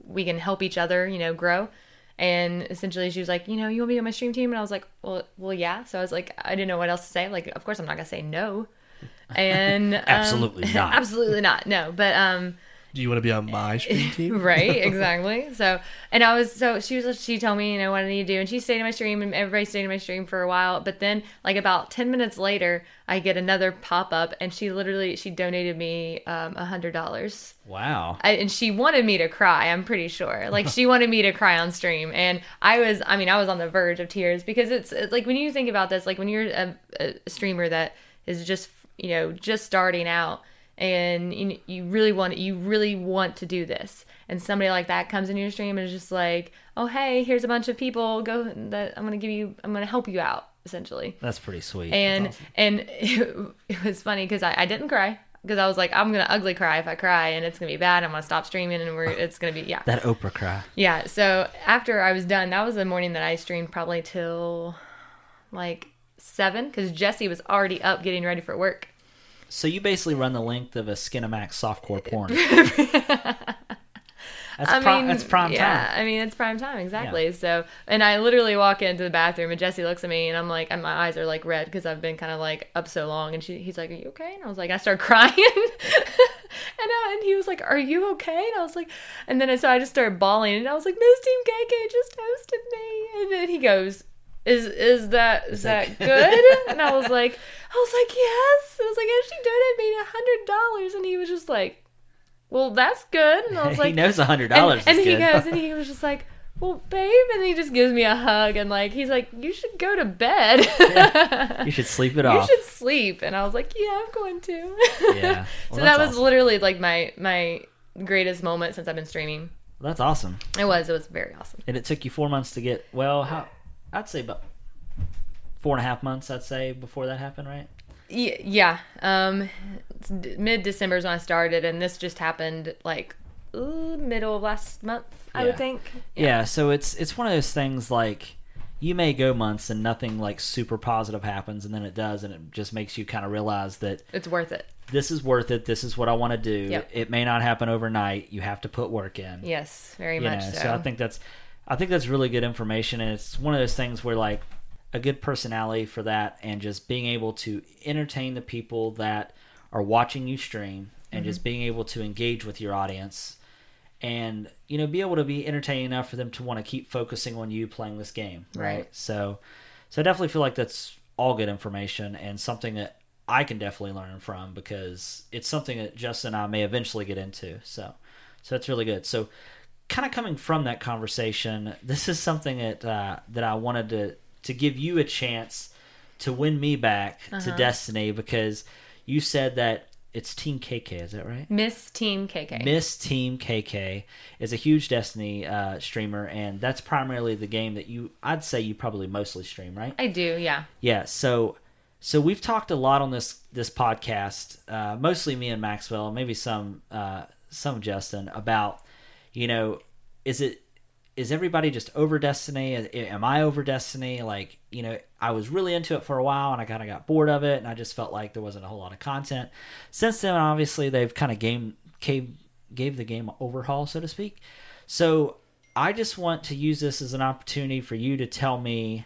Speaker 3: we can help each other you know grow and essentially she was like you know you want to be on my stream team and i was like well well yeah so i was like i didn't know what else to say like of course i'm not gonna say no and um,
Speaker 1: Absolutely not.
Speaker 3: absolutely not no but um
Speaker 2: Do you want to be on my stream team?
Speaker 3: right exactly so and i was so she was she told me you know what i need to do and she stayed in my stream and everybody stayed in my stream for a while but then like about 10 minutes later i get another pop-up and she literally she donated me um a hundred dollars
Speaker 1: Wow.
Speaker 3: I, and she wanted me to cry i'm pretty sure like she wanted me to cry on stream and i was i mean i was on the verge of tears because it's it's like when you think about this like when you're a, a streamer that is just you know just starting out and you, you really want you really want to do this and somebody like that comes in your stream and is just like oh hey here's a bunch of people go that i'm gonna give you i'm gonna help you out essentially
Speaker 1: That's pretty sweet.
Speaker 3: and and it, was funny because I, I didn't cry because I was like, I'm gonna ugly cry if I cry, and it's gonna be bad. I'm gonna stop streaming, and we're it's gonna be yeah,
Speaker 1: That Oprah cry.
Speaker 3: yeah. So after I was done, that was the morning that I streamed probably till like seven because Jesse was already up getting ready for work.
Speaker 1: So you basically run the length of a Skinamax softcore porn. that's,
Speaker 3: I
Speaker 1: pri-
Speaker 3: mean,
Speaker 1: that's prime
Speaker 3: yeah,
Speaker 1: time.
Speaker 3: I mean, it's prime time, exactly. So, and I literally walk into the bathroom, and Jesse looks at me, and I'm like, and my eyes are like red because I've been kind of like up so long. And she, he's like, "Are you okay?" And I was like, I started crying, and I, and he was like, "Are you okay?" And I was like, and then so I just started bawling, and I was like, "Miss Team KK just toasted me," and then he goes. Is is that is that
Speaker 1: like-
Speaker 3: good? and I was like, I was like, yes. I was like, and she donated me a hundred dollars, and he was just like, well, that's good. And I was
Speaker 1: he
Speaker 3: like,
Speaker 1: knows a hundred
Speaker 3: and,
Speaker 1: dollars.
Speaker 3: and
Speaker 1: is
Speaker 3: he
Speaker 1: good.
Speaker 3: goes and he was just like well babe and he just gives me a hug and like he's like you should go to bed
Speaker 1: you should sleep it
Speaker 3: you
Speaker 1: off.
Speaker 3: should sleep and i was like yeah i'm going to
Speaker 1: Yeah. Well,
Speaker 3: so that
Speaker 1: that's
Speaker 3: was
Speaker 1: awesome.
Speaker 3: literally like my my greatest moment since i've been streaming
Speaker 1: That's awesome.
Speaker 3: it was it was very awesome
Speaker 1: And it took you four months to get. Well, how? I'd say about four and a half months. I'd say before that happened, right?
Speaker 3: Y- yeah um it's d- mid-december is when i started and this just happened like ooh, middle of last month i
Speaker 1: Yeah.
Speaker 3: would think
Speaker 1: Yeah. So it's it's one of those things like you may go months and nothing like super positive happens, and then it does, and it just makes you kind of realize that
Speaker 3: it's worth it
Speaker 1: this is worth it. This is what I want to do.
Speaker 3: Yep.
Speaker 1: It may not happen overnight. You have to put work in.
Speaker 3: yes very
Speaker 1: you
Speaker 3: much
Speaker 1: know,
Speaker 3: so,
Speaker 1: so. I think that's I think that's really good information and it's one of those things where like a good personality for that and just being able to entertain the people that are watching you stream and
Speaker 3: Mm-hmm.
Speaker 1: just being able to engage with your audience and you know be able to be entertaining enough for them to want to keep focusing on you playing this game right,
Speaker 3: Right.
Speaker 1: so so I definitely feel like that's all good information and something that I can definitely learn from because it's something that Justin and I may eventually get into so so that's really good so kind of coming from that conversation, this is something that uh, that I wanted to to give you a chance to win me back to Destiny because you said that it's Team KK, is that right?
Speaker 3: miss team kk
Speaker 1: Miss Team KK is a huge Destiny uh, streamer, and that's primarily the game that you I'd say you probably mostly stream, right?
Speaker 3: i do yeah
Speaker 1: Yeah, so so we've talked a lot on this this podcast, uh, mostly me and Maxwell, maybe some uh, some Justin about you know is it is everybody just over Destiny? I- Am I over Destiny? Like you know, I was really into it for a while, and I kind of got bored of it, and I just felt like there wasn't a whole lot of content. Since then, obviously, they've kind of game came gave the game an overhaul, so to speak. So I just want to use this as an opportunity for you to tell me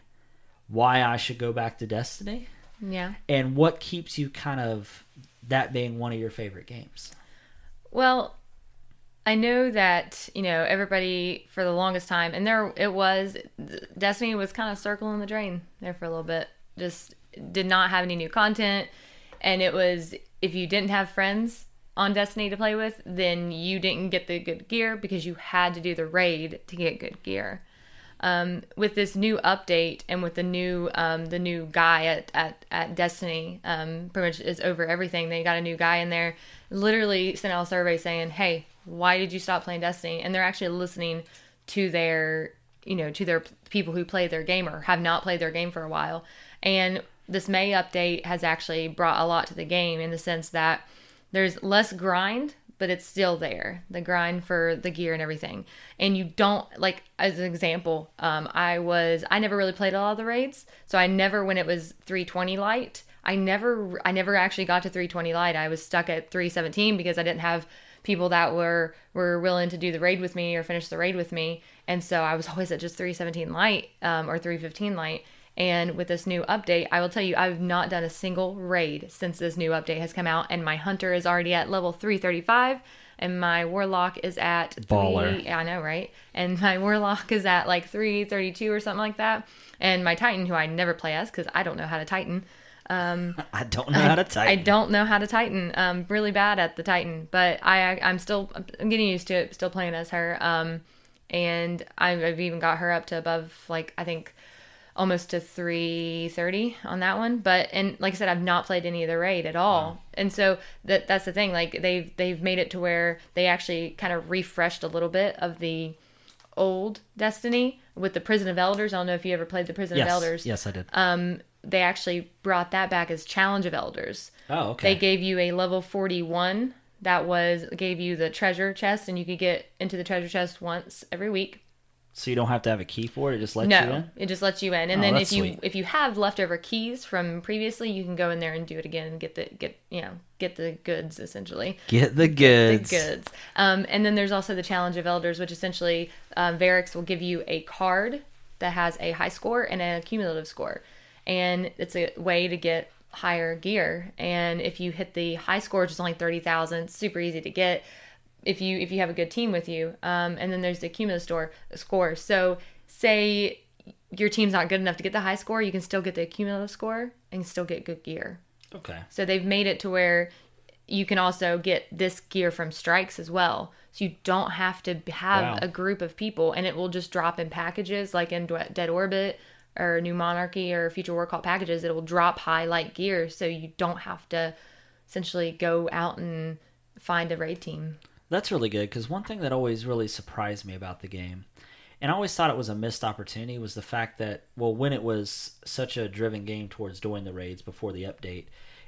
Speaker 1: why I should go back to Destiny
Speaker 3: yeah
Speaker 1: and what keeps you kind of that being one of your favorite games.
Speaker 3: Well, I know that you know everybody for the longest time, and there it was. Destiny was kind of circling the drain there for a little bit. Just did not have any new content, and it was if you didn't have friends on Destiny to play with, then you didn't get the good gear because you had to do the raid to get good gear. Um, with this new update and with the new um, the new guy at at, at Destiny, um, pretty much is over everything. They got a new guy in there. Literally sent out a survey saying, "Hey, why did you stop playing Destiny?" And they're actually listening to their you know to their p- people who play their game or have not played their game for a while. And this May update has actually brought a lot to the game in the sense that there's less grind but it's still there the grind for the gear and everything and you don't like as an example um, i was i never really played a lot of the raids so i never when it was 320 light i never i never actually got to 320 light i was stuck at 317 because i didn't have people that were were willing to do the raid with me or finish the raid with me and so i was always at just 317 light um, or 315 light and with this new update, I will tell you, I've not done a single raid since this new update has come out. And my hunter is already at level 335, and my warlock is at
Speaker 1: Baller.
Speaker 3: Three, yeah, I know, right? And my warlock is at like 332 or something like that. And my titan, who I never play as because I don't know how to titan,
Speaker 1: I don't know how to
Speaker 3: I
Speaker 1: type.
Speaker 3: don't know how to Titan. Um, really bad at the Titan, but I I'm still I'm getting used to it. Still playing as her. Um, and I've, I've even got her up to above like I think almost to 330 on that one. But and like I said, I've not played any of the raid at all. And so that that's the thing. Like they've they've made it to where they actually kind of refreshed a little bit of the old Destiny with the Prison of Elders. Um, I don't know if you ever played the Prison
Speaker 1: yes,
Speaker 3: of Elders
Speaker 1: yes, I did.
Speaker 3: they actually brought that back as Challenge of Elders.
Speaker 1: Oh, okay.
Speaker 3: They gave you a level 41 that was gave you the treasure chest and you could get into the treasure chest once every week.
Speaker 1: so you don't have to have a key for it. It just lets you
Speaker 3: No,
Speaker 1: in.
Speaker 3: it just lets you in, and
Speaker 1: Oh,
Speaker 3: then
Speaker 1: that's
Speaker 3: if you
Speaker 1: sweet.
Speaker 3: if you have leftover keys from previously, you can go in there and do it again and get the get you know get the goods essentially.
Speaker 1: Get the goods.
Speaker 3: The goods. Um, and then there's also the Challenge of Elders, which essentially um, Varix will give you a card that has a high score and a cumulative score. And it's a way to get higher gear. And if you hit the high score, which is only 30,000, it's super easy to get if you if you have a good team with you. Um, and then there's the cumulative store, score. So say your team's not good enough to get the high score, you can still get the cumulative score and still get good gear.
Speaker 1: Okay.
Speaker 3: So they've made it to where you can also get this gear from strikes as well. So you don't have to have
Speaker 1: Wow.
Speaker 3: a group of people and it will just drop in packages like in Dwe- Dead Orbit or New Monarchy or Future War Call packages. It'll drop highlight gear so you don't have to essentially go out and find a raid team.
Speaker 1: That's really good because one thing that always really surprised me about the game, and I always thought it was a missed opportunity, was the fact that, well, when it was such a driven game towards doing the raids before the update,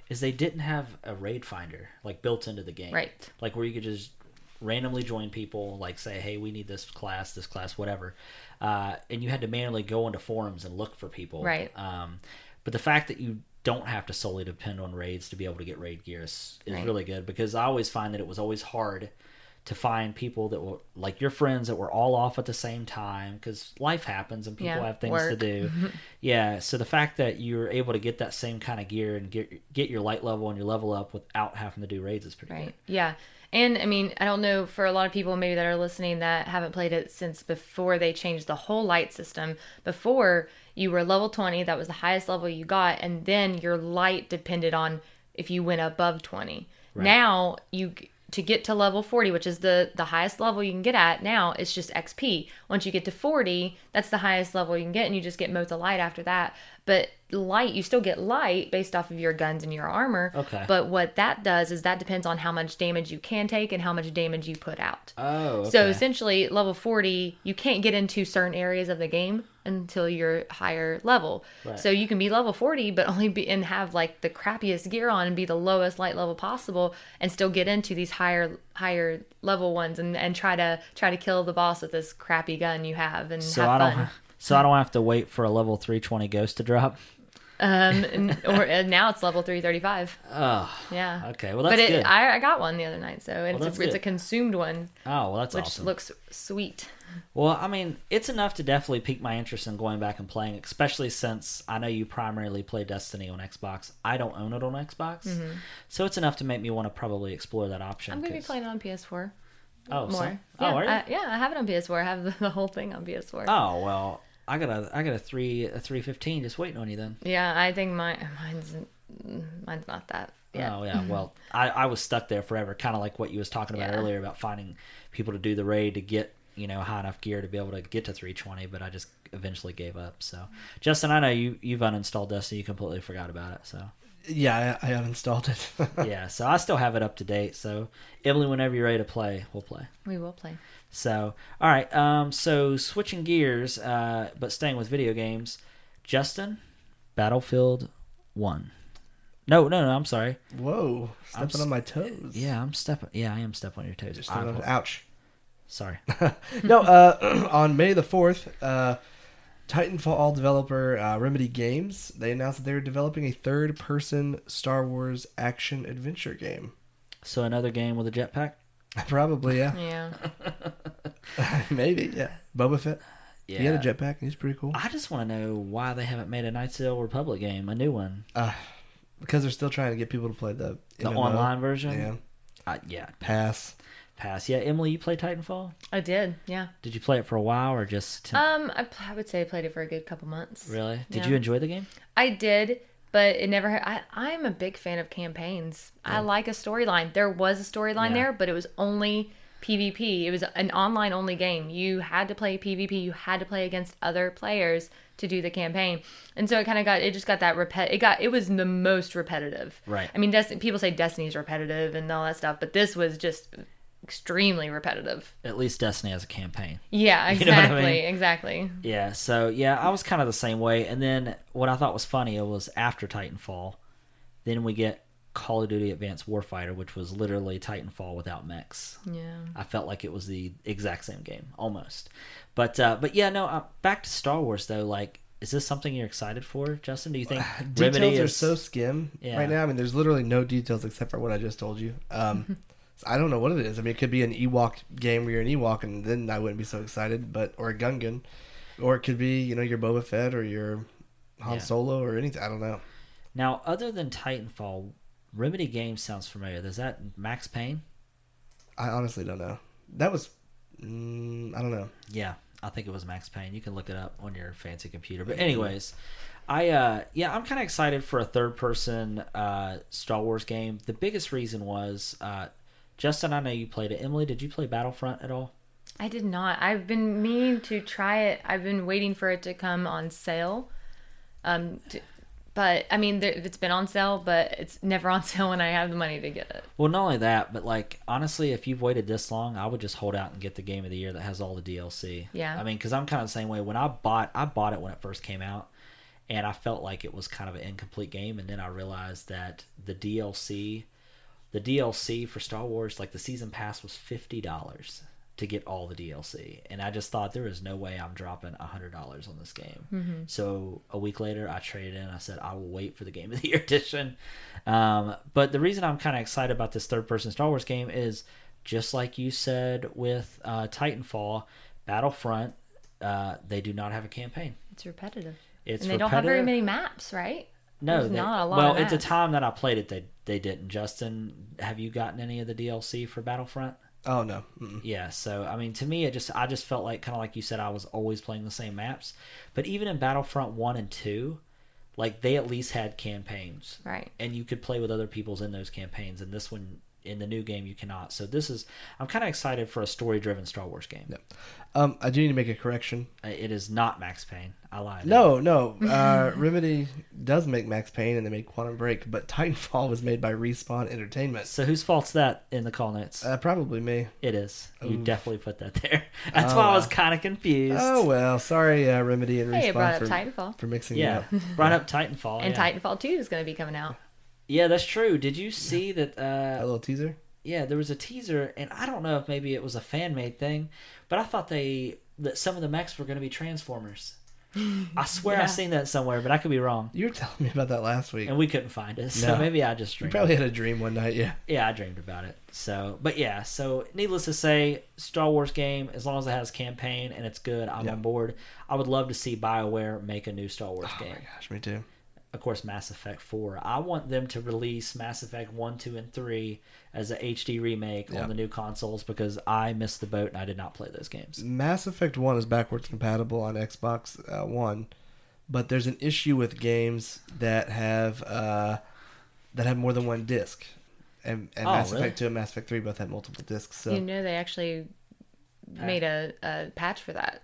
Speaker 1: is they didn't have a raid finder like built into the game,
Speaker 3: Right.
Speaker 1: Like where you could just randomly join people, like say, hey, we need this class, this class, whatever, uh, and you had to manually go into forums and look for people,
Speaker 3: Right.
Speaker 1: Um, but the fact that you don't have to solely depend on raids to be able to get raid gear is, is
Speaker 3: Right.
Speaker 1: really good because I always find that it was always hard to find people that were like your friends that were all off at the same time because life happens and people
Speaker 3: Yeah,
Speaker 1: have things to
Speaker 3: work.
Speaker 1: do. yeah, so the fact that you're able to get that same kind of gear and get get your light level and your level up without having to do raids is pretty
Speaker 3: Right. Yeah. And I mean, I don't know for a lot of people maybe that are listening that haven't played it since before they changed the whole light system. Before you were level 20, that was the highest level you got, and then your light depended on if you went above 20. Now you to get to level 40, which is the the highest level you can get at, now it's just XP. Once you get to 40, that's the highest level you can get and you just get Mota light after that. But light, you still get light based off of your guns and your armor.
Speaker 1: Okay.
Speaker 3: But what that does is that depends on how much damage you can take and how much damage you put out.
Speaker 1: good. Oh, okay.
Speaker 3: So essentially, level 40, you can't get into certain areas of the game until you're higher level.
Speaker 1: Right.
Speaker 3: So you can be level 40, but only be and have like the crappiest gear on and be the lowest light level possible, and still get into these higher higher level ones and and try to try to kill the boss with this crappy gun you have and
Speaker 1: so
Speaker 3: have
Speaker 1: I don't
Speaker 3: fun.
Speaker 1: so I don't have to wait for a level three twenty ghost to drop.
Speaker 3: Um, and, or and now it's level 335.
Speaker 1: Oh,
Speaker 3: Yeah.
Speaker 1: okay. Well, that's
Speaker 3: but it,
Speaker 1: good.
Speaker 3: I, I got one the other night, so and
Speaker 1: Well, that's
Speaker 3: it's, a, it's a
Speaker 1: good.
Speaker 3: consumed one,
Speaker 1: oh, well, that's
Speaker 3: which
Speaker 1: awesome.
Speaker 3: looks sweet.
Speaker 1: Well, I mean, it's enough to definitely pique my interest in going back and playing, especially since I know you primarily play Destiny on Xbox. I don't own it on Xbox, so it's enough to make me want to probably explore that option.
Speaker 3: Mm-hmm. I'm gonna be
Speaker 1: 'cause-
Speaker 3: playing it on PS4
Speaker 1: oh, so-
Speaker 3: more.
Speaker 1: oh,
Speaker 3: yeah,
Speaker 1: are you?
Speaker 3: I, yeah, I have it on PS4. I have the, the whole thing on PS4.
Speaker 1: oh well, I got a I got a three a three fifteen just waiting on you then.
Speaker 3: Yeah, I think my mine's mine's not that. Yeah,
Speaker 1: Oh yeah, well, I, I was stuck there forever, kind of like what you was talking about
Speaker 3: Yeah.
Speaker 1: earlier about finding people to do the raid to get you know high enough gear to be able to get to 320, but I just eventually gave up. So, Justin, I know you you've uninstalled Destiny, you completely forgot about it, so.
Speaker 2: Yeah, I, I uninstalled it.
Speaker 1: yeah, so I still have it up to date. So Emily, whenever you're ready to play, we'll play.
Speaker 3: we will play.
Speaker 1: So all right, um, so switching gears, uh, but staying with video games, Justin, Battlefield One. No, no, no. I'm sorry.
Speaker 2: Whoa,
Speaker 1: I'm
Speaker 2: stepping on my toes.
Speaker 1: Yeah, I'm stepping. Yeah, I am stepping on your toes.
Speaker 2: Just
Speaker 1: I
Speaker 2: stepping on-
Speaker 1: apo-
Speaker 2: ouch.
Speaker 1: sorry.
Speaker 2: no, uh, on May the 4th, uh, Titanfall developer uh, Remedy Games, they announced that they were developing a third-person Star Wars action-adventure game.
Speaker 1: So another game with a jetpack.
Speaker 2: Probably, yeah.
Speaker 3: Yeah,
Speaker 2: Maybe, yeah. Boba Fett. He had a jetpack, and he's pretty cool.
Speaker 1: I just want to know why they haven't made a Knights of the Old Republic game, a new one,
Speaker 2: Because they're still trying to get people to play the,
Speaker 1: the
Speaker 2: MMO.
Speaker 1: online version.
Speaker 2: Yeah.
Speaker 1: I- yeah.
Speaker 2: Pass.
Speaker 1: Pass. Yeah, Emily, you play Titanfall?
Speaker 3: I did. Yeah.
Speaker 1: Did you play it for a while or just?
Speaker 3: Um, I, pl- I would say I played it for a good couple months.
Speaker 1: Really? Did
Speaker 3: Yeah.
Speaker 1: you enjoy the game?
Speaker 3: I did, but it never. I I'm a big fan of campaigns. I like a storyline. There was a storyline
Speaker 1: Yeah.
Speaker 3: there, but it was only PvP. It was an online only game. You had to play PvP. You had to play against other players to do the campaign, and so it kind of got. It just got that repet. It got. It was the most repetitive.
Speaker 1: Right.
Speaker 3: I mean, Desti- people say Destiny's repetitive and all that stuff, but this was just extremely repetitive.
Speaker 1: At least Destiny has a campaign.
Speaker 3: Yeah,
Speaker 1: You know what I
Speaker 3: exactly,
Speaker 1: mean?
Speaker 3: exactly.
Speaker 1: Yeah, so yeah, I was kind of the same way. And then what I thought was funny was after Titanfall, then we get Call of Duty Advanced Warfighter, which was literally Titanfall without mechs.
Speaker 3: Yeah.
Speaker 1: I felt like it was the exact same game almost. But uh, but yeah, no. Uh, back to Star Wars though. Like, is this something you're excited for, Justin? Do you think Remedy
Speaker 2: details are
Speaker 1: is-
Speaker 2: so skim
Speaker 1: Yeah.
Speaker 2: right now. I mean, there's literally no details except for what I just told you. Um, so I don't know what it is. I mean, it could be an Ewok game where you're an Ewok, and then I wouldn't be so excited. But or a Gungan, or it could be you know your Boba Fett or your Han
Speaker 1: Yeah.
Speaker 2: Solo or anything. I don't know.
Speaker 1: now? Other than Titanfall, Remedy Games sounds familiar. Is that Max Payne?
Speaker 2: I honestly don't know. That was mm, I don't know.
Speaker 1: Yeah, I think it was Max Payne. You can look it up on your fancy computer. But anyways, I uh yeah, I'm kind of excited for a third person uh Star Wars game. The biggest reason was uh Justin, I know you played it. Emily, did you play Battlefront at all?
Speaker 3: I did not. I've been meaning to try it. I've been waiting for it to come on sale. Um, to, but I mean, there, it's been on sale, but it's never on sale when I have the money to get it.
Speaker 1: Well, not only that, but like honestly, if you've waited this long, I would just hold out and get the game of the year that has all the DLC.
Speaker 3: Yeah.
Speaker 1: I mean, because I'm kind of the same way. When I bought, I bought it when it first came out, and I felt like it was kind of an incomplete game, and then I realized that the DLC, the DLC for Star Wars, like the season pass was fifty dollars to get all the DLC, and I just thought there is no way I'm dropping hundred dollars on this game. So a week later, I traded in. I said I will wait for the Game of the Year edition. Um, but the reason I'm kind of excited about this third-person Star Wars game is just like you said with uh, Titanfall, Battlefront. Uh, they do not have a campaign.
Speaker 3: It's repetitive.
Speaker 1: It's
Speaker 3: and they don't have very
Speaker 1: repetitive.
Speaker 3: many maps, right?
Speaker 1: No,
Speaker 3: There's
Speaker 1: they-
Speaker 3: not a lot.
Speaker 1: Well,
Speaker 3: of
Speaker 1: at the
Speaker 3: maps.
Speaker 1: time that I played it, they they didn't. Justin, have you gotten any of the DLC for Battlefront?
Speaker 2: Oh no. Mm-mm.
Speaker 1: Yeah, so I mean, to me, it just I just felt like kind of like you said, I was always playing the same maps. But even in Battlefront One and Two, like they at least had campaigns,
Speaker 3: Right.
Speaker 1: and you could play with other people's in those campaigns. And this one in the new game, you cannot. So this is I'm kind of excited for a story-driven Star Wars game.
Speaker 2: No. Um, I do need to make a correction.
Speaker 1: Uh, It is not Max Payne. I lied.
Speaker 2: No, no. Uh, Remedy does make Max Payne, and they made Quantum Break, but Titanfall was made by Respawn Entertainment.
Speaker 1: So whose fault's that in the call notes?
Speaker 2: Uh, probably me.
Speaker 1: It is. You
Speaker 2: Oof.
Speaker 1: definitely put that there. That's why I was kind of confused.
Speaker 2: Oh well, sorry, uh, Remedy and
Speaker 3: Hey, it brought
Speaker 2: Respawn
Speaker 3: up
Speaker 2: for,
Speaker 3: Titanfall.
Speaker 2: for mixing
Speaker 1: yeah.
Speaker 2: it up.
Speaker 1: Brought up Titanfall.
Speaker 3: and
Speaker 1: Oh, yeah.
Speaker 3: Titanfall 2 is going to be coming out.
Speaker 1: Yeah, that's true. Did you see that?
Speaker 2: A
Speaker 1: Uh,
Speaker 2: little teaser.
Speaker 1: yeah, there was a teaser, and I don't know if maybe it was a fan made thing, but I thought they that some of the mechs were going to be Transformers. I swear
Speaker 3: Yeah.
Speaker 1: I've seen that somewhere, but I could be wrong.
Speaker 2: You were telling me about that last week.
Speaker 1: And we couldn't find it, so
Speaker 2: No.
Speaker 1: maybe I just
Speaker 2: You
Speaker 1: dreamed.
Speaker 2: probably had a dream one night. Yeah.
Speaker 1: yeah, I dreamed about it. So, but yeah, so needless to say, Star Wars game, as long as it has campaign and it's good, I'm
Speaker 2: Yeah.
Speaker 1: on board. I would love to see BioWare make a new Star Wars
Speaker 2: Oh my
Speaker 1: game.
Speaker 2: gosh, me too.
Speaker 1: Of course, Mass Effect 4. I want them to release Mass Effect 1, 2, and 3 as a HD remake
Speaker 2: Yeah.
Speaker 1: on the new consoles because I missed the boat and I did not play those games.
Speaker 2: Mass Effect One is backwards compatible on Xbox uh, One, but there's an issue with games that have uh, that have more than one disc. And, and
Speaker 1: Oh,
Speaker 2: Mass
Speaker 1: really?
Speaker 2: Effect Two and Mass Effect Three both have multiple discs. So
Speaker 3: You know, they actually made a, a patch for that.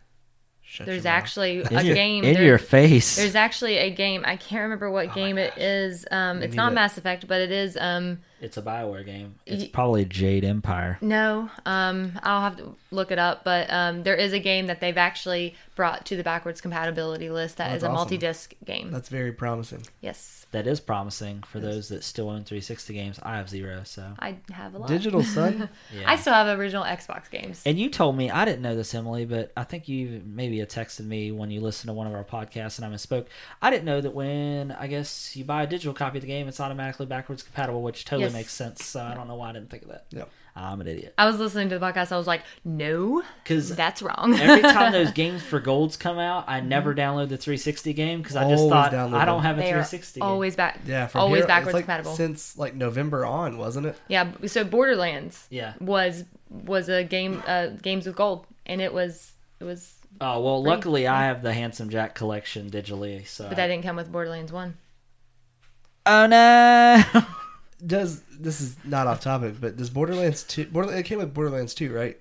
Speaker 2: shut
Speaker 3: There's
Speaker 2: your mouth.
Speaker 3: actually a game.
Speaker 1: in
Speaker 3: there-
Speaker 1: your Oh face.
Speaker 3: There's actually a game. I can't remember what game it is. Um, it's
Speaker 2: need
Speaker 3: not
Speaker 2: it.
Speaker 3: Mass Effect, but it is. Um,
Speaker 1: It's a Bioware game. It's
Speaker 3: Ye-
Speaker 1: probably Jade Empire.
Speaker 3: no, um, I'll have to look it up. But um, there is a game that they've actually brought to the backwards compatibility list that
Speaker 2: Oh,
Speaker 3: is
Speaker 2: that's
Speaker 3: a
Speaker 2: awesome.
Speaker 3: multi-disc game.
Speaker 2: that's very promising.
Speaker 3: yes,
Speaker 1: That is promising for those that still own 360 games. I have zero, so.
Speaker 3: I have a lot.
Speaker 2: Digital Sun.
Speaker 1: Yeah.
Speaker 3: I still have original Xbox games.
Speaker 1: And you told me I didn't know this, Emily, but I think you maybe had texted me when you listened to one of our podcasts and I misspoke. I didn't know that when I guess you buy a digital copy of the game, it's automatically backwards compatible, which totally
Speaker 3: Yes.
Speaker 1: makes sense. So I don't know why I didn't think of that.
Speaker 2: Yep.
Speaker 1: I'm an idiot
Speaker 3: I was listening to the podcast. I was like, no,
Speaker 1: because
Speaker 3: that's wrong.
Speaker 1: every time those games for golds come out, I never download the 360 game because I just
Speaker 2: Always
Speaker 1: thought
Speaker 2: download
Speaker 1: I don't
Speaker 2: them.
Speaker 1: have a
Speaker 3: Mm-hmm. they are
Speaker 1: 360. game.
Speaker 3: always back.
Speaker 2: Yeah, from
Speaker 3: always
Speaker 2: here- it's
Speaker 3: backwards
Speaker 2: like
Speaker 3: compatible.
Speaker 2: since like November on, wasn't it?
Speaker 3: Yeah, b- so Borderlands
Speaker 1: Yeah.
Speaker 3: was was a game uh games with gold and it was it was
Speaker 1: Oh well, luckily I have the Handsome Jack collection digitally. So.
Speaker 3: but that didn't come with Borderlands 1.
Speaker 1: oh no.
Speaker 2: Does this is not off topic, but does Borderlands two? Borderlands, it came with Borderlands two, right?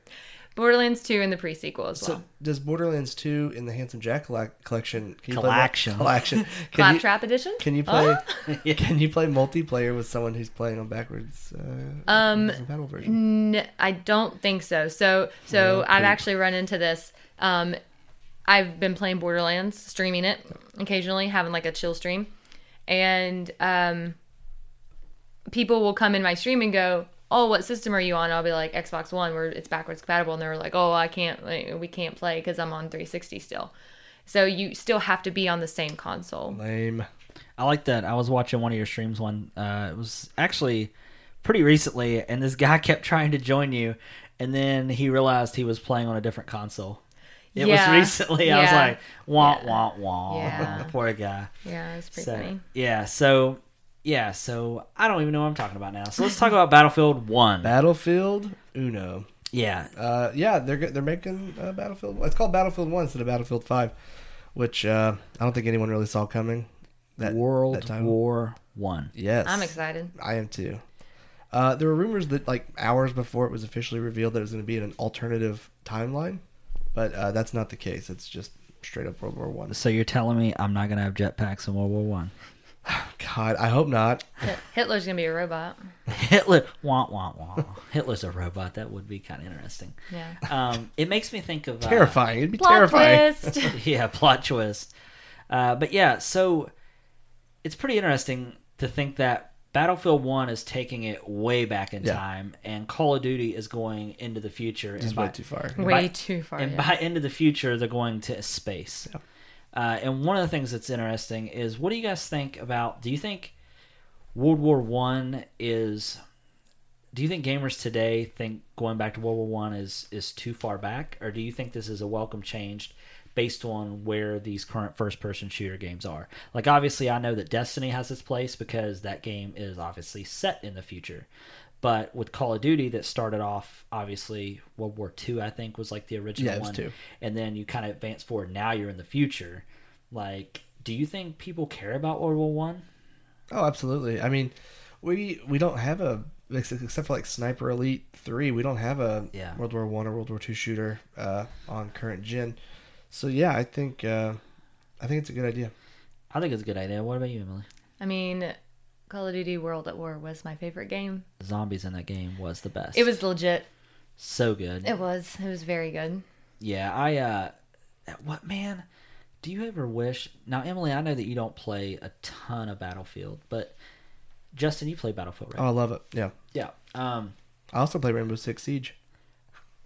Speaker 3: Borderlands 2 and the pre sequel as well.
Speaker 2: So does Borderlands 2 in the Handsome Jack colla- collection? Can play mul-
Speaker 1: Collection.
Speaker 2: collection. Can you,
Speaker 3: Claptrap edition?
Speaker 2: can you play?
Speaker 1: Yeah.
Speaker 2: Can you play multiplayer with someone who's playing on backwards? Uh,
Speaker 3: Um,
Speaker 2: compatible version.
Speaker 3: N- I don't think so. So so
Speaker 2: Well,
Speaker 3: I've
Speaker 2: poop.
Speaker 3: actually run into this. Um, I've been playing Borderlands, streaming it occasionally, having like a chill stream, and um, people will come in my stream and go, "Oh, what system are you on?" I'll be like Xbox One, where it's backwards compatible, and they're like, "Oh, I can't, like, we can't play because I'm on 360 still." So you still have to be on the same console.
Speaker 2: Lame.
Speaker 1: I like that. I was watching one of your streams one. Uh, it was actually pretty recently, and this guy kept trying to join you, and then he realized he was playing on a different console. It
Speaker 3: Yeah.
Speaker 1: was recently. I was
Speaker 3: Yeah.
Speaker 1: like, wah wah wah.
Speaker 3: Yeah.
Speaker 1: Poor guy.
Speaker 3: Yeah, it's pretty
Speaker 1: So,
Speaker 3: funny.
Speaker 1: yeah. So yeah. So I don't even know what I'm talking about now. So let's talk about Battlefield One.
Speaker 2: Battlefield Uno.
Speaker 1: Yeah.
Speaker 2: Uh, yeah, they're go- they're making uh, Battlefield. It's called Battlefield One instead of Battlefield Five, which uh, I don't think anyone really saw coming. That
Speaker 1: World
Speaker 2: that title.
Speaker 1: War One.
Speaker 2: Yes,
Speaker 3: I'm excited.
Speaker 2: I am too. Uh, there were rumors that like hours before it was officially revealed that it was going to be in an alternative timeline, but uh, that's not the case. It's just straight up World War One.
Speaker 1: So you're telling me I'm not gonna have jetpacks in World War One?
Speaker 2: God, I hope not.
Speaker 3: Hit- Hitler's gonna be a robot.
Speaker 1: Hitler, wah wah wah. Hitler's a robot. That would be kind of interesting.
Speaker 3: Yeah.
Speaker 1: Um, it makes me think of uh,
Speaker 2: Terrifying. It'd be
Speaker 3: Plot
Speaker 2: terrifying.
Speaker 3: twist.
Speaker 1: yeah, plot twist. Uh, but yeah, so it's pretty interesting to think that Battlefield One is taking it way back in
Speaker 2: Yeah.
Speaker 1: time, and Call of Duty is going into the future.
Speaker 2: Just
Speaker 1: and by,
Speaker 2: way too far.
Speaker 3: Way
Speaker 1: By-
Speaker 3: too far.
Speaker 1: and
Speaker 3: yeah.
Speaker 1: by into the future, they're going to space. Uh, and one of the things that's interesting is, what do you guys think about? Do you think World War One is? Do you think gamers today think going back to World War One is is too far back, or do you think this is a welcome change based on where these current first person shooter games are? Like, obviously, I know that Destiny has its place because that game is obviously set in the future. But with Call of Duty, that started off obviously World War II, I think was like the original
Speaker 2: Yeah, it was
Speaker 1: one,
Speaker 2: two.
Speaker 1: and then you kind of advance forward. Now you're in the future. Like, do you think people care about World War One?
Speaker 2: Oh, absolutely. I mean, we we don't have a ex- except for like Sniper Elite Three. We don't have a
Speaker 1: Yeah.
Speaker 2: World War One or World War Two shooter uh, on current gen. So yeah, I think uh, I think it's a good idea.
Speaker 1: I think it's a good idea. What about you, Emily?
Speaker 3: I mean, Call of Duty World at War was my favorite game.
Speaker 1: Zombies in that game was the best.
Speaker 3: It was legit.
Speaker 1: so good.
Speaker 3: It was. It was very good.
Speaker 1: Yeah, I uh what man, do you ever wish now Emily, I know that you don't play a ton of Battlefield, but Justin, you play Battlefield,
Speaker 2: Oh,
Speaker 1: right?
Speaker 2: I love it. Yeah,
Speaker 1: Yeah. Um
Speaker 2: I also play Rainbow Six Siege.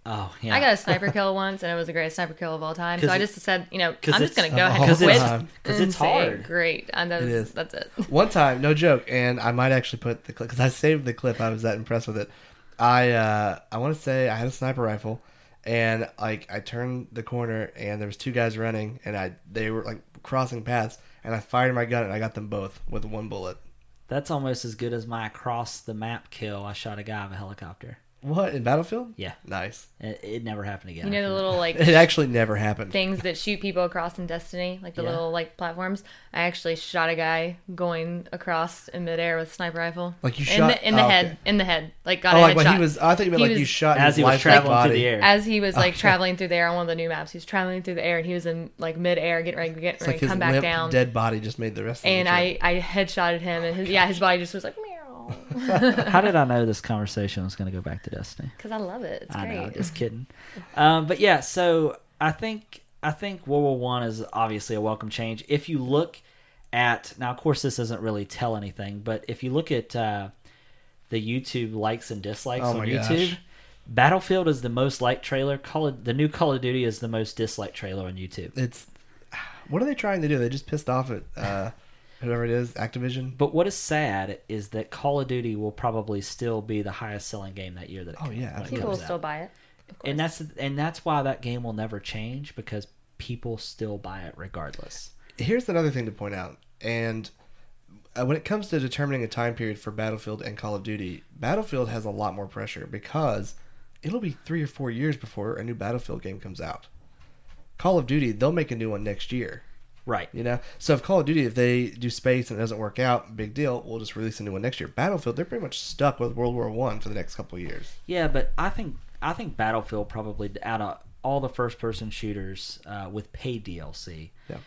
Speaker 1: oh yeah.
Speaker 3: I got a sniper kill once, and it was the greatest sniper kill of all time. So
Speaker 1: 'Cause
Speaker 3: I
Speaker 1: it-
Speaker 3: just said, you know,
Speaker 1: 'cause
Speaker 3: I'm just
Speaker 1: it's-
Speaker 3: gonna go ahead and
Speaker 1: Cuz
Speaker 2: Because
Speaker 3: quit.
Speaker 1: it's
Speaker 2: time.
Speaker 1: cuz it's
Speaker 3: and say,
Speaker 1: hard.
Speaker 3: Great. And that was,
Speaker 2: It is.
Speaker 3: That's it.
Speaker 2: One time, no joke, and I might actually put the clip because I saved the clip. I was that impressed with it. I uh, I want to say I had a sniper rifle, and like I turned the corner, and there was two guys running, and I they were like crossing paths, and I fired my gun, and I got them both with one bullet.
Speaker 1: That's almost as good as my across the map kill. I shot a guy with a helicopter.
Speaker 2: What in Battlefield?
Speaker 1: Yeah.
Speaker 2: Nice.
Speaker 1: It, it never happened again.
Speaker 3: You know the little like
Speaker 2: It actually never happened.
Speaker 3: things that shoot people across in Destiny, like the
Speaker 1: Yeah.
Speaker 3: little like platforms. I actually shot a guy going across in midair with a sniper rifle.
Speaker 2: Like you
Speaker 3: in
Speaker 2: shot-
Speaker 3: the, in the
Speaker 2: oh,
Speaker 3: head,
Speaker 2: okay.
Speaker 3: in the head. Like got
Speaker 2: Oh,
Speaker 3: a
Speaker 2: like when
Speaker 3: headshot.
Speaker 2: he was. I thought you meant
Speaker 3: He
Speaker 2: like you
Speaker 3: was-
Speaker 2: shot
Speaker 1: as
Speaker 2: his
Speaker 1: he was
Speaker 2: lifelike
Speaker 1: traveling
Speaker 2: body.
Speaker 1: through the air.
Speaker 3: as he was like
Speaker 2: Oh.
Speaker 3: traveling through the air on one of the new maps, he was traveling through the air and he was in like midair, getting ready, getting
Speaker 2: It's
Speaker 3: ready
Speaker 2: like
Speaker 3: to
Speaker 2: his
Speaker 3: come back
Speaker 2: limp,
Speaker 3: down.
Speaker 2: dead body just made the rest. of
Speaker 3: and
Speaker 2: the trip.
Speaker 3: I, I headshotted him, and
Speaker 2: Oh,
Speaker 3: his, yeah, his body just was like meow.
Speaker 1: How did I know this conversation was going to go back to Destiny?
Speaker 3: Because I love it. It's
Speaker 1: I
Speaker 3: great.
Speaker 1: know, just kidding. um, but yeah, so I think I think World War One is obviously a welcome change. If you look at now, of course, this doesn't really tell anything, but if you look at uh, the YouTube likes and dislikes
Speaker 2: Oh
Speaker 1: on
Speaker 2: my
Speaker 1: YouTube,
Speaker 2: gosh.
Speaker 1: Battlefield is the most liked trailer. Call of, the new Call of Duty is the most disliked trailer on YouTube.
Speaker 2: it's what are they trying to do? They just pissed off at uh, whoever it is, Activision.
Speaker 1: But what is sad is that Call of Duty will probably still be the highest selling game that year. That it
Speaker 2: Oh,
Speaker 1: comes-
Speaker 2: yeah,
Speaker 1: when it
Speaker 2: absolutely.
Speaker 3: People will
Speaker 1: comes out.
Speaker 3: still buy it. of course.
Speaker 1: and that's and that's why that game will never change because people still buy it regardless.
Speaker 2: Here's another thing to point out, and uh, when it comes to determining a time period for Battlefield and Call of Duty, Battlefield has a lot more pressure because it'll be three or four years before a new Battlefield game comes out. Call of Duty, they'll make a new one next year.
Speaker 1: Right.
Speaker 2: You know, so if Call of Duty, if they do space and it doesn't work out, big deal. We'll just release a new one next year. Battlefield, they're pretty much stuck with World War One for the next couple of years.
Speaker 1: Yeah, but I think I think Battlefield probably out of all the first person shooters uh, with paid DLC.
Speaker 2: Yeah.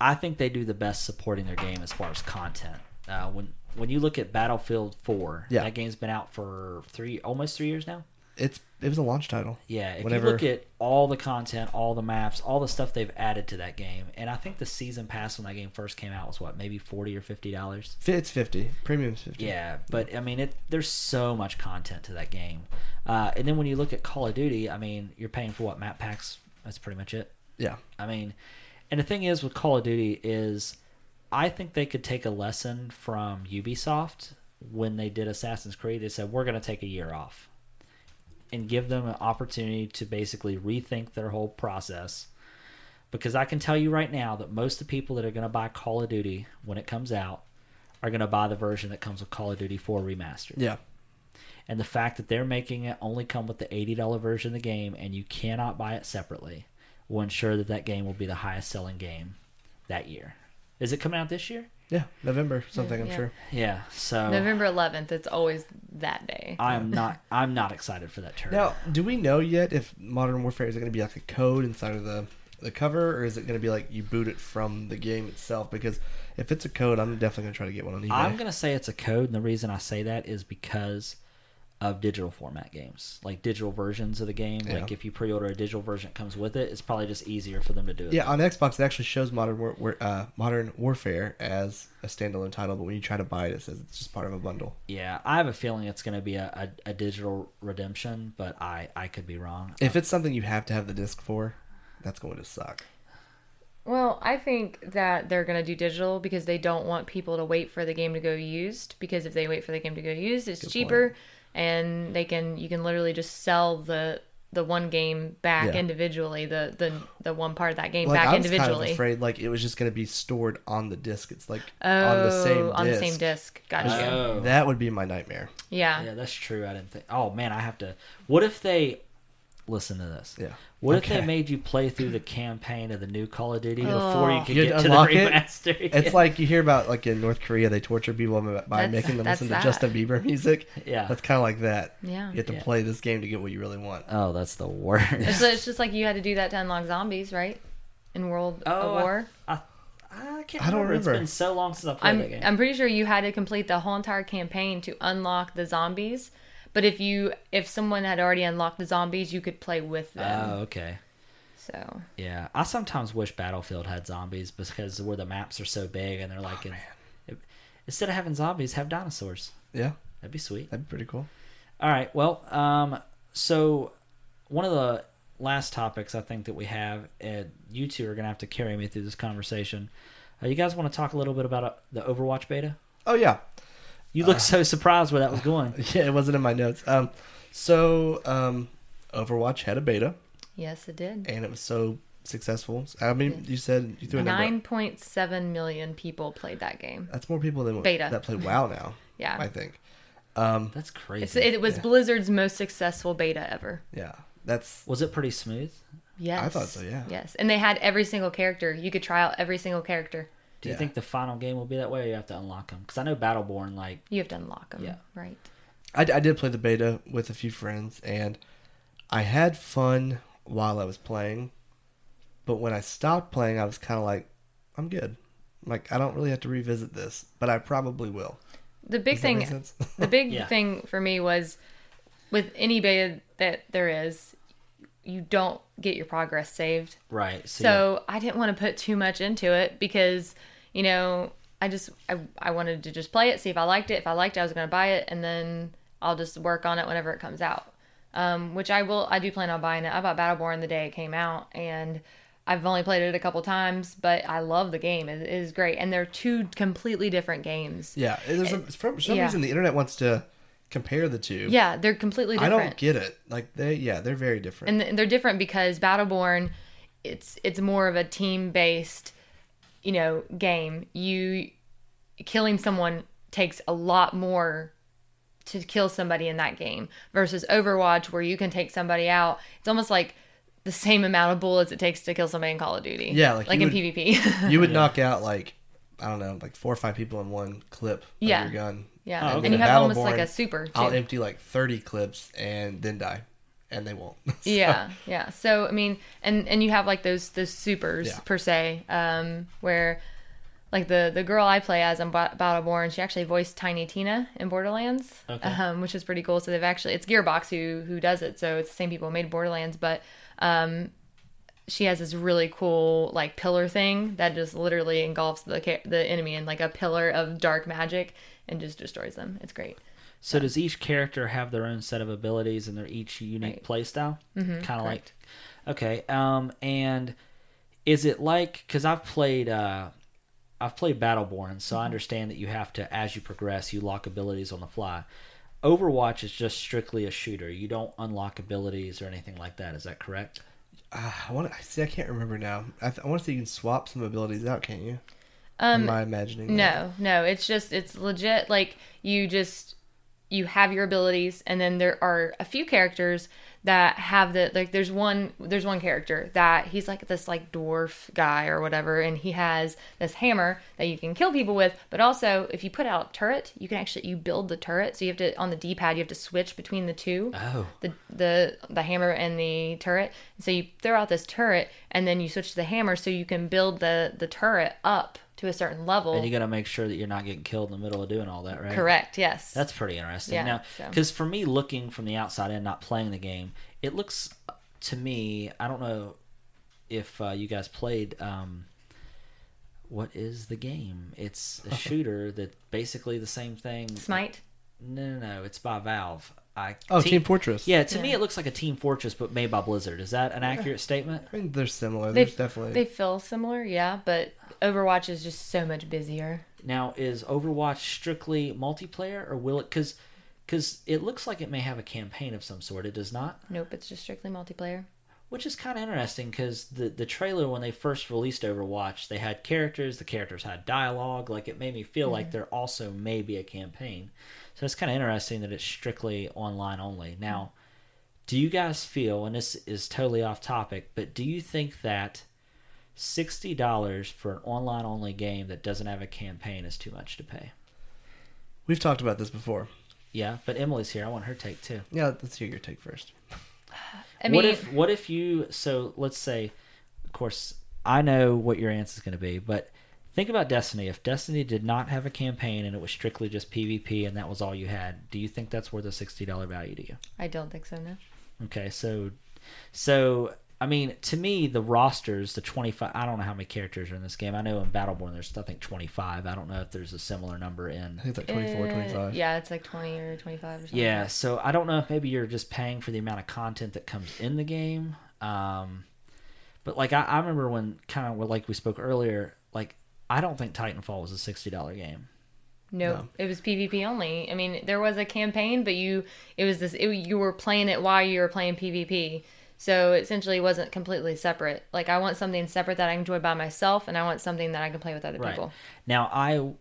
Speaker 1: I think they do the best supporting their game as far as content. Uh, when when you look at Battlefield Four,
Speaker 2: Yeah.
Speaker 1: that game's been out for three almost three years now.
Speaker 2: It's it was a launch title.
Speaker 1: Yeah, if
Speaker 2: Whenever-
Speaker 1: you look at all the content, all the maps, all the stuff they've added to that game, and I think the season pass when that game first came out was what maybe forty or fifty dollars.
Speaker 2: Fi- It's fifty. Premium's fifty.
Speaker 1: Yeah, but I mean, it there's so much content to that game, uh, and then when you look at Call of Duty, I mean, you're paying for what map packs. That's pretty much it.
Speaker 2: Yeah.
Speaker 1: I mean, and the thing is with Call of Duty is, I think they could take a lesson from Ubisoft when they did Assassin's Creed. They said we're going to take a year off, and give them an opportunity to basically rethink their whole process. Because I can tell you right now that most of the people that are going to buy Call of Duty when it comes out are going to buy the version that comes with Call of Duty 4 remastered
Speaker 2: Yeah.
Speaker 1: and the fact that they're making it only come with the eighty dollar version of the game, and you cannot buy it separately, will ensure that that game will be the highest selling game that year. Is it coming out this year?
Speaker 2: Yeah. November something. I'm
Speaker 3: Yeah.
Speaker 2: sure.
Speaker 1: Yeah.
Speaker 2: Oh.
Speaker 1: So
Speaker 3: November 11th. It's always that day.
Speaker 1: I am not. I'm not excited for that turn.
Speaker 2: Now, do we know yet if Modern Warfare is going to be like a code inside of the the cover, or is it going to be like you boot it from the game itself? Because if it's a code, I'm definitely going to try to get one on eBay.
Speaker 1: I'm gonna say it's a code, and the reason I say that is because of digital format games, like digital versions of the game.
Speaker 2: Yeah.
Speaker 1: Like if you pre-order a digital version, that comes with it. It's probably just easier for them to do it.
Speaker 2: Yeah, on Xbox it actually shows Modern War, War, uh, Modern Warfare as a standalone title, but when you try to buy it, it says it's just part of a bundle.
Speaker 1: Yeah, I have a feeling it's gonna be a, a, a digital redemption, but I I could be wrong.
Speaker 2: If it's something you have to have the disc for, that's going to suck.
Speaker 3: Well, I think that they're going to do digital because they don't want people to wait for the game to go used because if they wait for the game to go used, it's
Speaker 2: Good
Speaker 3: cheaper and they can you can literally just sell the the one game back
Speaker 2: Yeah.
Speaker 3: individually, the the the one part of that game
Speaker 2: Like
Speaker 3: back
Speaker 2: I was kind of
Speaker 3: individually.
Speaker 2: afraid like it was just going to be stored on the disc. It's like
Speaker 3: oh,
Speaker 2: on the same
Speaker 3: on the
Speaker 2: disc.
Speaker 3: same disc. Gotcha.
Speaker 1: Oh.
Speaker 2: That would be my nightmare.
Speaker 3: yeah.
Speaker 1: Yeah, that's true. I didn't think. Oh man, I have to. What if they listen to this?
Speaker 2: Yeah.
Speaker 1: What if
Speaker 2: Okay.
Speaker 1: they made you play through the campaign of the new Call of
Speaker 3: Oh.
Speaker 1: Duty before you
Speaker 3: Ugh.
Speaker 1: could
Speaker 2: You'd
Speaker 1: get to the
Speaker 2: unlock it?
Speaker 1: remaster?
Speaker 2: It's like you hear about like in North Korea they torture people by
Speaker 3: That's-
Speaker 2: making them
Speaker 3: that's
Speaker 2: listen
Speaker 3: that.
Speaker 2: to Justin Bieber music.
Speaker 1: Yeah.
Speaker 2: that's kind of like that.
Speaker 3: Yeah.
Speaker 2: you have to
Speaker 1: Yeah.
Speaker 2: play this game to get what you really want.
Speaker 1: oh, that's the worst.
Speaker 3: It's, it's just like you had to do that to unlock zombies, right? In World
Speaker 1: Oh,
Speaker 3: of War.
Speaker 1: I, I can't.
Speaker 2: I don't
Speaker 1: remember. It's
Speaker 2: remember.
Speaker 1: been so long since I played that
Speaker 3: I'm
Speaker 1: game.
Speaker 3: I'm pretty sure you had to complete the whole entire campaign to unlock the zombies. But if you if someone had already unlocked the zombies, you could play with them.
Speaker 1: oh, okay.
Speaker 3: so
Speaker 1: Yeah, I sometimes wish Battlefield had zombies because where the maps are so big
Speaker 2: Oh,
Speaker 1: and they're like, in, instead of having zombies, have dinosaurs.
Speaker 2: Yeah,
Speaker 1: That'd be sweet.
Speaker 2: that'd be pretty cool.
Speaker 1: All right. Well, um, so one of the last topics I think that we have, and you two are going to have to carry me through this conversation. Uh, you guys want to talk a little bit about uh, the Overwatch beta?
Speaker 2: Oh yeah,
Speaker 1: You look
Speaker 3: Uh,
Speaker 1: so surprised where that was going.
Speaker 2: yeah, it wasn't in my notes. Um, so um, Overwatch had a beta
Speaker 3: yes, it did.
Speaker 2: and it was so successful. I mean, you said you threw a number.
Speaker 3: Nine point seven million people played that game.
Speaker 2: That's more people than
Speaker 3: Beta.
Speaker 2: that play WoW now.
Speaker 3: Yeah.
Speaker 2: I think. Um,
Speaker 1: That's crazy.
Speaker 3: It's, it was Blizzard's most successful beta ever.
Speaker 2: yeah, that's
Speaker 1: was it pretty smooth?
Speaker 3: Yes,
Speaker 2: I thought so, yeah.
Speaker 3: Yes, and they had every single character. You could try out every single character.
Speaker 1: Do you
Speaker 2: Yeah.
Speaker 1: think the final game will be that way, or you have to unlock them? Because I know Battleborn, like,
Speaker 3: You have to unlock them.
Speaker 1: Yeah.
Speaker 3: Right.
Speaker 2: I, I did play the beta with a few friends, and I had fun while I was playing. But when I stopped playing, I was kind of like, I'm good. Like, I don't really have to revisit this, but I probably will.
Speaker 3: The big
Speaker 2: Does that
Speaker 3: thing
Speaker 2: make sense?
Speaker 3: the big
Speaker 1: Yeah.
Speaker 3: thing for me was with any beta that there is, you don't get your progress saved.
Speaker 1: right?
Speaker 3: So I didn't want to put too much into it because, you know, I just I, I wanted to just play it, see if I liked it. If I liked it, I was going to buy it, and then I'll just work on it whenever it comes out. Um, which I will. I do plan on buying it. I bought Battleborn the day it came out, and I've only played it a couple times, but I love the game. It, it is great, and they're two completely different games.
Speaker 2: yeah. There's a, for some
Speaker 3: yeah.
Speaker 2: reason, the internet wants to compare the two.
Speaker 3: Yeah, they're completely
Speaker 2: I
Speaker 3: different.
Speaker 2: don't get it. Like, they, yeah, they're very different.
Speaker 3: and th- they're different because Battleborn, it's it's more of a team based, you know, game. You killing someone takes a lot more to kill somebody in that game versus Overwatch, where you can take somebody out. It's almost like the same amount of bullets it takes to kill somebody in Call of Duty.
Speaker 2: Yeah, like
Speaker 3: like
Speaker 2: you
Speaker 3: in
Speaker 2: would-
Speaker 3: PvP.
Speaker 2: you would knock out, like, I don't know, like four or five people in one clip of
Speaker 3: Yeah.
Speaker 2: your gun.
Speaker 3: yeah,
Speaker 1: Oh, okay.
Speaker 3: and you have almost
Speaker 2: Battleborn,
Speaker 3: like a super. Too.
Speaker 2: I'll empty like 30 clips and then die. and they won't. So,
Speaker 3: Yeah, yeah. So I mean, and and you have like those those supers
Speaker 2: Yeah.
Speaker 3: per se, um, where like the the girl I play as in Bo- Battleborn, she actually voiced Tiny Tina in Borderlands,
Speaker 1: Okay.
Speaker 3: um, which is pretty cool. So they've actually it's Gearbox who who does it, so it's the same people who made Borderlands, but um, she has this really cool like pillar thing that just literally engulfs the ca- the enemy in like a pillar of dark magic and just destroys them. It's great.
Speaker 1: So does each character have their own set of abilities and their each unique playstyle? Mm-hmm, kind of like, okay. Um, and is it like because I've played uh, I've played Battleborn, so I understand that you have to as you progress you lock abilities on the fly. Overwatch is just strictly a shooter. You don't unlock abilities or anything like that. Is that correct?
Speaker 2: ah, I want to see. I can't remember now. I, th- I want to see you can swap some abilities out, can't you? Am
Speaker 3: Um,
Speaker 2: I imagining? that?
Speaker 3: No, no, it's just it's legit like you just you have your abilities and then there are a few characters that have the like there's one there's one character that he's like this like dwarf guy or whatever and he has this hammer that you can kill people with but also if you put out a turret you can actually you build the turret so you have to on the d-pad you have to switch between the two
Speaker 1: Oh,
Speaker 3: the the the hammer and the turret. So you throw out this turret, and then you switch to the hammer, so you can build the the turret up to a certain level.
Speaker 1: and you got to make sure that you're not getting killed in the middle of doing all that, right?
Speaker 3: Correct. Yes.
Speaker 1: That's pretty interesting.
Speaker 3: Yeah,
Speaker 1: now,
Speaker 3: so-
Speaker 1: because for me, looking from the outside in, not playing the game, it looks to me. I don't know if uh, you guys played. Um, what is the game? It's a shooter that basically the same thing.
Speaker 3: smite.
Speaker 1: No, no, no. It's by Valve. I,
Speaker 2: Oh,
Speaker 1: Te-
Speaker 2: Team, Fortress.
Speaker 1: Yeah, to me
Speaker 3: Yeah.
Speaker 1: it looks like a Team Fortress, but made by Blizzard. Is that an accurate statement?
Speaker 2: I mean, they're similar.
Speaker 3: They
Speaker 2: There's definitely.
Speaker 3: they feel similar, yeah, but Overwatch is just so much busier.
Speaker 1: Now, is Overwatch strictly multiplayer, or will it? Because, because it looks like it may have a campaign of some sort. It does not.
Speaker 3: Nope, it's just strictly multiplayer.
Speaker 1: which is kind of interesting because the the trailer when they first released Overwatch, they had characters, the characters had dialogue. Like it made me feel like there also may be a campaign. So it's kind of interesting that it's strictly online only. Now, do you guys feel, and this is totally off topic, but do you think that sixty dollars for an online only game that doesn't have a campaign is too much to pay?
Speaker 2: We've talked about this before.
Speaker 1: Yeah, but Emily's here. I want her take too.
Speaker 2: Yeah, let's hear your take first.
Speaker 3: I
Speaker 1: what
Speaker 3: mean,
Speaker 1: if what if you so let's say of course I know what your answer is going to be, but think about Destiny. If Destiny did not have a campaign and it was strictly just PvP and that was all you had, do you think that's worth a sixty dollar value to you?
Speaker 3: I don't think so. No.
Speaker 1: Okay, so so I mean to me the rosters, the twenty five I don't know how many characters are in this game. I know in Battleborn there's I think twenty five. I don't know if there's a similar number in
Speaker 2: I think it's like 24,
Speaker 3: Uh,
Speaker 2: 25.
Speaker 3: Yeah, it's like twenty or twenty-five or something.
Speaker 1: Yeah, so I don't know if maybe you're just paying for the amount of content that comes in the game. Um, but like I, I remember when kind of like we spoke earlier, like I don't think Titanfall was a sixty dollar game.
Speaker 3: Nope.
Speaker 2: No.
Speaker 3: It was PvP only. I mean, there was a campaign, but you it was this it, you were playing it while you were playing PvP. So it essentially wasn't completely separate. Like I want something separate that I enjoy by myself and I want something that I can play with other people.
Speaker 1: Now I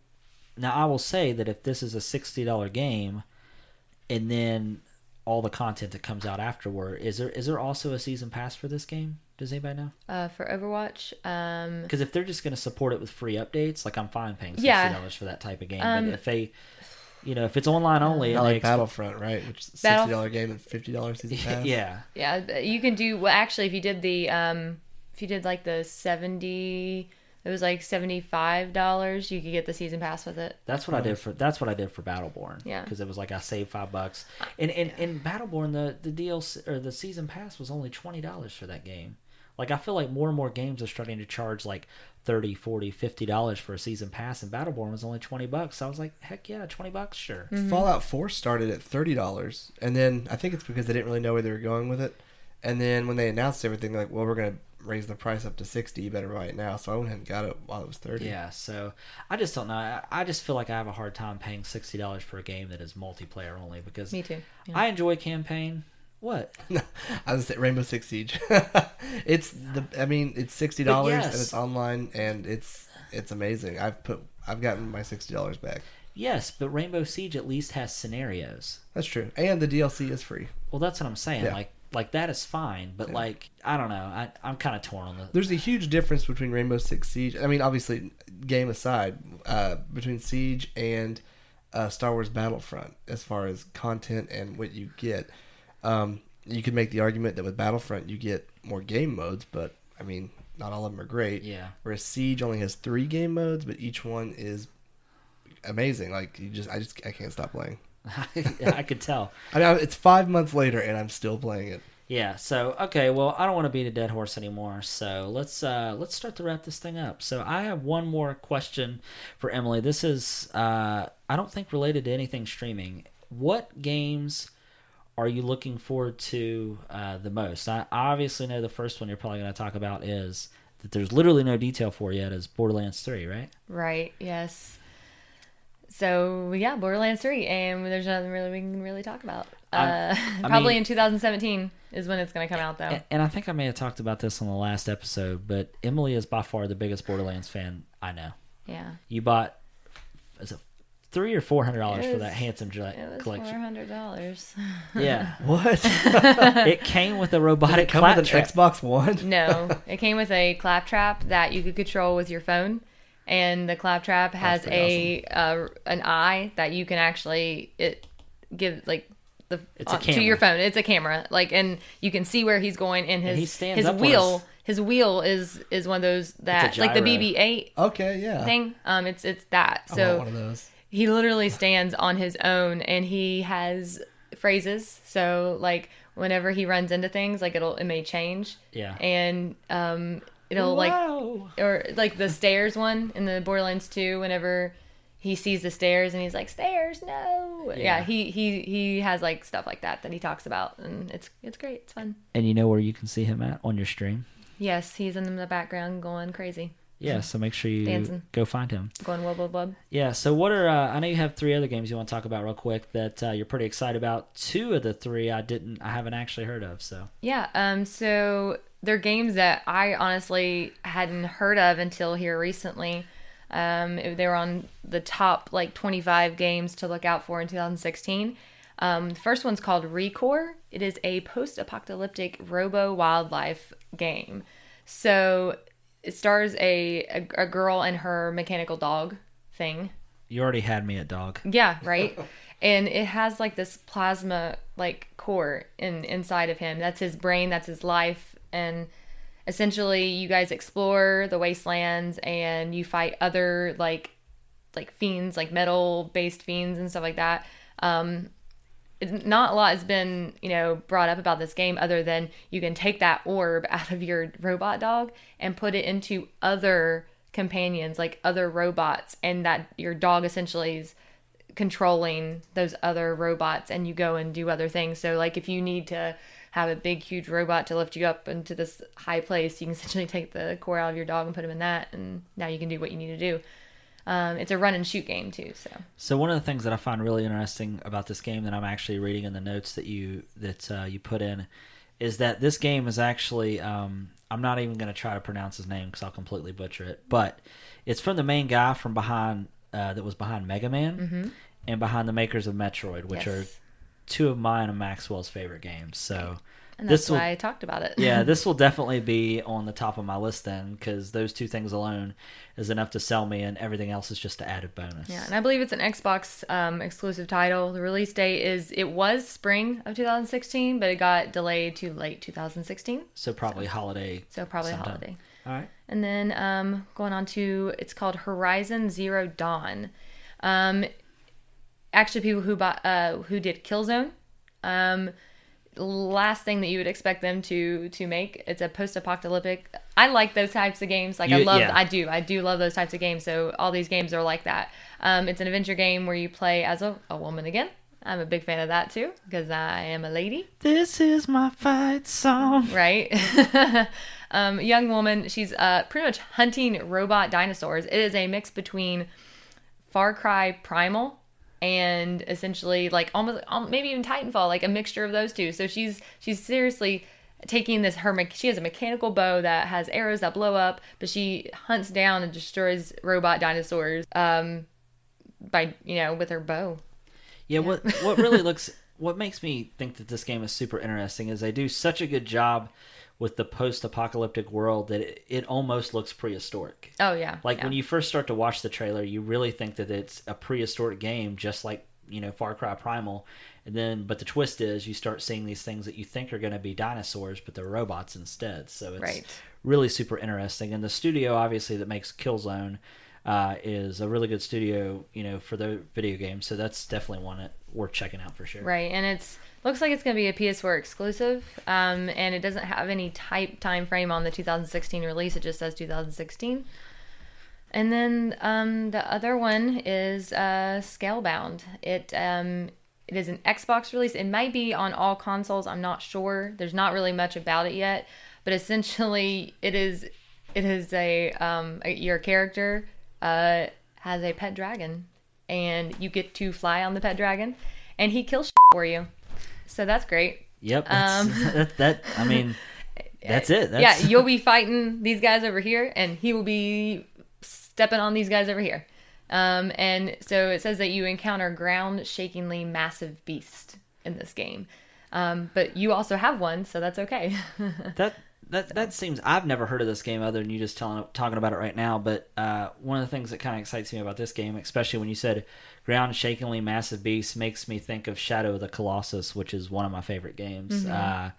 Speaker 1: now I will say that if this is a sixty dollar game, and then all the content that comes out afterward, is there is there also a season pass for this game? Does anybody know?
Speaker 3: Uh, for Overwatch, um
Speaker 1: Because if they're just going to support it with free updates, like I'm fine paying sixty
Speaker 3: Yeah.
Speaker 1: dollars for that type of game.
Speaker 3: Um,
Speaker 1: but if they, you know, if it's online only,
Speaker 2: Not
Speaker 1: and they
Speaker 2: like
Speaker 1: expect-
Speaker 2: Battlefront, right? Which is a
Speaker 3: Battle-
Speaker 2: sixty dollar game and fifty dollars season pass.
Speaker 1: yeah.
Speaker 3: yeah, but you can do well actually if you did the um if you did like the 70 it was like $75, you could get the season pass with it.
Speaker 1: That's what I did for that's what I did for Battleborn.
Speaker 3: Yeah.
Speaker 1: because it was like I saved five bucks, and and in Battleborn the the DLC or the season pass was only twenty dollars for that game. Like I feel like more and more games are starting to charge like 30 40 50 dollars for a season pass, and Battleborn was only twenty bucks. So I was like, heck yeah, twenty bucks,
Speaker 3: Mm-hmm.
Speaker 1: sure.
Speaker 2: Fallout Four started at thirty dollars, and then I think it's because they didn't really know where they were going with it. And then when they announced everything, they're like, "Well, we're gonna raise the price up to sixty. You better buy it now." So I went ahead and got it while it was thirty.
Speaker 1: Yeah, so I just don't know. I, I just feel like I have a hard time paying sixty dollars for a game that is multiplayer only because
Speaker 3: Me too. Yeah.
Speaker 1: I enjoy campaign. What?
Speaker 2: I was at Rainbow Six Siege. it's the. I mean, it's sixty dollars
Speaker 1: yes.
Speaker 2: and it's online and it's it's amazing. I've put I've gotten my sixty dollars back.
Speaker 1: Yes, but Rainbow Siege at least has scenarios.
Speaker 2: That's true. And the DLC is free.
Speaker 1: Well, that's what I'm saying.
Speaker 2: Yeah.
Speaker 1: Like, like that is fine, but like, I don't know. I, I'm kind of torn on the.
Speaker 2: There's a huge difference between Rainbow Six Siege. I mean, obviously, game aside, uh, between Siege and uh, Star Wars Battlefront as far as content and what you get. Um, you could make the argument that with Battlefront you get more game modes, but I mean, not all of them are great.
Speaker 1: Yeah.
Speaker 2: Whereas Siege only has three game modes, but each one is amazing. Like you just, I just, I can't stop playing.
Speaker 1: I could tell.
Speaker 2: I mean, I- it's five months later and I'm still playing it.
Speaker 1: Yeah. So okay. Well, I don't want to beat a dead horse anymore. So let's uh, let's start to wrap this thing up. So I have one more question for Emily. This is uh, I don't think related to anything streaming. What games are you looking forward to uh, the most? I obviously know the first one you're probably going to talk about is that there's literally no detail for yet is Borderlands Three, right?
Speaker 3: Right. Yes. So yeah, Borderlands Three, and there's nothing really we can really talk about. Uh,
Speaker 1: I
Speaker 3: probably
Speaker 1: mean-
Speaker 3: in 2017 is when it's going to come out, though.
Speaker 1: And, and I think I may have talked about this on the last episode, but Emily is by far the biggest Borderlands fan I know.
Speaker 3: yeah,
Speaker 1: You bought is it three or four hundred dollars
Speaker 3: It
Speaker 1: for
Speaker 3: was-
Speaker 1: that handsome
Speaker 3: it
Speaker 1: Gillette
Speaker 3: was
Speaker 1: collection.
Speaker 3: four hundred dollars.
Speaker 1: Yeah,
Speaker 2: What?
Speaker 1: it came with a robotic
Speaker 2: Come with an
Speaker 1: claptrap.
Speaker 2: Xbox One?
Speaker 3: no, it came with a claptrap that you could control with your phone, and the claptrap has a
Speaker 2: pretty
Speaker 3: uh, an eye that you can actually it give like the
Speaker 1: It's a
Speaker 3: uh, to your
Speaker 1: camera.
Speaker 3: phone. It's a camera, like and you can see where he's going, and his
Speaker 1: he stands
Speaker 3: his
Speaker 1: up for
Speaker 3: wheel
Speaker 1: us.
Speaker 3: his wheel is is one of those that like the
Speaker 1: gyro. Uh.
Speaker 3: BB-8
Speaker 2: Okay, yeah.
Speaker 3: thing. Um, it's it's that.
Speaker 2: I
Speaker 3: So
Speaker 2: want one of those.
Speaker 3: he literally stands on his own and he has phrases so like whenever he runs into things like it'll it may change
Speaker 1: Yeah.
Speaker 3: and um it'll
Speaker 1: Wow.
Speaker 3: like or like the stairs one in the borderlands 2 whenever he sees the stairs and he's like stairs no yeah,
Speaker 1: Yeah.
Speaker 3: he he he has like stuff like that that he talks about and it's it's great it's fun
Speaker 1: and you know where you can see him at on your stream.
Speaker 3: yes he's in the background going crazy
Speaker 1: Yeah, so make sure you
Speaker 3: Dancing.
Speaker 1: go find him.
Speaker 3: going wub wub wub
Speaker 1: Yeah, so what are uh, I know you have three other games you want to talk about real quick that uh, you're pretty excited about. Two of the three I didn't I haven't actually heard of. So
Speaker 3: Yeah. Um. So they're games that I honestly hadn't heard of until here recently. Um, it- they were on the top like 25 games to look out for in 2016. Um, the first one's called Recore. It is a post-apocalyptic robo wildlife game. So it stars a, a a girl and her mechanical dog thing.
Speaker 1: you already had me at dog.
Speaker 3: Yeah, right. and it has like this plasma like core in inside of him. That's his brain, that's his life and essentially you guys explore the wastelands and you fight other like like fiends, like metal based fiends and stuff like that. Um it's- not a lot has been, you know, brought up about this game other than you can take that orb out of your robot dog and put it into other companions, like other robots, and that your dog essentially is controlling those other robots and you go and do other things. So like if you need to have a big huge robot to lift you up into this high place, you can essentially take the core out of your dog and put him in that and now you can do what you need to do. Um, it's a run and shoot game too, so
Speaker 1: So one of the things that I find really interesting about this game that I'm actually reading in the notes that you that uh, you put in is that this game is actually um, I'm not even going to try to pronounce his name because I'll completely butcher it, but it's from the main guy from behind uh, that was behind Mega Man and behind the makers of Metroid, which
Speaker 3: Mm-hmm. Yes.
Speaker 1: are two of mine and Maxwell's favorite games. So
Speaker 3: and that's
Speaker 1: this will
Speaker 3: why I talked about it.
Speaker 1: yeah, this will definitely be on the top of my list then because those two things alone is enough to sell me, and everything else is just an added bonus.
Speaker 3: Yeah, and I believe it's an Xbox um, exclusive title. The release date is it was spring of 2016, but it got delayed to late 2016,
Speaker 1: So probably holiday.
Speaker 3: so probably a
Speaker 1: Sometime.
Speaker 3: holiday.
Speaker 1: All right.
Speaker 3: And then um, going on to it's called Horizon Zero Dawn. Um, actually, people who bought uh, who did Killzone. Um, last thing that you would expect them to to make. It's a post-apocalyptic. I like those types of games. Like I
Speaker 1: You-
Speaker 3: love,
Speaker 1: yeah.
Speaker 3: I do, I do love those types of games. So all these games are like that. Um, it's an adventure game where you play as a, a woman again. I'm a big fan of that too because I am a lady
Speaker 1: This is my fight song.
Speaker 3: right? um, young woman, she's uh, pretty much hunting robot dinosaurs. It is a mix between Far Cry Primal and essentially like almost um, maybe even Titanfall, like a mixture of those two. So she's she's seriously taking this her mech- she has a mechanical bow that has arrows that blow up, but she hunts down and destroys robot dinosaurs um, by you know with her bow.
Speaker 1: Yeah, what what really looks what makes me think that this game is super interesting is they do such a good job with the post-apocalyptic world that it, it almost looks prehistoric.
Speaker 3: Oh yeah,
Speaker 1: Like
Speaker 3: yeah.
Speaker 1: when you first start to watch the trailer, you really think that it's a prehistoric game, just like you know Far Cry Primal, And then, but the twist is you start seeing these things that you think are going to be dinosaurs, but they're robots instead. So it's
Speaker 3: Right.
Speaker 1: really super interesting. And the studio, obviously, that makes Killzone uh, is a really good studio, you know, for the video game. So that's definitely one that worth checking out for sure.
Speaker 3: Right, and it's looks like it's going to be a PS4 exclusive, um, and it doesn't have any type time frame on the 2016 release. It just says 2016. And then um, the other one is uh, Scalebound. It um, it is an Xbox release. It might be on all consoles. I'm not sure. There's not really much about it yet, but essentially, it is it is a, um, a your character uh, has a pet dragon, and you get to fly on the pet dragon, and he kills for you. So that's great.
Speaker 1: Yep. That's, that, that, I mean, that's it. That's,
Speaker 3: Um, Yeah, you'll be fighting these guys over here, and he will be stepping on these guys over here. Um, and so it says that you encounter ground shakingly massive beast in this game. Um, but you also have one, so that's okay.
Speaker 1: that that that seems I've never heard of this game other than you just telling talking about it right now. But uh, one of the things that kind of excites me about this game, especially when you said ground shakingly massive beast, makes me think of Shadow of the Colossus, which is one of my favorite games.
Speaker 2: Mm-hmm.
Speaker 1: Uh,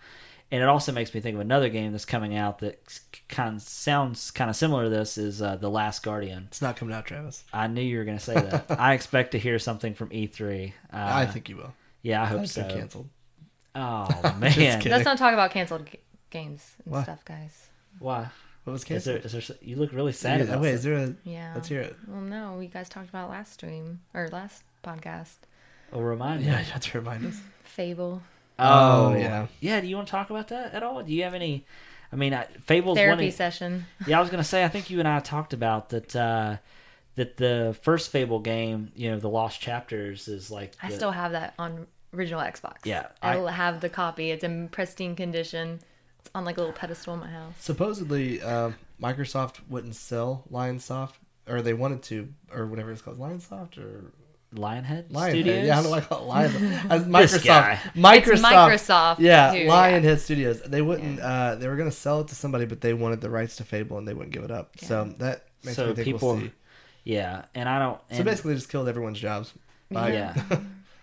Speaker 1: and it also makes me think of another game that's coming out that kind of sounds kind of similar to this is uh, The Last Guardian.
Speaker 2: It's not coming out, Travis.
Speaker 1: I knew you were going to say that. I expect to hear something from E3. Uh,
Speaker 2: I think you will.
Speaker 1: yeah, I
Speaker 2: I
Speaker 1: hope
Speaker 2: think
Speaker 1: so.
Speaker 2: they're canceled.
Speaker 1: Oh
Speaker 2: Just
Speaker 1: man,
Speaker 2: kidding.
Speaker 3: Let's not talk about canceled g- games and
Speaker 2: Why?
Speaker 3: stuff, guys.
Speaker 1: why?
Speaker 2: What was
Speaker 1: Is there,
Speaker 2: canceled?
Speaker 1: is there? You look really sad.
Speaker 2: Yeah,
Speaker 1: about
Speaker 2: wait,
Speaker 1: this.
Speaker 2: is there a?
Speaker 3: Yeah.
Speaker 2: Let's hear it.
Speaker 3: Well, no, we guys talked about last stream or last podcast.
Speaker 1: Oh, remind me.
Speaker 2: Yeah, you have to remind us.
Speaker 3: Fable
Speaker 1: Oh,
Speaker 2: Oh, yeah.
Speaker 1: yeah. Do you want to talk about that at all? Do you have any? I mean, I, Fables.
Speaker 3: therapy
Speaker 1: One, e-,
Speaker 3: session.
Speaker 1: yeah, I was gonna say. I think you and I talked about that. uh That the first Fable game, you know, the Lost Chapters, is like.
Speaker 3: I
Speaker 1: the-
Speaker 3: still have that on original Xbox.
Speaker 1: Yeah, I-
Speaker 3: I, will have the copy. It's in pristine condition. It's on like a little pedestal in my house.
Speaker 2: Supposedly, um, Microsoft wouldn't sell Lionsoft, or they wanted to, or whatever it's called, Lionsoft or
Speaker 1: Lionhead
Speaker 2: Lionhead.
Speaker 1: Studios.
Speaker 2: Yeah, I don't know why I call it Lion. As Microsoft,
Speaker 1: This guy.
Speaker 2: Microsoft,
Speaker 3: It's Microsoft
Speaker 2: Yeah,
Speaker 3: who-
Speaker 2: Lionhead Studios. They wouldn't. Uh, they were gonna sell it to somebody, but they wanted the rights to Fable, and they wouldn't give it up. So that makes
Speaker 1: So
Speaker 2: me think
Speaker 1: people.
Speaker 2: we'll see.
Speaker 1: Yeah, and I don't.
Speaker 2: so
Speaker 1: and-
Speaker 2: basically, just killed everyone's jobs. Bye.
Speaker 1: yeah,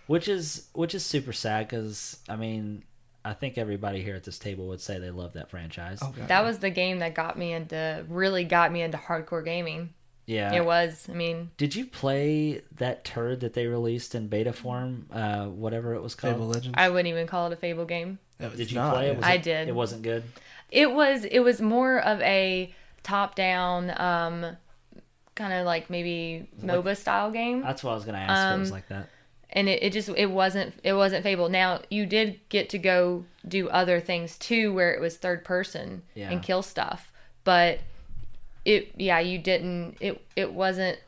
Speaker 1: which is which is super sad because I mean. I think everybody here at this table would say they love that franchise.
Speaker 2: Oh, God.
Speaker 3: That was the game that got me into really got me into hardcore gaming.
Speaker 1: yeah,
Speaker 3: It was. I mean,
Speaker 1: Did you play that turd that they released in beta form? Uh, whatever it was called.
Speaker 2: Fable Legends.
Speaker 3: I wouldn't even call it a Fable game.
Speaker 2: No, it's
Speaker 1: Did you
Speaker 2: not,
Speaker 1: play it?
Speaker 2: yeah.
Speaker 1: Was
Speaker 3: I
Speaker 1: it-
Speaker 3: did.
Speaker 1: It wasn't good.
Speaker 3: It was. It was more of a top-down, um, kind of like maybe MOBA style game.
Speaker 1: That's what I was going to ask. if it was
Speaker 3: Um,
Speaker 1: like that.
Speaker 3: and it, it just it wasn't it wasn't fable now you did get to go do other things too where it was third person
Speaker 1: Yeah.
Speaker 3: and kill stuff but it yeah you didn't it it wasn't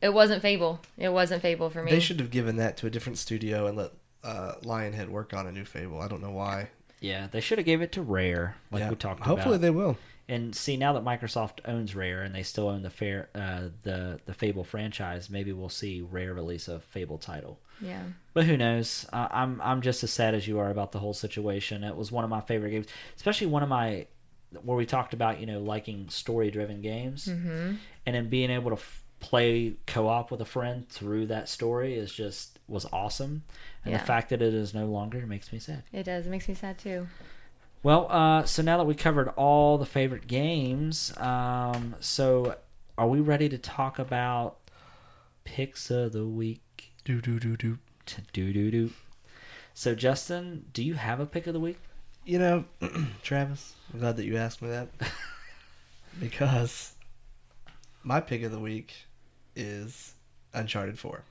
Speaker 3: it wasn't fable it wasn't fable for me
Speaker 2: They should have given that to a different studio and let uh, Lionhead work on a new Fable. I don't know why.
Speaker 1: Yeah, they should have gave it to Rare, like
Speaker 2: Yeah.
Speaker 1: we talked
Speaker 2: Hopefully
Speaker 1: about.
Speaker 2: they will.
Speaker 1: And see, now that Microsoft owns Rare and they still own the fair, uh, the the Fable franchise, maybe we'll see Rare release a Fable title.
Speaker 3: yeah
Speaker 1: But who knows? Uh, I'm I'm just as sad as you are about the whole situation. It was one of my favorite games, especially one of my where we talked about you know liking story driven games, mm-hmm. and then being able to f- play co op with a friend through that story is just was awesome. And
Speaker 3: Yeah.
Speaker 1: the fact that it is no longer makes me sad.
Speaker 3: it does it makes me sad too
Speaker 1: Well, uh, so now that we covered all the favorite games, um, so are we ready to talk about picks of the week?
Speaker 2: Do do do do.
Speaker 1: Do do do. So Justin, do you have a pick of the week?
Speaker 2: You know, Travis, I'm glad that you asked me that because my pick of the week is Uncharted 4.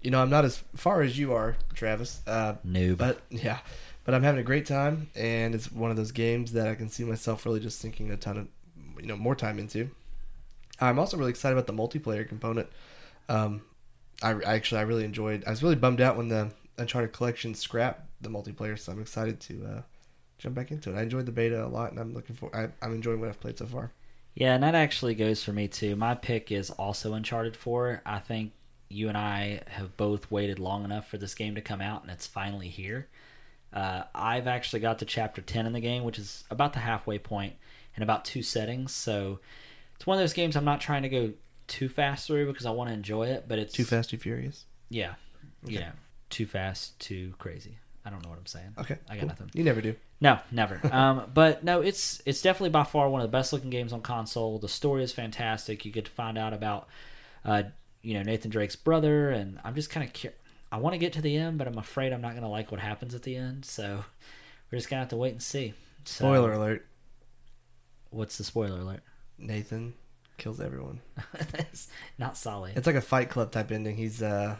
Speaker 2: You know, I'm not as far as you are, Travis, uh,
Speaker 1: No,
Speaker 2: but yeah, but I'm having a great time, and it's one of those games that I can see myself really just sinking a ton of, you know, more time into. I'm also really excited about the multiplayer component. Um, I, I actually I really enjoyed. I was really bummed out when the Uncharted Collection scrapped the multiplayer, so I'm excited to uh, jump back into it. I enjoyed the beta a lot, and I'm looking for. I, I'm enjoying what I've played so far.
Speaker 1: yeah, and that actually goes for me too. My pick is also Uncharted Four. I think you and I have both waited long enough for this game to come out, and it's finally here. Uh, I've actually got to chapter ten in the game, which is about the halfway point and about two settings. So it's one of those games I'm not trying to go too fast through because I want to enjoy it, but it's
Speaker 2: Too Fast, Too Furious.
Speaker 1: Yeah. Yeah. too fast, too crazy. I don't know what I'm saying.
Speaker 2: Okay,
Speaker 1: I got
Speaker 2: cool.
Speaker 1: nothing.
Speaker 2: You never do.
Speaker 1: No, never. um, but no, it's it's definitely by far one of the best looking games on console. The story is fantastic. You get to find out about, uh, you know, Nathan Drake's brother, and I'm just kind of cur- I want to get to the end, but I'm afraid I'm not gonna like what happens at the end. So we're just gonna have to wait and see. So,
Speaker 2: Spoiler alert:
Speaker 1: What's the spoiler alert?
Speaker 2: Nathan kills everyone.
Speaker 1: That's not solid.
Speaker 2: It's like a Fight Club type ending. He's uh,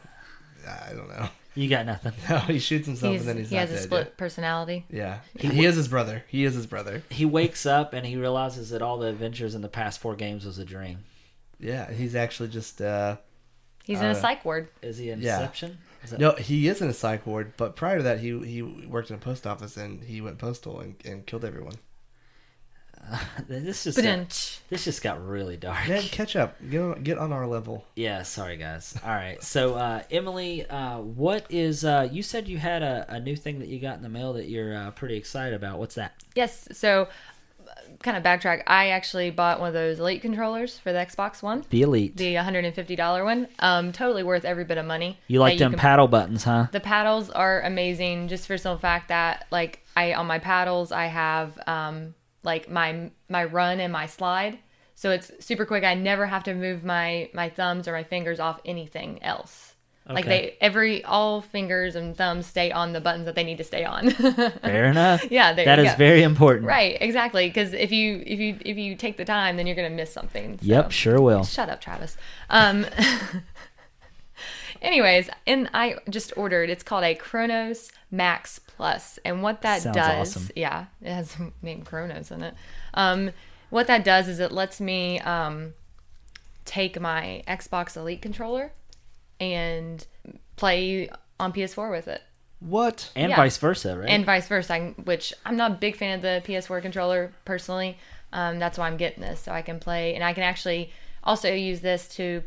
Speaker 2: I don't know.
Speaker 1: You got nothing.
Speaker 2: No, he shoots himself
Speaker 3: He's,
Speaker 2: and then he's
Speaker 3: he
Speaker 2: not
Speaker 3: has a
Speaker 2: dead
Speaker 3: split personality.
Speaker 2: yet. Yeah, he is his brother. He is his brother.
Speaker 1: He wakes up and he realizes that all the adventures in the past four games was a dream.
Speaker 2: Yeah, he's actually just uh,
Speaker 3: He's in a
Speaker 2: Uh,
Speaker 3: psych ward.
Speaker 1: Is he
Speaker 2: Yeah.
Speaker 1: Inception? Is that-
Speaker 2: no, he is in a psych ward. But prior to that, he he worked in a post office and he went postal and, and killed everyone.
Speaker 1: this just
Speaker 3: But then, tch,
Speaker 1: this just got really dark.
Speaker 2: Man, catch up. Get on, get on our level.
Speaker 1: Yeah, sorry guys. All right, so uh, Emily, uh, what is uh, you said you had a, a new thing that you got in the mail that you're uh, pretty excited about? What's that?
Speaker 3: yes. So, kind of backtrack. I actually bought one of those Elite controllers for the Xbox One,
Speaker 1: The Elite.
Speaker 3: the $150 one. Um, totally worth every bit of money.
Speaker 1: you like
Speaker 3: that
Speaker 1: them
Speaker 3: can-
Speaker 1: paddle buttons, huh?
Speaker 3: The paddles are amazing, just for some fact that like I on my paddles I have um like my my run and my slide, so it's super quick. I never have to move my my thumbs or my fingers off anything else. Like
Speaker 1: Okay.
Speaker 3: they every all fingers and thumbs stay on the buttons that they need to stay on.
Speaker 1: Fair enough.
Speaker 3: Uh-huh. yeah, there
Speaker 1: that
Speaker 3: you
Speaker 1: is
Speaker 3: go.
Speaker 1: very important.
Speaker 3: right, exactly. Because if you if you if you take the time, then you're gonna miss something. so.
Speaker 1: Yep, sure will.
Speaker 3: Shut up, Travis. Um, anyways, and I just ordered. It's called a Chronos Max Plus, and what that
Speaker 1: Sounds
Speaker 3: does,
Speaker 1: awesome.
Speaker 3: yeah, it has the name Chronos in it. Um, what that does is it lets me um, take my Xbox Elite controller and play on PS4 with it.
Speaker 2: What?
Speaker 1: And
Speaker 3: yeah.
Speaker 1: vice versa, right?
Speaker 3: And vice versa, I can- which I'm not a big fan of the PS4 controller personally. Um, that's why I'm getting this, so I can play, and I can actually also use this to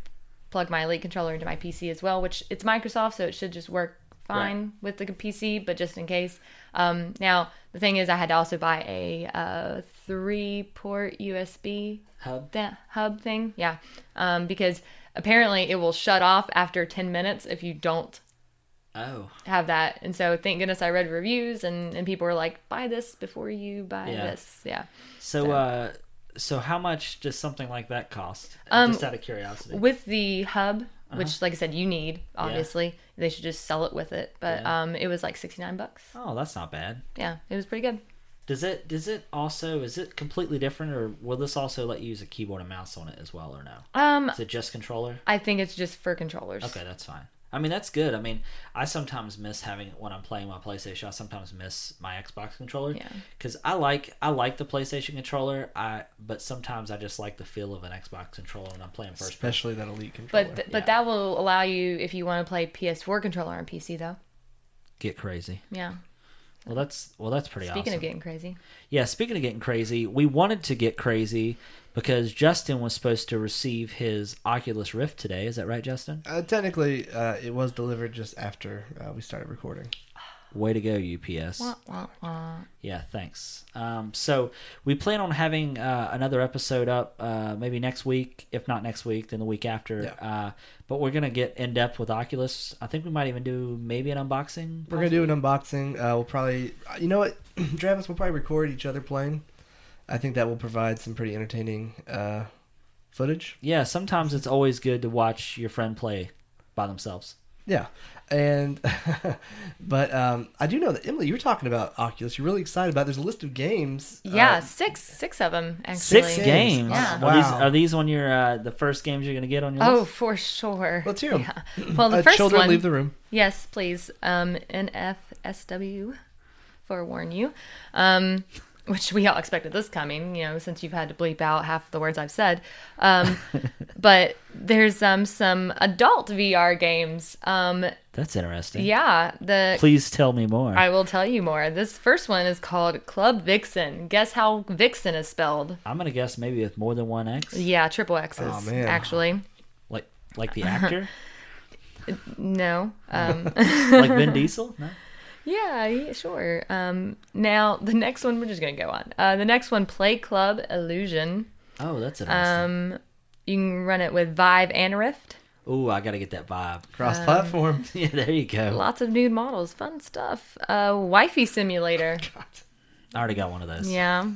Speaker 3: plug my Elite controller into my PC as well, which it's Microsoft, so it should just work fine with the PC. But just in case, um, now the thing is, I had to also buy a uh, three-port USB
Speaker 1: Hub.
Speaker 3: that hub thing, yeah, um, because apparently it will shut off after 10 minutes if you don't
Speaker 1: Oh,
Speaker 3: have that. And so thank goodness I read reviews and, and people were like, buy this before you buy
Speaker 1: Yeah.
Speaker 3: this. Yeah.
Speaker 1: so uh, so how much does something like that cost?
Speaker 3: Um,
Speaker 1: Just out of curiosity.
Speaker 3: With the hub,
Speaker 1: Uh-huh.
Speaker 3: which like I said, you need, obviously. They should just sell it with it. But
Speaker 1: Yeah.
Speaker 3: um it was like sixty nine bucks.
Speaker 1: Oh, that's not bad.
Speaker 3: Yeah. It was pretty good.
Speaker 1: Does it? Does it also? Is it completely different, or will this also let you use a keyboard and mouse on it as well, or no?
Speaker 3: Um
Speaker 1: Is it just controller?
Speaker 3: I think it's just for controllers.
Speaker 1: Okay, that's fine. I mean, that's good. I mean, I sometimes miss having when I'm playing my PlayStation. I sometimes miss my Xbox controller
Speaker 3: Yeah.
Speaker 1: because I like I like the PlayStation controller. I but sometimes I just like the feel of an Xbox controller when I'm playing first. person.
Speaker 2: Especially that elite controller.
Speaker 3: But th-
Speaker 1: Yeah.
Speaker 3: but that will allow you if you want to play PS4 controller on PC though.
Speaker 1: Get crazy.
Speaker 3: Yeah.
Speaker 1: Well, that's well, that's pretty.
Speaker 3: Speaking
Speaker 1: awesome.
Speaker 3: of getting crazy.
Speaker 1: Yeah, speaking of getting crazy, we wanted to get crazy because Justin was supposed to receive his Oculus Rift today. Is that right, Justin?
Speaker 2: uh, technically, uh, it was delivered just after uh, we started recording.
Speaker 1: Way to go, UPS.
Speaker 3: Wah, wah, wah.
Speaker 1: Yeah, thanks. Um, so we plan on having uh, another episode up uh, maybe next week, if not next week, then the week after.
Speaker 2: Yeah.
Speaker 1: Uh, but we're gonna get in depth with Oculus. I think we might even do maybe an unboxing.
Speaker 2: We're gonna do an unboxing. Uh, we'll probably, uh, you know what, Travis, we'll probably record each other playing. I think that will provide some pretty entertaining uh, footage.
Speaker 1: Yeah, sometimes it's always good to watch your friend play by themselves.
Speaker 2: Yeah, and but um, I do know that Emily, you were talking about Oculus. You're really excited about. it. There's a list of games. uh,
Speaker 3: Yeah, six six of them actually.
Speaker 1: Six
Speaker 2: Games.
Speaker 1: games.
Speaker 3: Yeah.
Speaker 1: Are these
Speaker 2: Wow.
Speaker 1: are these on your uh, the first games you're gonna get on your
Speaker 3: Oh,
Speaker 1: list?
Speaker 3: for sure.
Speaker 2: Let's hear 'em.
Speaker 3: Yeah. Well, the
Speaker 2: uh,
Speaker 3: first
Speaker 2: children
Speaker 3: one.
Speaker 2: leave the room.
Speaker 3: Yes, please. Um, NFSW, forewarn you. Um, which we all expected this coming, you know, since you've had to bleep out half the words I've said. Um, but there's um, some adult VR games. Um,
Speaker 1: That's interesting.
Speaker 3: yeah, the
Speaker 1: Please tell me more.
Speaker 3: I will tell you more. This first one is called Club Vixen. Guess how Vixen is spelled?
Speaker 1: I'm gonna guess maybe with more than one X,
Speaker 3: Yeah, triple X's
Speaker 2: Aw, man.
Speaker 3: actually.
Speaker 1: like like the actor,
Speaker 3: No. Um,
Speaker 1: like Vin Diesel. No?
Speaker 3: Yeah, yeah, sure. Um, now the next one we're just gonna go on. Uh, the next one, Play Club Illusion.
Speaker 1: Oh, that's interesting.
Speaker 3: Um, you can run it with Vive and Rift.
Speaker 1: Ooh, I got to get that vibe.
Speaker 2: Cross platform.
Speaker 3: um,
Speaker 1: yeah, there you go.
Speaker 3: Lots of nude models, fun stuff. Uh, wifey simulator.
Speaker 1: I already got one of those.
Speaker 3: Yeah.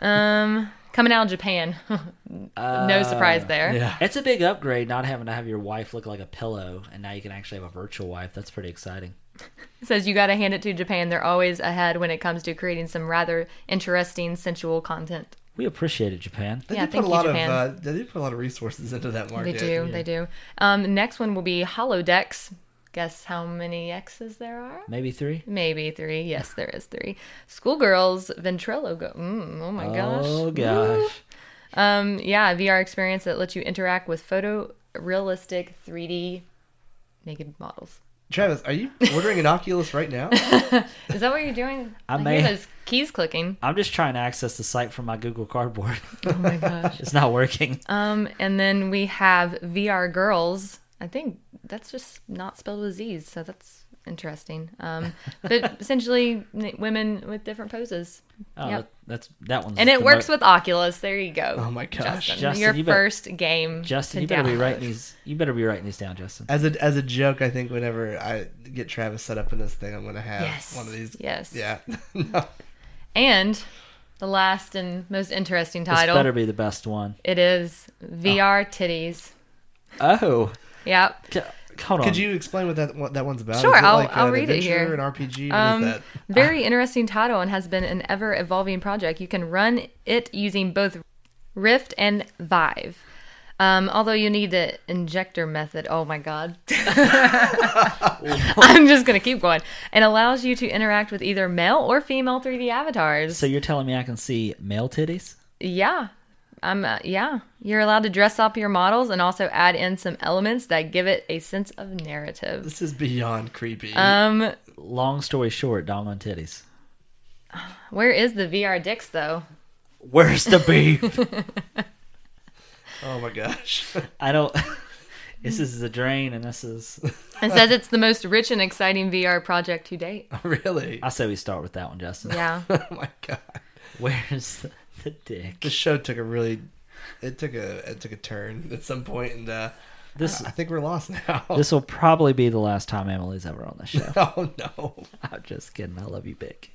Speaker 3: um, coming out of Japan. no
Speaker 1: Uh,
Speaker 3: surprise there.
Speaker 2: yeah.
Speaker 1: It's a big upgrade not having to have your wife look like a pillow, and now you can actually have a virtual wife. That's pretty exciting.
Speaker 3: It says you got to hand it to Japan. They're always ahead when it comes to creating some rather interesting sensual content.
Speaker 1: We appreciate it, Japan.
Speaker 2: They
Speaker 3: Yeah,
Speaker 2: did
Speaker 3: thank
Speaker 2: put a
Speaker 3: you,
Speaker 2: lot
Speaker 3: Japan.
Speaker 2: of uh, they did put a lot of resources into that market.
Speaker 3: They do. They do. Um, the next one will be holodecks. Guess how many X's there are?
Speaker 1: Maybe three.
Speaker 3: Maybe three. Yes, there is three. Schoolgirls ventriloquist. Mm, oh my gosh.
Speaker 1: Oh
Speaker 3: Woo.
Speaker 1: gosh.
Speaker 3: Um, yeah, a VR experience that lets you interact with photorealistic 3D naked models.
Speaker 2: Travis, are you ordering an Oculus right now?
Speaker 3: Is that what you're doing?
Speaker 1: I
Speaker 3: hear
Speaker 1: may-
Speaker 3: those keys clicking.
Speaker 1: I'm just trying to access the site from my Google Cardboard.
Speaker 3: Oh my gosh.
Speaker 1: it's not working.
Speaker 3: um, and then we have VR girls. I think that's just not spelled with Z's, so that's interesting. Um, but essentially, n- women with different poses.
Speaker 1: Oh,
Speaker 3: Yep.
Speaker 1: that- that's that one's
Speaker 3: And it
Speaker 1: the
Speaker 3: works
Speaker 1: mo-
Speaker 3: with Oculus. There you go.
Speaker 2: Oh my gosh.
Speaker 3: Justin,
Speaker 1: Justin,
Speaker 3: your
Speaker 1: you bet-
Speaker 3: first game.
Speaker 1: Justin.
Speaker 3: to
Speaker 1: You better be
Speaker 3: download.
Speaker 1: writing these. You better be writing these down, Justin.
Speaker 2: As a as a joke, I think whenever I get Travis set up in this thing, I'm gonna have
Speaker 3: Yes.
Speaker 2: one of these.
Speaker 3: Yes.
Speaker 2: Yeah. no.
Speaker 3: And the last and most interesting
Speaker 1: This
Speaker 3: title.
Speaker 1: better be the best one.
Speaker 3: It is VR titties.
Speaker 1: Oh,
Speaker 3: Yep.
Speaker 1: C- hold on.
Speaker 2: Could you explain what that what that one's about?
Speaker 3: Sure,
Speaker 2: Is it
Speaker 3: I'll-
Speaker 2: like
Speaker 3: I'll
Speaker 2: an
Speaker 3: read it
Speaker 2: adventure,
Speaker 3: here.
Speaker 2: An RPG. What is
Speaker 3: Um,
Speaker 2: that?
Speaker 3: very interesting title and has been an ever evolving project. You can run it using both Rift and Vive. Um, although you need the injector method. Oh my God. I'm just going to keep going. And allows you to interact with either male or female 3D avatars.
Speaker 1: So you're telling me I can see male titties?
Speaker 3: Yeah. I'm uh, yeah. You're allowed to dress up your models and also add in some elements that give it a sense of narrative.
Speaker 2: This is beyond creepy.
Speaker 3: Um
Speaker 1: Long story short, dong on titties.
Speaker 3: where is the VR dicks though?
Speaker 1: Where's the beef?
Speaker 2: oh my gosh.
Speaker 1: I don't. This is the drain, and this is.
Speaker 3: It says it's the most rich and exciting VR project to date.
Speaker 2: Oh, really?
Speaker 1: I say we start with that one, Justin.
Speaker 3: Yeah.
Speaker 2: Oh my god.
Speaker 1: Where's the, the dick?
Speaker 2: This show took a really. It took a it took a turn at some point, and uh,
Speaker 1: This
Speaker 2: I think we're lost now.
Speaker 3: oh.
Speaker 1: this will probably be the last time Emily's ever on the show.
Speaker 2: oh no.
Speaker 1: I'm just kidding. I love you, big.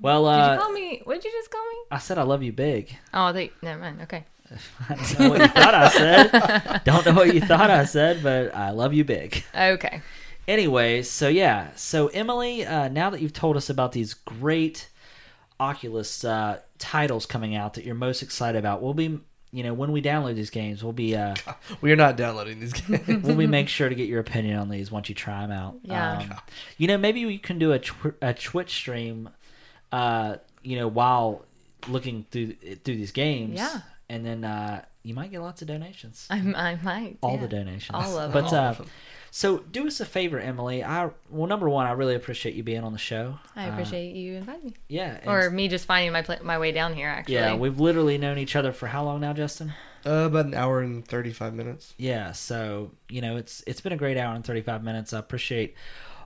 Speaker 1: Well,
Speaker 3: Did
Speaker 1: uh,
Speaker 3: you call me? What did you just call me?
Speaker 1: I said I love you, big.
Speaker 3: Oh, they never mind. Okay.
Speaker 1: I don't know what you thought I said. Don't know what you thought I said, but I love you, big.
Speaker 3: Okay.
Speaker 1: Anyways, so yeah, so Emily, uh, now that you've told us about these great Oculus uh, titles coming out that you're most excited about, we'll be, you know, when we download these games, we'll be, uh,
Speaker 2: We are not downloading these games.
Speaker 1: we'll be make sure to get your opinion on these once you try them out.
Speaker 3: Yeah.
Speaker 1: Um, you know, maybe we can do a tw- a Twitch stream, uh, you know, while looking through through these games.
Speaker 3: Yeah.
Speaker 1: And then uh, you might get lots of donations
Speaker 3: I I might.
Speaker 1: all
Speaker 3: yeah.
Speaker 1: the donations.
Speaker 3: All of
Speaker 1: But
Speaker 3: them.
Speaker 1: uh, so do us a favor, Emily. I well, number one, I really appreciate you being on the show.
Speaker 3: I
Speaker 1: Uh,
Speaker 3: appreciate you inviting me.
Speaker 1: yeah. and-
Speaker 3: Or me just finding my pla- my way down here actually.
Speaker 1: yeah, we've literally known each other for how long now, Justin?
Speaker 2: uh, about an hour and thirty-five minutes.
Speaker 1: Yeah. So you know, it's it's been a great hour and thirty five minutes. I appreciate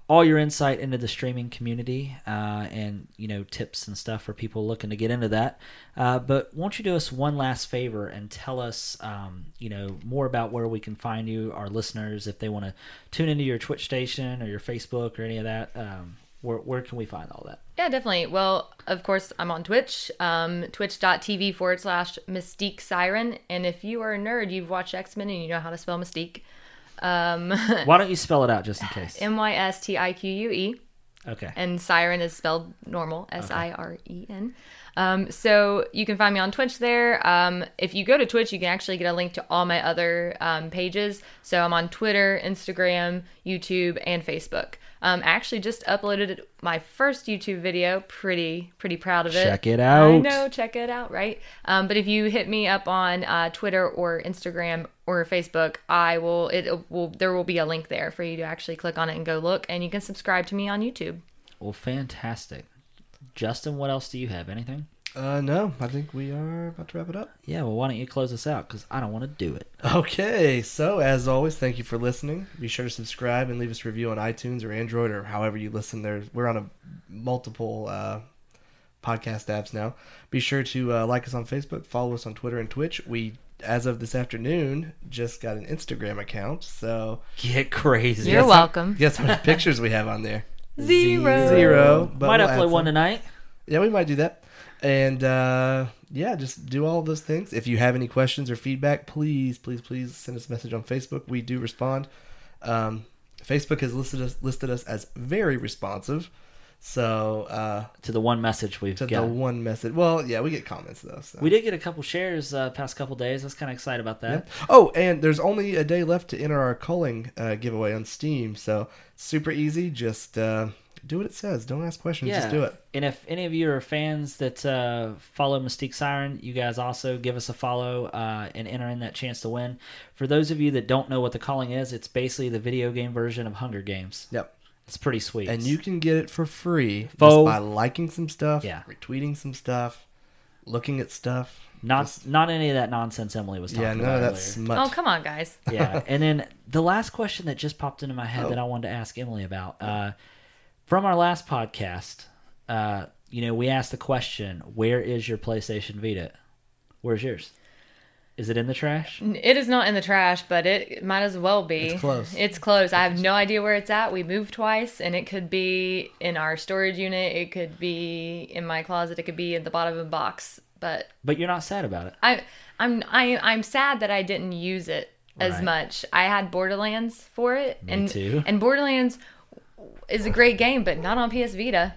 Speaker 1: all your insight into the streaming community uh, and you know tips and stuff for people looking to get into that. Uh, but won't you do us one last favor and tell us um, you know more about where we can find you, our listeners, if they want to tune into your Twitch station or your Facebook or any of that. Um, where where can we find all that?
Speaker 3: Yeah, definitely. Well, of course, I'm on Twitch, um, twitch.tv forward slash Mystique Siren. And if you are a nerd, you've watched X Men and you know how to spell Mystique. Um,
Speaker 1: Why don't you spell it out just in case?
Speaker 3: M Y S T I Q U E.
Speaker 1: Okay.
Speaker 3: And Siren is spelled normal, S I R E N. Um, so you can find me on Twitch there. Um, if you go to Twitch, you can actually get a link to all my other um, pages. So I'm on Twitter, Instagram, YouTube, and Facebook. Um, I actually just uploaded my first YouTube video. Pretty, pretty proud of it.
Speaker 1: Check it
Speaker 3: I
Speaker 1: out.
Speaker 3: know, check it out, right? Um, but if you hit me up on uh, Twitter or Instagram or Facebook, I will. It will. There will be a link there for you to actually click on it and go look, and you can subscribe to me on YouTube.
Speaker 1: Well, fantastic. Justin, what else do you have? Anything?
Speaker 2: Uh, no, I think we are about to wrap it up.
Speaker 1: Yeah, well, why don't you close us out? Because I don't want to do it.
Speaker 2: Okay, so as always, thank you for listening. Be sure to subscribe and leave us a review on iTunes or Android or however you listen. There, we're on a multiple uh, podcast apps now. Be sure to uh, like us on Facebook, follow us on Twitter and Twitch. We as of this afternoon, just got an Instagram account. So
Speaker 1: Get crazy.
Speaker 3: You're
Speaker 2: guess how-
Speaker 3: welcome.
Speaker 2: guess how many pictures we have on there?
Speaker 3: Zero.
Speaker 2: Zero. But
Speaker 1: Might
Speaker 2: we'll add
Speaker 1: upload one
Speaker 2: some.
Speaker 1: tonight.
Speaker 2: Yeah, we might do that. And uh, yeah, just do all those things. If you have any questions or feedback, please, please, please send us a message on Facebook. We do respond. Um, Facebook has listed us listed us as very responsive. So uh,
Speaker 1: to the one message we've
Speaker 2: to
Speaker 1: got.
Speaker 2: the one message, well, yeah, we get comments though. So.
Speaker 1: we did get a couple shares uh, past couple days. I was kind of excited about that.
Speaker 2: Yep. Oh, and there's only a day left to enter our culling uh, giveaway on Steam, so super easy. Just uh, do what it says. Don't ask questions. Just do it.
Speaker 1: And if any of you are fans that uh, follow Mystique Siren, you guys also give us a follow uh, and enter in that chance to win. For those of you that don't know what the calling is, it's basically the video game version of Hunger Games.
Speaker 2: Yep.
Speaker 1: It's pretty sweet.
Speaker 2: And you can get it for free
Speaker 1: Fo-
Speaker 2: just by liking some stuff,
Speaker 1: Yeah.
Speaker 2: retweeting some stuff, looking at stuff.
Speaker 1: not
Speaker 2: Just-
Speaker 1: not any of that nonsense Emily was talking
Speaker 2: yeah, none
Speaker 1: about
Speaker 2: of that
Speaker 1: earlier.
Speaker 2: smut.
Speaker 3: Oh, come on, guys.
Speaker 1: yeah. And then the last question that just popped into my head
Speaker 2: Oh.
Speaker 1: that I wanted to ask Emily about uh, from our last podcast, uh, you know, we asked the question, "Where is your PlayStation Vita? Where's yours? Is it in the trash?"
Speaker 3: N- It is not in the trash, but it might as well be.
Speaker 2: It's close.
Speaker 3: It's close. I have no idea where it's at. We moved twice, and it could be in our storage unit. It could be in my closet. It could be at the bottom of a box. But
Speaker 1: But you're not sad about it.
Speaker 3: I, I'm I, I'm sad that I didn't use it as
Speaker 1: Right.
Speaker 3: much. I had Borderlands for it,
Speaker 1: Me
Speaker 3: and
Speaker 1: too.
Speaker 3: and Borderlands is a great game, but not on PS Vita.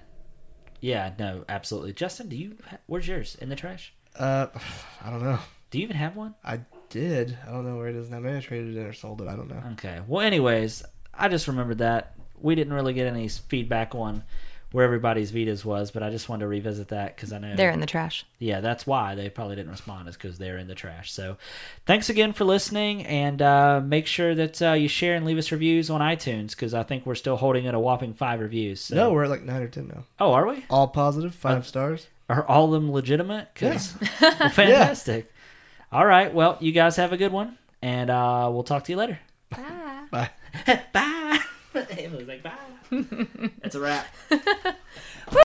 Speaker 1: Yeah, no, absolutely. Justin, do you? Ha- where's yours in the trash?
Speaker 2: Uh, I don't know.
Speaker 1: Do you even have one?
Speaker 2: I did. I don't know where it is now. Maybe I traded it or sold it. I don't know.
Speaker 1: Okay. Well, anyways, I just remembered that we didn't really get any feedback on where everybody's Vitas was, but I just wanted to revisit that because I know
Speaker 3: They're in the trash.
Speaker 1: yeah, that's why they probably didn't respond is because they're in the trash. So, thanks again for listening, and uh, make sure that uh, you share and leave us reviews on iTunes because I think we're still holding at a whopping five reviews. So. Uh,
Speaker 2: No, we're at like nine or ten now.
Speaker 1: oh, are we?
Speaker 2: All positive, five stars.
Speaker 1: Are all of them legitimate? 'Cause- well, fantastic. All right. Well, you guys have a good one, and uh, we'll talk to you later.
Speaker 2: Bye.
Speaker 1: Bye. it was like bye. that's a wrap.